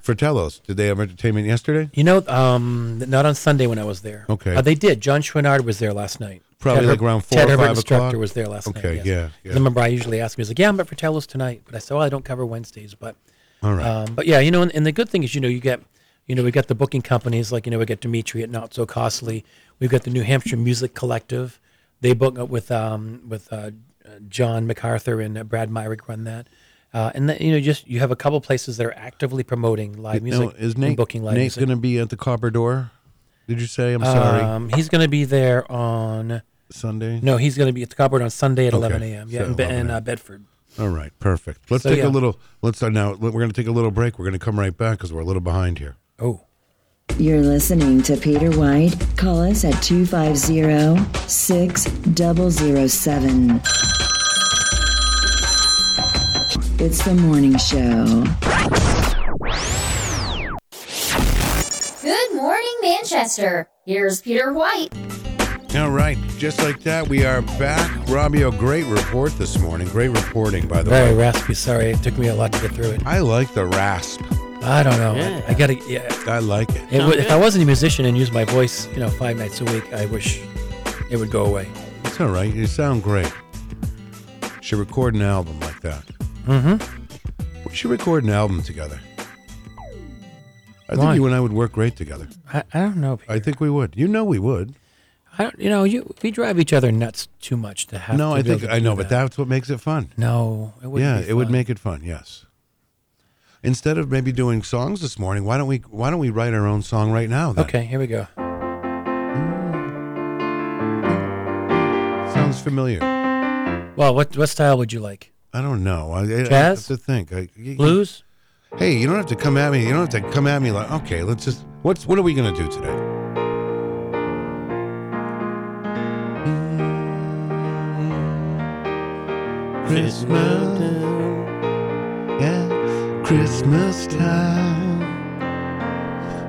S3: Fratello's, did they have entertainment yesterday?
S5: You know, um, not on Sunday when I was there.
S3: Okay.
S5: Uh, they did. John Schwinnard was there last night.
S3: Probably
S5: Ted
S3: like
S5: Her-
S3: around four
S5: Ted
S3: or
S5: Herbert
S3: five
S5: instructor
S3: o'clock?
S5: was there last night.
S3: Okay,
S5: yes.
S3: yeah,
S5: 'Cause
S3: yeah.
S5: I remember I usually ask him, he's like, yeah, I'm at Fratello's tonight. But I said, well, I don't cover Wednesdays. But,
S3: All right.
S5: Um, but yeah, you know, and, and the good thing is, you know, you get, you know, we got the booking companies like, you know, we got Dimitri at Not So Costly. We've got the New Hampshire Music Collective. They book up with um, with uh, uh, John MacArthur and uh, Brad Myrick run that. Uh, and then, you know, just you have a couple places that are actively promoting live
S3: You know,
S5: music
S3: is
S5: and
S3: Nate,
S5: booking live
S3: Nate
S5: music.
S3: going to be at the Copper Door? Did you say? I'm sorry.
S5: Um, he's going to be there on
S3: Sunday?
S5: No, he's going to be at the Copboard on Sunday at
S3: Okay,
S5: 11 a.m. Yeah,
S3: so
S5: in, Be-
S3: 11
S5: in uh,
S3: a.m..
S5: Bedford.
S3: All right, perfect. Let's
S5: So,
S3: take
S5: yeah.
S3: a little. Let's uh, now. We're going to take a little break. We're going to come right back because we're a little behind here.
S5: Oh,
S1: You're listening to Peter White. Call us at 250 6007. It's the morning show.
S7: Good morning, Manchester. Here's Peter White.
S3: All right, just like that, we are back. Robbio, great report this morning. Great reporting, by the
S5: Very
S3: way.
S5: raspy. Sorry, it took me a lot to get through it.
S3: I like the rasp.
S5: I don't know. I-
S3: Yeah.
S5: I, gotta. Yeah,
S3: I like it.
S5: It would, if I wasn't a musician and used my voice, you know, five nights a week, I wish it would go away.
S3: It's all right. You sound great. Should record an album like that.
S5: Mm-hmm.
S3: We should record an album together. I
S5: Why?
S3: think you and I would work great together.
S5: I, I don't know.
S3: I think we would. You know we would.
S5: I don't. You know, you we drive each other nuts too much to have.
S3: no,
S5: to
S3: I
S5: be able
S3: think
S5: to
S3: I
S5: do
S3: know,
S5: that.
S3: but that's what makes it fun.
S5: No, it wouldn't
S3: Yeah,
S5: be
S3: it would
S5: fun.
S3: make it fun. Yes. Instead of maybe doing songs this morning, why don't we why don't we write our own song right now? Then?
S5: Okay, here we go.
S3: Sounds familiar.
S5: Well, what what style would you like?
S3: I don't know. I, I- I
S5: Jazz?
S3: have to think. I, you-
S5: Blues?
S3: Hey, you don't have to come at me. You don't have to come at me like, okay, let's just. What's what are we gonna do today? Christmas. Yeah, Christmas time.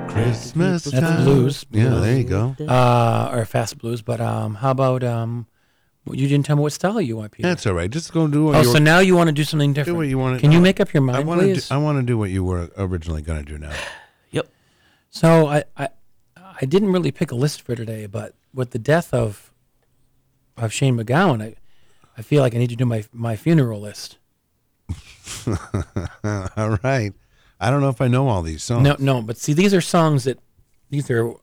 S3: Christmas time.
S5: That's blues.
S3: Yeah, there you go.
S5: Uh, or fast blues. But um, how about um, you didn't tell me what style you want, Peter.
S3: That's all right. Just go do. What
S5: Oh,
S3: you
S5: so
S3: were-
S5: now you want to do something different?
S3: Do what you want.
S5: Can you make up your mind,
S3: I wanna
S5: please?
S3: Do, I want to do what you were originally gonna do now.
S5: So I, I I didn't really pick a list for today, but with the death of of Shane McGowan, I I feel like I need to do my my funeral list.
S3: all right. I don't know if I know all these songs.
S5: No, no, but see, these are songs that these are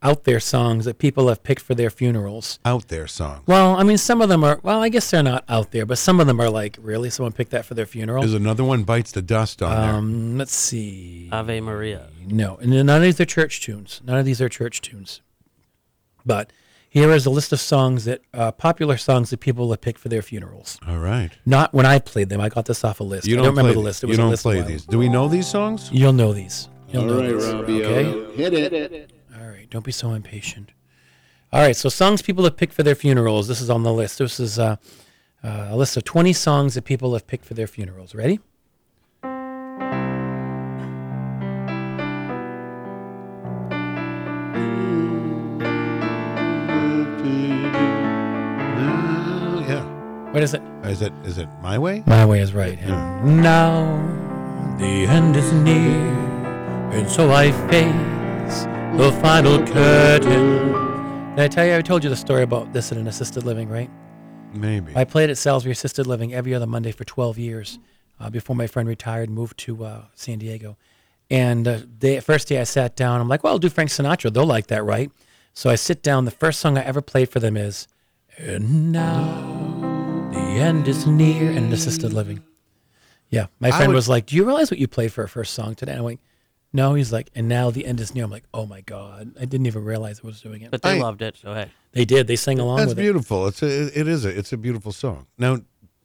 S5: out there songs that people have picked for their funerals.
S3: Out there songs.
S5: Well, I mean, some of them are. Well, I guess they're not out there, but some of them are like, really, someone picked that for their funeral.
S3: There's another one bites the dust on there.
S5: Um, let's see.
S4: Ave Maria.
S5: No, and none of these are church tunes. None of these are church tunes. But here is a list of songs that uh, popular songs that people have picked for their funerals.
S3: All right.
S5: Not when I played them. I got this off a list.
S3: You
S5: I don't
S3: play
S5: remember the
S3: these.
S5: list. It
S3: you
S5: was a
S3: don't
S5: list a
S3: play
S5: while
S3: these. Do we know these songs?
S5: You'll know these. You'll know these.
S3: Robbie, uh,
S5: Okay.
S3: Hit it.
S5: All right. Don't be so impatient. All right. So songs people have picked for their funerals. This is on the list. This is uh, uh, a list of 20 songs that people have picked for their funerals. Ready?
S3: yeah.
S5: What is it?
S3: Is it is it my way?
S5: My way is right. And now the end is near, and so I face the final curtain. Did I tell you? I told you the story about this in an assisted living, right?
S3: Maybe.
S5: I played at Salisbury Assisted Living every other Monday for 12 years uh, before my friend retired and moved to uh, San Diego. And uh, the first day I sat down, I'm like, well, I'll do Frank Sinatra. They'll like that, right? So I sit down. The first song I ever played for them is, and now the end is near, in an assisted living. Yeah. My
S4: I
S5: friend
S4: would-
S5: was like, do you realize what you played for our first song today? And I'm like, no. He's like, and now the end is near. I'm like, oh my God. I didn't even realize I was doing it.
S4: But they loved it, so hey.
S5: They did. They sang along
S3: That's
S5: with it.
S3: beautiful. It's a, it is a it's a beautiful song. Now,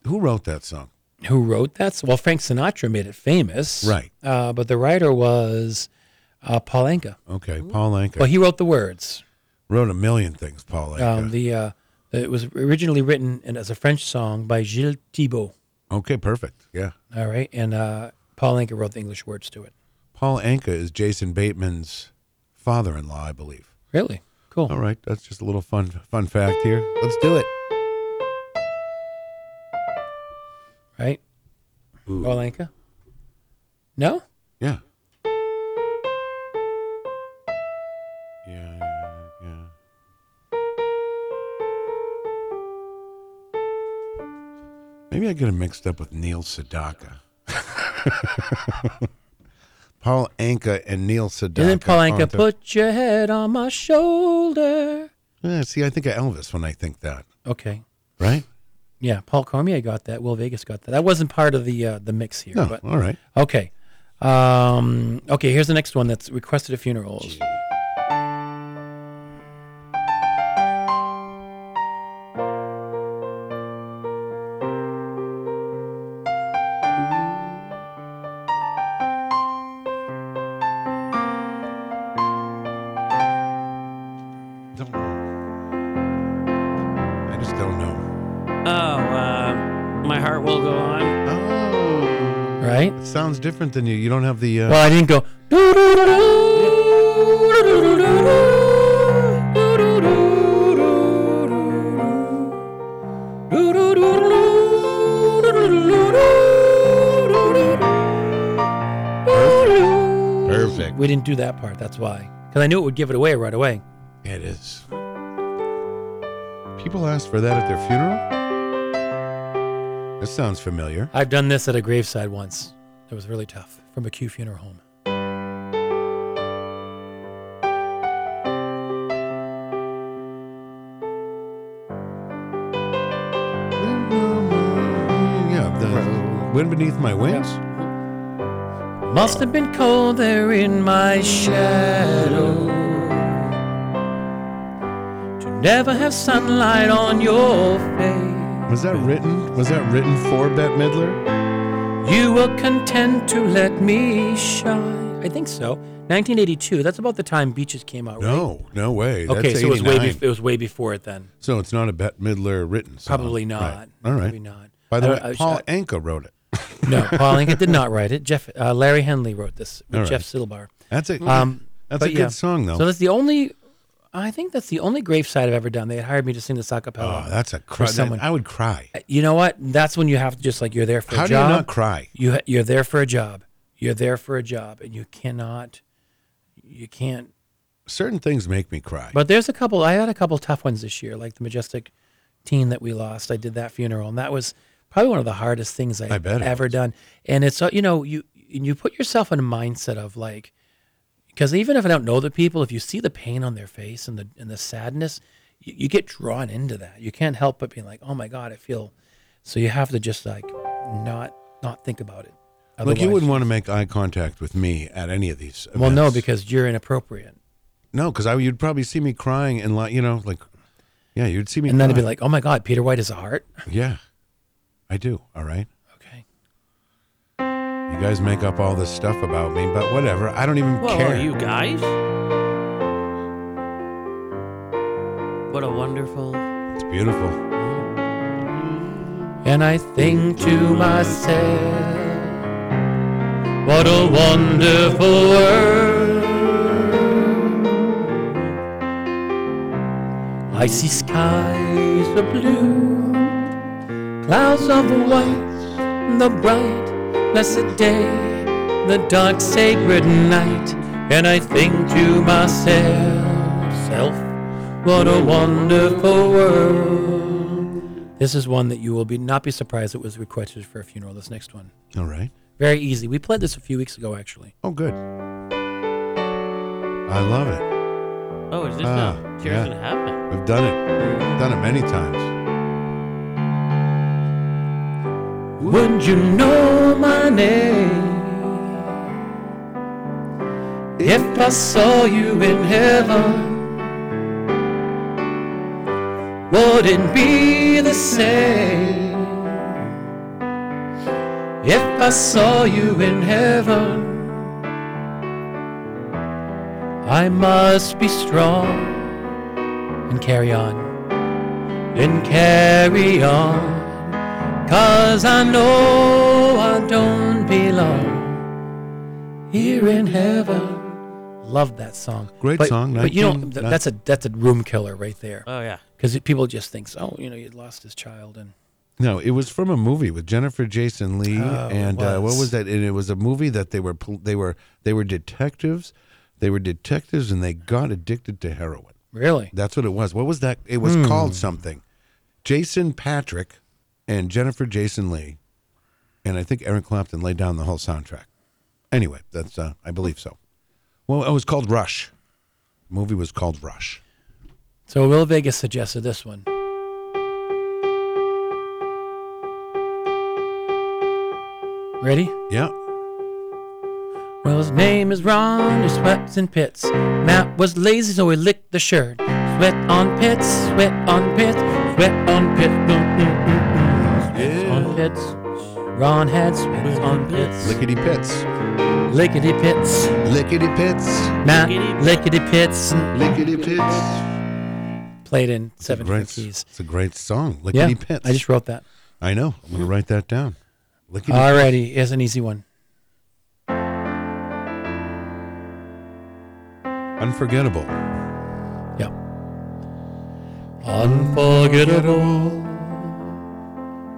S3: who wrote that song?
S5: who wrote that? Well, Frank Sinatra made it famous,
S3: Right.
S5: Uh, but the writer was uh, Paul Anka.
S3: Okay, Paul Anka.
S5: Well, he wrote the words.
S3: Wrote a million things, Paul Anka.
S5: Um, the uh, it was originally written and as a French song by Gilles Thibault.
S3: okay, perfect. Yeah.
S5: All right, and uh, Paul Anka wrote the English words to it.
S3: Paul Anka is Jason Bateman's father-in-law, I believe.
S5: Really cool.
S3: All right, that's just a little fun fun fact here. Let's do it.
S5: Right, Paul Anka. No,
S3: Yeah. Yeah, yeah. Maybe I get him mixed up with Neil Sedaka. Paul Anka and Neil Sedaka. Oh,
S5: and then Paul Anka
S3: aren't the-
S5: put your head on my shoulder.
S3: Yeah, see, I think of Elvis when I think that.
S5: Okay,
S3: Right?
S5: yeah, Paul Cormier got that. Will Vegas got that. That wasn't part of the uh, the mix here.
S3: No,
S5: but
S3: Oh, all right.
S5: Okay. Um, okay, here's the next one that's requested at funerals.
S4: Oh, uh, My heart will go on.
S3: Oh.
S5: Right?
S3: Sounds different than you. You don't have the. Uh,
S5: Well, I didn't go.
S3: Perfect.
S5: We didn't do that part. That's why. Because I knew it would give it away right away.
S3: It is. People ask for that at their funeral? This sounds familiar.
S5: I've done this at a graveside once. It was really tough from a Q funeral home.
S3: Yeah, the wind beneath my wings.
S5: Must have been cold there in my shadow. To never have sunlight on your face.
S3: Was that written? Was that written for Bette Midler?
S5: You were content to let me shine. I think so. 1982. That's about the time Beaches came out.
S3: No, no way.
S5: Right? Okay,
S3: That's
S5: so it was way
S3: 89.
S5: bef- it was way before it then.
S3: So it's not a Bette Midler written song.
S5: Probably not.
S3: Right. All right.
S5: Probably not.
S3: By the
S5: I-
S3: way,
S5: I-
S3: Paul
S5: I-
S3: Anka wrote it.
S5: No, Paul Anka did not write it. Jeff uh, Larry Henley wrote this with
S3: All right.
S5: Jeff Silbar.
S3: That's a that's a
S5: Um, but
S3: good song though.
S5: So that's the only. I think that's the only graveside I've ever done. They had hired me to sing the acapella.
S3: oh, that's a
S5: for
S3: cry. that-
S5: someone.
S3: I would cry.
S5: You know what? That's when you have to just like you're there for
S3: How
S5: a
S3: do you
S5: job.
S3: not cry?
S5: You ha- you're there for a job. You're there for a job, and you cannot. You can't
S3: Certain things make me cry.
S5: but there's a couple. I had a couple tough ones this year, like the majestic teen that we lost. I did that funeral, and that was probably one of the hardest things I've
S3: I bet it
S5: ever done. And it's uh, you know you and you put yourself in a mindset of like, because even if I don't know the people, if you see the pain on their face and the and the sadness, you, you get drawn into that. You can't help but being like, oh my god, I feel. So you have to just like not not think about it.
S3: Look, you
S5: Otherwise-
S3: wouldn't want to make eye contact with me at any of these.
S5: well, no,
S3: events.
S5: because you're inappropriate,
S3: no, because I you'd probably see me crying and like you know like, yeah, you'd see me.
S5: and then it'd be
S3: cry.
S5: like, oh my god, Peter White is a heart.
S3: Yeah, I do. All right. Okay. You guys make up all this stuff about me, but whatever. I don't even
S4: Well,
S3: care.
S4: you guys? What a wonderful.
S3: It's beautiful.
S5: And I think to myself, what a wonderful world. I see skies of blue, clouds of white, the bright, blessed day, the dark, sacred night. And I think to myself, self, what a wonderful world. This is one that you will be not be surprised it was requested for a funeral. This next one.
S3: All right.
S5: Very easy. We played this a few weeks ago, actually.
S3: Oh, good. I love it.
S4: Oh, is this
S3: Ah,
S4: not Tears in Heaven?
S3: I've done it. Done it many times.
S5: Would you know my name if I saw you in heaven? Would it be the same if I saw you in heaven? I must be strong and carry on and carry on. Cause I know I don't belong here in heaven. Love that song.
S3: Great
S5: But-
S3: song.
S5: But you know,
S3: 19
S5: th- that's a that's a room killer right there.
S4: Oh, yeah.
S5: Because people just thinks, oh, you know, you lost his child, and
S3: No, it was from a movie with Jennifer Jason Lee
S5: Oh, it
S3: and Uh, what
S5: was.
S3: was that? And it was a movie that they were pol- they were they were detectives, they were detectives, and they got addicted to heroin.
S5: Really?
S3: That's what it was. What was that? It was
S5: Hmm.
S3: called something. Jason Patrick and Jennifer Jason Lee, and I think Aaron Clapton laid down the whole soundtrack. Anyway, that's uh, I believe so. Well, it was called Rush. The movie was called Rush.
S5: so Will Vegas suggested this one. Ready?
S3: Yeah.
S5: Well, his name is Ron, he sweats in pits. Matt was lazy, so he licked the shirt. Sweat on pits, sweat on pits, sweat on pits. Mm, mm, mm, mm. Sweats on pits. Ron had sweats on pits.
S3: Lickety pits.
S5: Lickety pits.
S3: Lickety pits.
S5: Matt, lickety pits.
S3: Lickety pits.
S5: Played in
S3: It's a
S5: seven
S3: great-
S5: keys.
S3: It's a great song.
S5: Yeah,
S3: Lickety Pits.
S5: I just wrote that.
S3: I know. I'm going to write that down. Lickety-
S5: Alrighty, here's an easy one.
S3: Unforgettable.
S5: Yep. Unforgettable.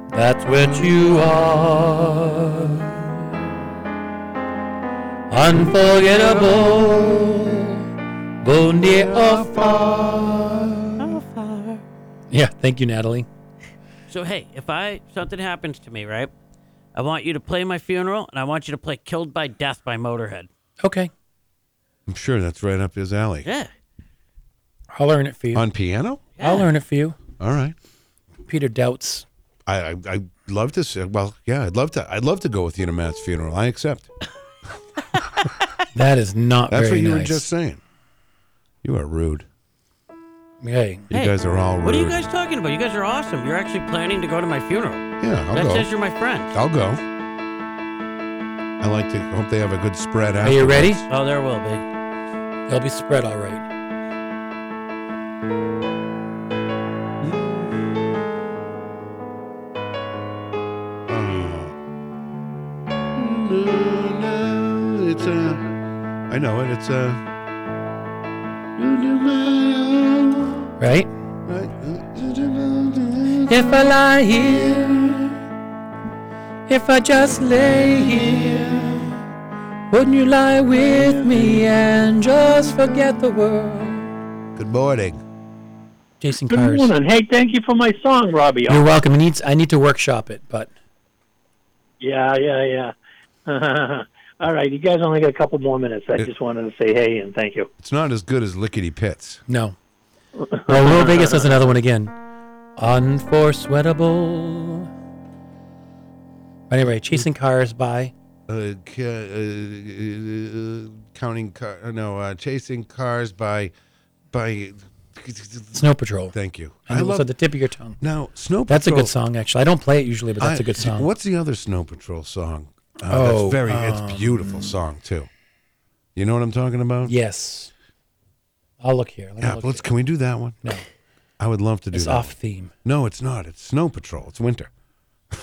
S5: That's what you are. Unforgettable. Go near or far. Yeah, thank you, Natalie.
S4: So hey, if I something happens to me, right? I want you to play my funeral, and I want you to play "Killed by Death" by Motorhead.
S5: Okay.
S3: I'm sure that's right up his alley.
S4: Yeah.
S5: I'll learn it for you.
S3: On piano?
S5: I'll learn it for you.
S3: All right.
S5: Peter Doubts.
S3: I, I I'd love to say. Well, yeah, I'd love to. I'd love to go with you to Matt's funeral. I accept.
S5: That is not
S3: That's
S5: Oh, very
S3: what you were
S5: nice.
S3: just saying. You are rude.
S5: Hey.
S3: You guys are all rude.
S4: What are you guys talking about? You guys are awesome. You're actually planning to go to my funeral.
S3: Yeah, I'll
S4: that
S3: go.
S4: says you're my friend.
S3: I'll go. I like to hope they have a good spread out.
S5: Are you ready?
S4: Oh, there will be.
S5: They'll be spread all right.
S3: It's a. Uh. I know it. It's uh, a.
S5: Right? If I lie here, if I just lay here, wouldn't you lie with me and just forget the world?
S3: Good morning.
S5: Jason
S19: Good
S5: Cars.
S19: morning. Hey, thank you for my song, Robbie.
S5: You're welcome. I need, I need to workshop it, but
S19: Yeah, yeah, yeah. All right, you guys only got a couple more minutes. I just wanted to say hey and thank you.
S3: It's not as good as Lickety Pits.
S5: no. Well, Will Vegas has another one again. Unforsweatable. Anyway, Chasing Cars by
S3: Uh, ca- uh, uh, counting car, no, uh, chasing cars by, by.
S5: Snow Patrol.
S3: Thank you.
S5: And it was at the tip of your tongue.
S3: Now, Snow
S5: That's a
S3: Patrol-
S5: good song, actually. I don't play it usually, but that's
S3: a
S5: a good song.
S3: What's the other Snow Patrol song? Uh,
S5: Oh,
S3: that's very. it's
S5: um,
S3: beautiful song too. You know what I'm talking about?
S5: Yes. I'll look here. Let me
S3: Yeah,
S5: look
S3: let's. Can we do that one?
S5: No.
S3: I would love to do.
S5: It's
S3: that
S5: off
S3: one.
S5: theme.
S3: No, it's not. It's Snow Patrol. It's winter.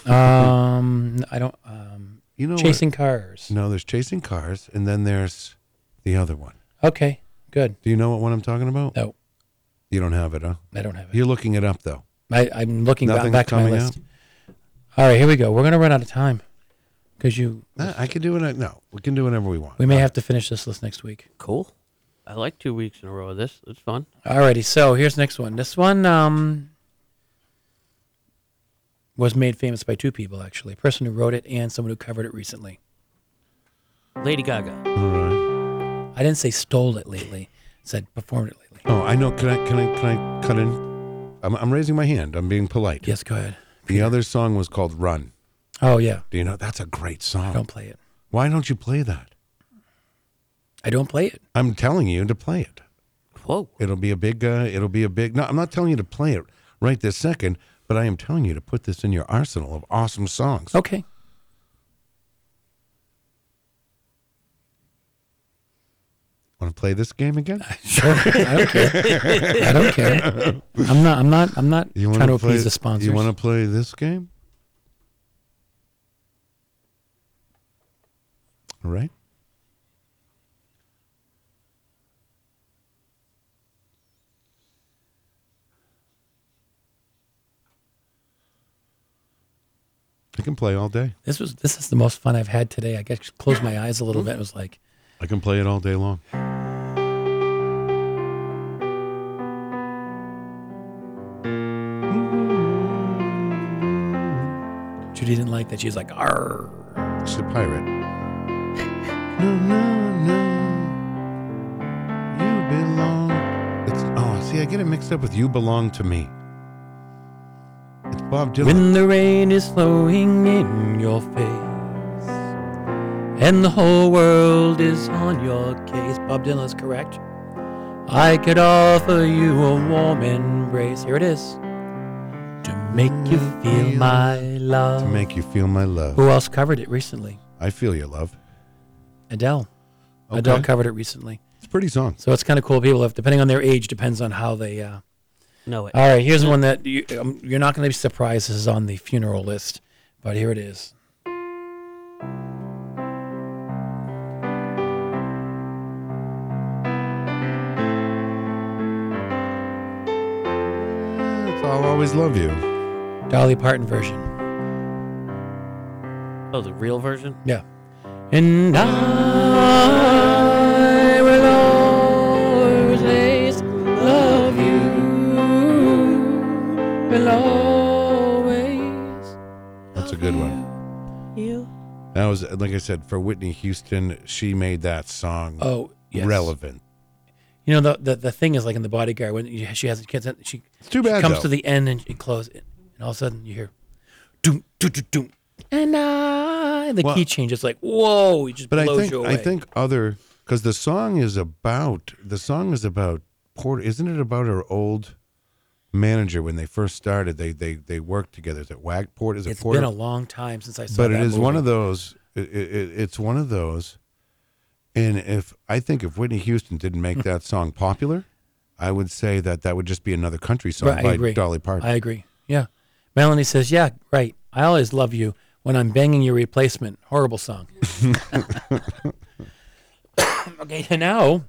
S5: Um, I don't. Um,
S3: you know,
S5: chasing
S3: what?
S5: cars.
S3: No, there's chasing cars, and then there's the other one.
S5: Okay, good.
S3: Do you know what one I'm talking about?
S5: No.
S3: You don't have it, huh?
S5: I don't have
S3: it. You're looking it up though.
S5: I, I'm looking back,
S3: Nothing's
S5: back to my
S3: coming
S5: list. All right, here we go. We're gonna run out of time because you.
S3: I, I can do it. No, we can do whatever we want.
S5: We may have to finish this list next week.
S4: Cool. I like two weeks in a row of this. It's fun.
S5: Alrighty, so here's the next one. This one um, was made famous by two people, actually. A person who wrote it and someone who covered it recently.
S4: Lady Gaga.
S3: All right.
S5: I didn't say stole it lately. I said performed it lately.
S3: Oh, I know. Can I? Can I? Can I cut in? I'm, I'm raising my hand. I'm being polite.
S5: Yes, go ahead.
S3: The other song was called "Run."
S5: Oh, yeah.
S3: Do you know that's a great song?
S5: I don't play it.
S3: Why don't you play that?
S5: I don't play it.
S3: I'm telling you to play it.
S4: Whoa.
S3: It'll be a big. Uh, it'll be a big. No, I'm not telling you to play it right this second, but I am telling you to put this in your arsenal of awesome songs.
S5: Okay.
S3: Want to play this game again?
S5: Sure. I don't care. I don't care. I'm not I'm not I'm not
S3: You
S5: trying to
S3: wanna play-
S5: appease the sponsors.
S3: You want to play this game? All right. I can play all day.
S5: This was this is the most fun I've had today. I got closed my eyes a little bit. It was like
S3: I can play it all day long.
S5: Judy didn't like that. She was like, "Arr."
S3: It's a pirate.
S16: No, no,
S3: You belong. It's oh, see, I get it mixed up with "You Belong to Me." It's Bob Dylan.
S5: When the rain is flowing in your face and the whole world is on your case, Bob Dylan is correct. I could offer you a warm embrace. Here it is. To make you feel my love.
S3: Mm, to make you feel my love.
S5: Who else covered it recently?
S3: I feel your love.
S5: Adele.
S3: Okay.
S5: Adele covered it recently.
S3: It's a pretty song.
S5: So it's kind of cool. People have, depending on their age, depends on how they uh,
S4: No way.
S5: All right, here's one that you, um, you're not going to be surprised. This is on the funeral list, but here it is.
S3: I'll always love you.
S5: Dolly Parton version.
S4: Oh, the real version?
S5: Yeah. And I will always love you. Will always.
S3: That's a good one.
S4: You.
S3: That was, like I said, for Whitney Houston, she made that song
S5: Oh, yes.
S3: relevant.
S5: You know the, the the thing is like in the bodyguard when you, she has kids, she
S3: it's too bad,
S5: she comes
S3: though.
S5: to the end and it closes, and all of a sudden you hear, doom doom doom doom, and I and the
S3: Well-
S5: key changes like whoa, it just
S3: But I
S5: blows
S3: think
S5: you away.
S3: I think other because the song is about the song is about Porter, isn't it? About her old manager when they first started. They they they worked together. Is it Wagport? Is it
S5: it's
S3: Porter?
S5: been a long time since I saw.
S3: but it
S5: that
S3: is one
S5: movie.
S3: of those. It, it, it's one of those. And if I think if Whitney Houston didn't
S5: Hmm.
S3: make that song popular, I would say that that would just be another country song
S5: Right, I
S3: by
S5: agree.
S3: Dolly Parton.
S5: I agree. Yeah. Melanie says, yeah, right. I always love you when I'm banging your replacement. Horrible song. okay, and now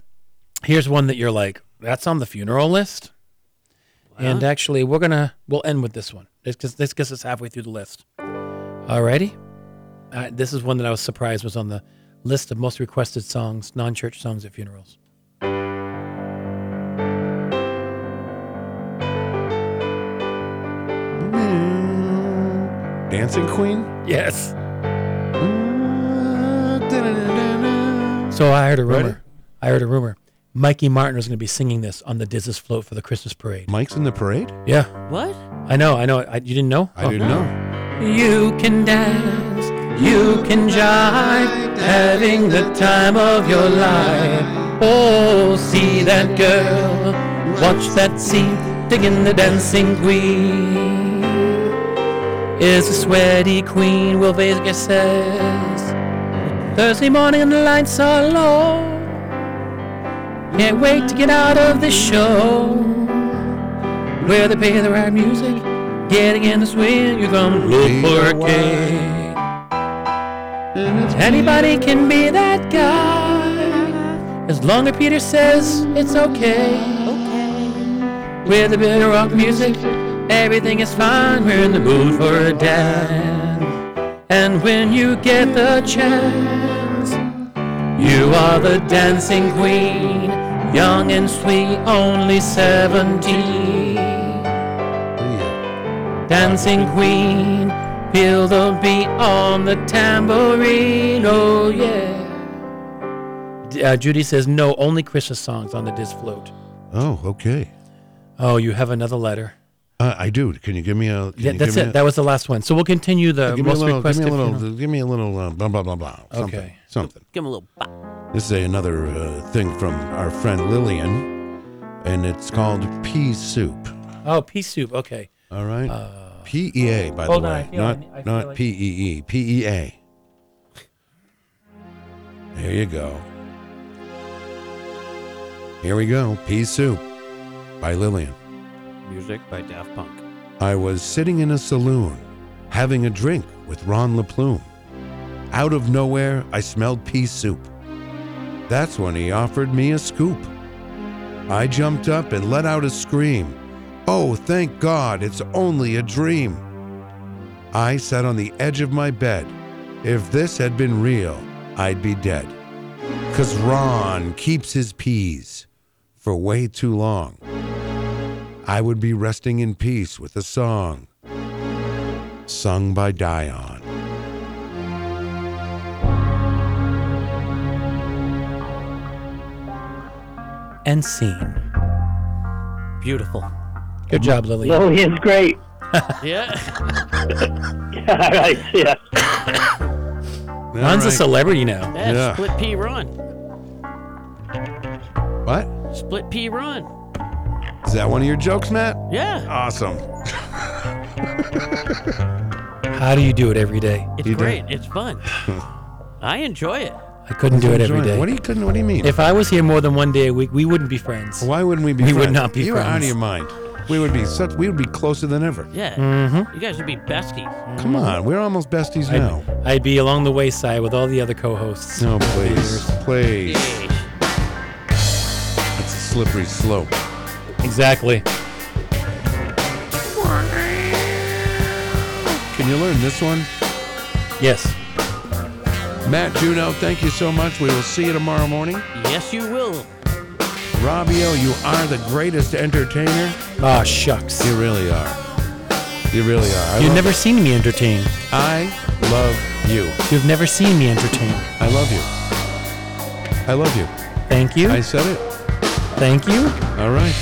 S5: here's one that you're like, that's on the funeral list. And actually, we're going to, we'll end with this one. This, gets- this gets us halfway through the list. Alrighty. Uh, this is one that I was surprised was on the list of most requested songs, non church songs at funerals.
S3: Dancing Queen.
S5: Yes. Mm. So I heard a rumor. I heard a rumor. Mikey Martin was going to be singing this on the Diz's float for the Christmas parade.
S3: Mike's in the parade?
S5: Yeah.
S4: What?
S5: I know. I know. I, you didn't know?
S3: I didn't know.
S5: You can dance, you can jive, having the time of your life. Oh, see that girl, watch that scene, digging the dancing queen. Is a sweaty queen, Will Vegas says. Thursday morning and the lights are low. Can't wait to get out of this show. Where they play the right music, getting in the swing, you're gonna look for a king. Anybody can be that guy, as long as Peter says it's okay. With a bit of rock music, everything is fine. We're in the mood for a dance, and when you get the chance, you are the dancing queen, young and sweet, only seventeen. Dancing queen, feel the beat on the tambourine, oh yeah. Uh, Judy says no, only Christmas songs on the disc float.
S3: Oh, okay.
S5: Oh, you have another letter.
S3: Uh, I do. Can you give me a? can
S5: Yeah,
S3: you
S5: that's
S3: give
S5: it.
S3: me a-
S5: that was the last one. So we'll continue the
S3: give me a
S5: most
S3: little. Give
S5: requested.
S3: me a little.
S5: funeral.
S3: Give me a little. Uh, blah blah blah blah. Something,
S5: Okay.
S3: Something.
S4: Give him a little bop.
S3: This is a, another uh, thing from our friend Lillian, and it's called pea soup.
S5: Oh, pea soup. Okay.
S3: All right. P E A, by the
S5: Uh, hold on, I
S3: way,
S5: feel- I
S3: not
S5: ne- I feel
S3: not
S5: like-
S3: P E E. P E A. There you go. Here we go. Pea soup by Lillian.
S4: Music by Daft Punk.
S3: I was sitting in a saloon, having a drink with Ron LaPlume. Out of nowhere, I smelled pea soup. That's when he offered me a scoop. I jumped up and let out a scream. Oh, thank God, it's only a dream. I sat on the edge of my bed. If this had been real, I'd be dead. 'Cause Ron keeps his peas for way too long. I would be resting in peace with a song sung by Dion.
S5: And scene. Beautiful. Good
S3: Mm-hmm.
S5: job, Lily.
S19: Lillian's Oh, great.
S4: yeah.
S19: All right. Yeah.
S5: Ron's a celebrity now.
S4: Yeah, Split P Run.
S3: What?
S4: Split P Run.
S3: Is that one of your jokes, Matt?
S4: Yeah.
S3: Awesome.
S5: How do you do it every day?
S4: It's great. It's fun. I enjoy it.
S5: I couldn't do it every
S3: Enjoy it.
S5: day.
S3: What do you couldn't? What do you mean?
S5: If I was here more than one day a week, we wouldn't be friends.
S3: Why wouldn't we be?
S5: We would
S3: friends?
S5: not be
S3: You're out of
S5: friends.
S3: your mind. We would be such. We would be closer than ever.
S4: Yeah.
S3: Mhm.
S4: You guys would be besties.
S3: Come on, we're almost besties
S5: I'd,
S3: now.
S5: I'd be along the wayside with all the other co-hosts.
S3: No, please, please. It's a slippery slope.
S5: Exactly.
S3: Can you learn this one?
S5: Yes.
S3: Matt Juno, thank you so much. We will see you tomorrow morning.
S4: Yes, you will.
S3: Robbio, you are the greatest entertainer.
S5: Ah, shucks.
S3: You really are. You really are. I
S5: You've
S3: love
S5: never
S3: it.
S5: seen me entertain.
S3: I love you.
S5: You've never seen me entertain.
S3: I love you. I love you.
S5: Thank you.
S3: I said it.
S5: Thank you.
S3: All right.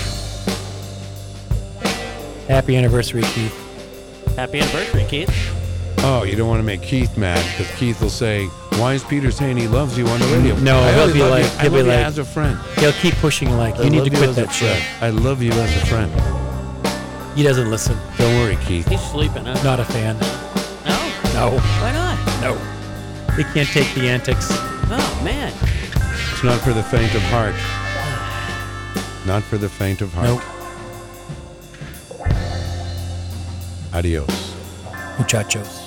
S5: Happy anniversary, Keith.
S4: Happy anniversary, Keith.
S3: Oh, you don't want to make Keith mad because Keith will say, "Why is Peter saying he loves you on the radio?"
S5: No,
S3: I
S5: he'll
S3: always
S5: be
S3: love
S5: like,
S3: you. I
S5: he'll be
S3: love you
S5: like,
S3: as a friend.
S5: He'll keep pushing like,
S3: I
S5: you need
S3: love
S5: to
S3: you
S5: quit
S3: as a
S5: that
S3: friend.
S5: shit.
S3: I love you as a friend.
S5: He doesn't listen.
S3: Don't worry, Keith.
S4: He's sleeping, huh?
S5: Not a fan.
S4: No?
S5: No.
S4: Why not?
S5: No. He can't take the antics.
S4: Oh, man.
S3: It's not for the faint of heart. Not for the faint of heart.
S5: Nope.
S3: Adios.
S5: Muchachos.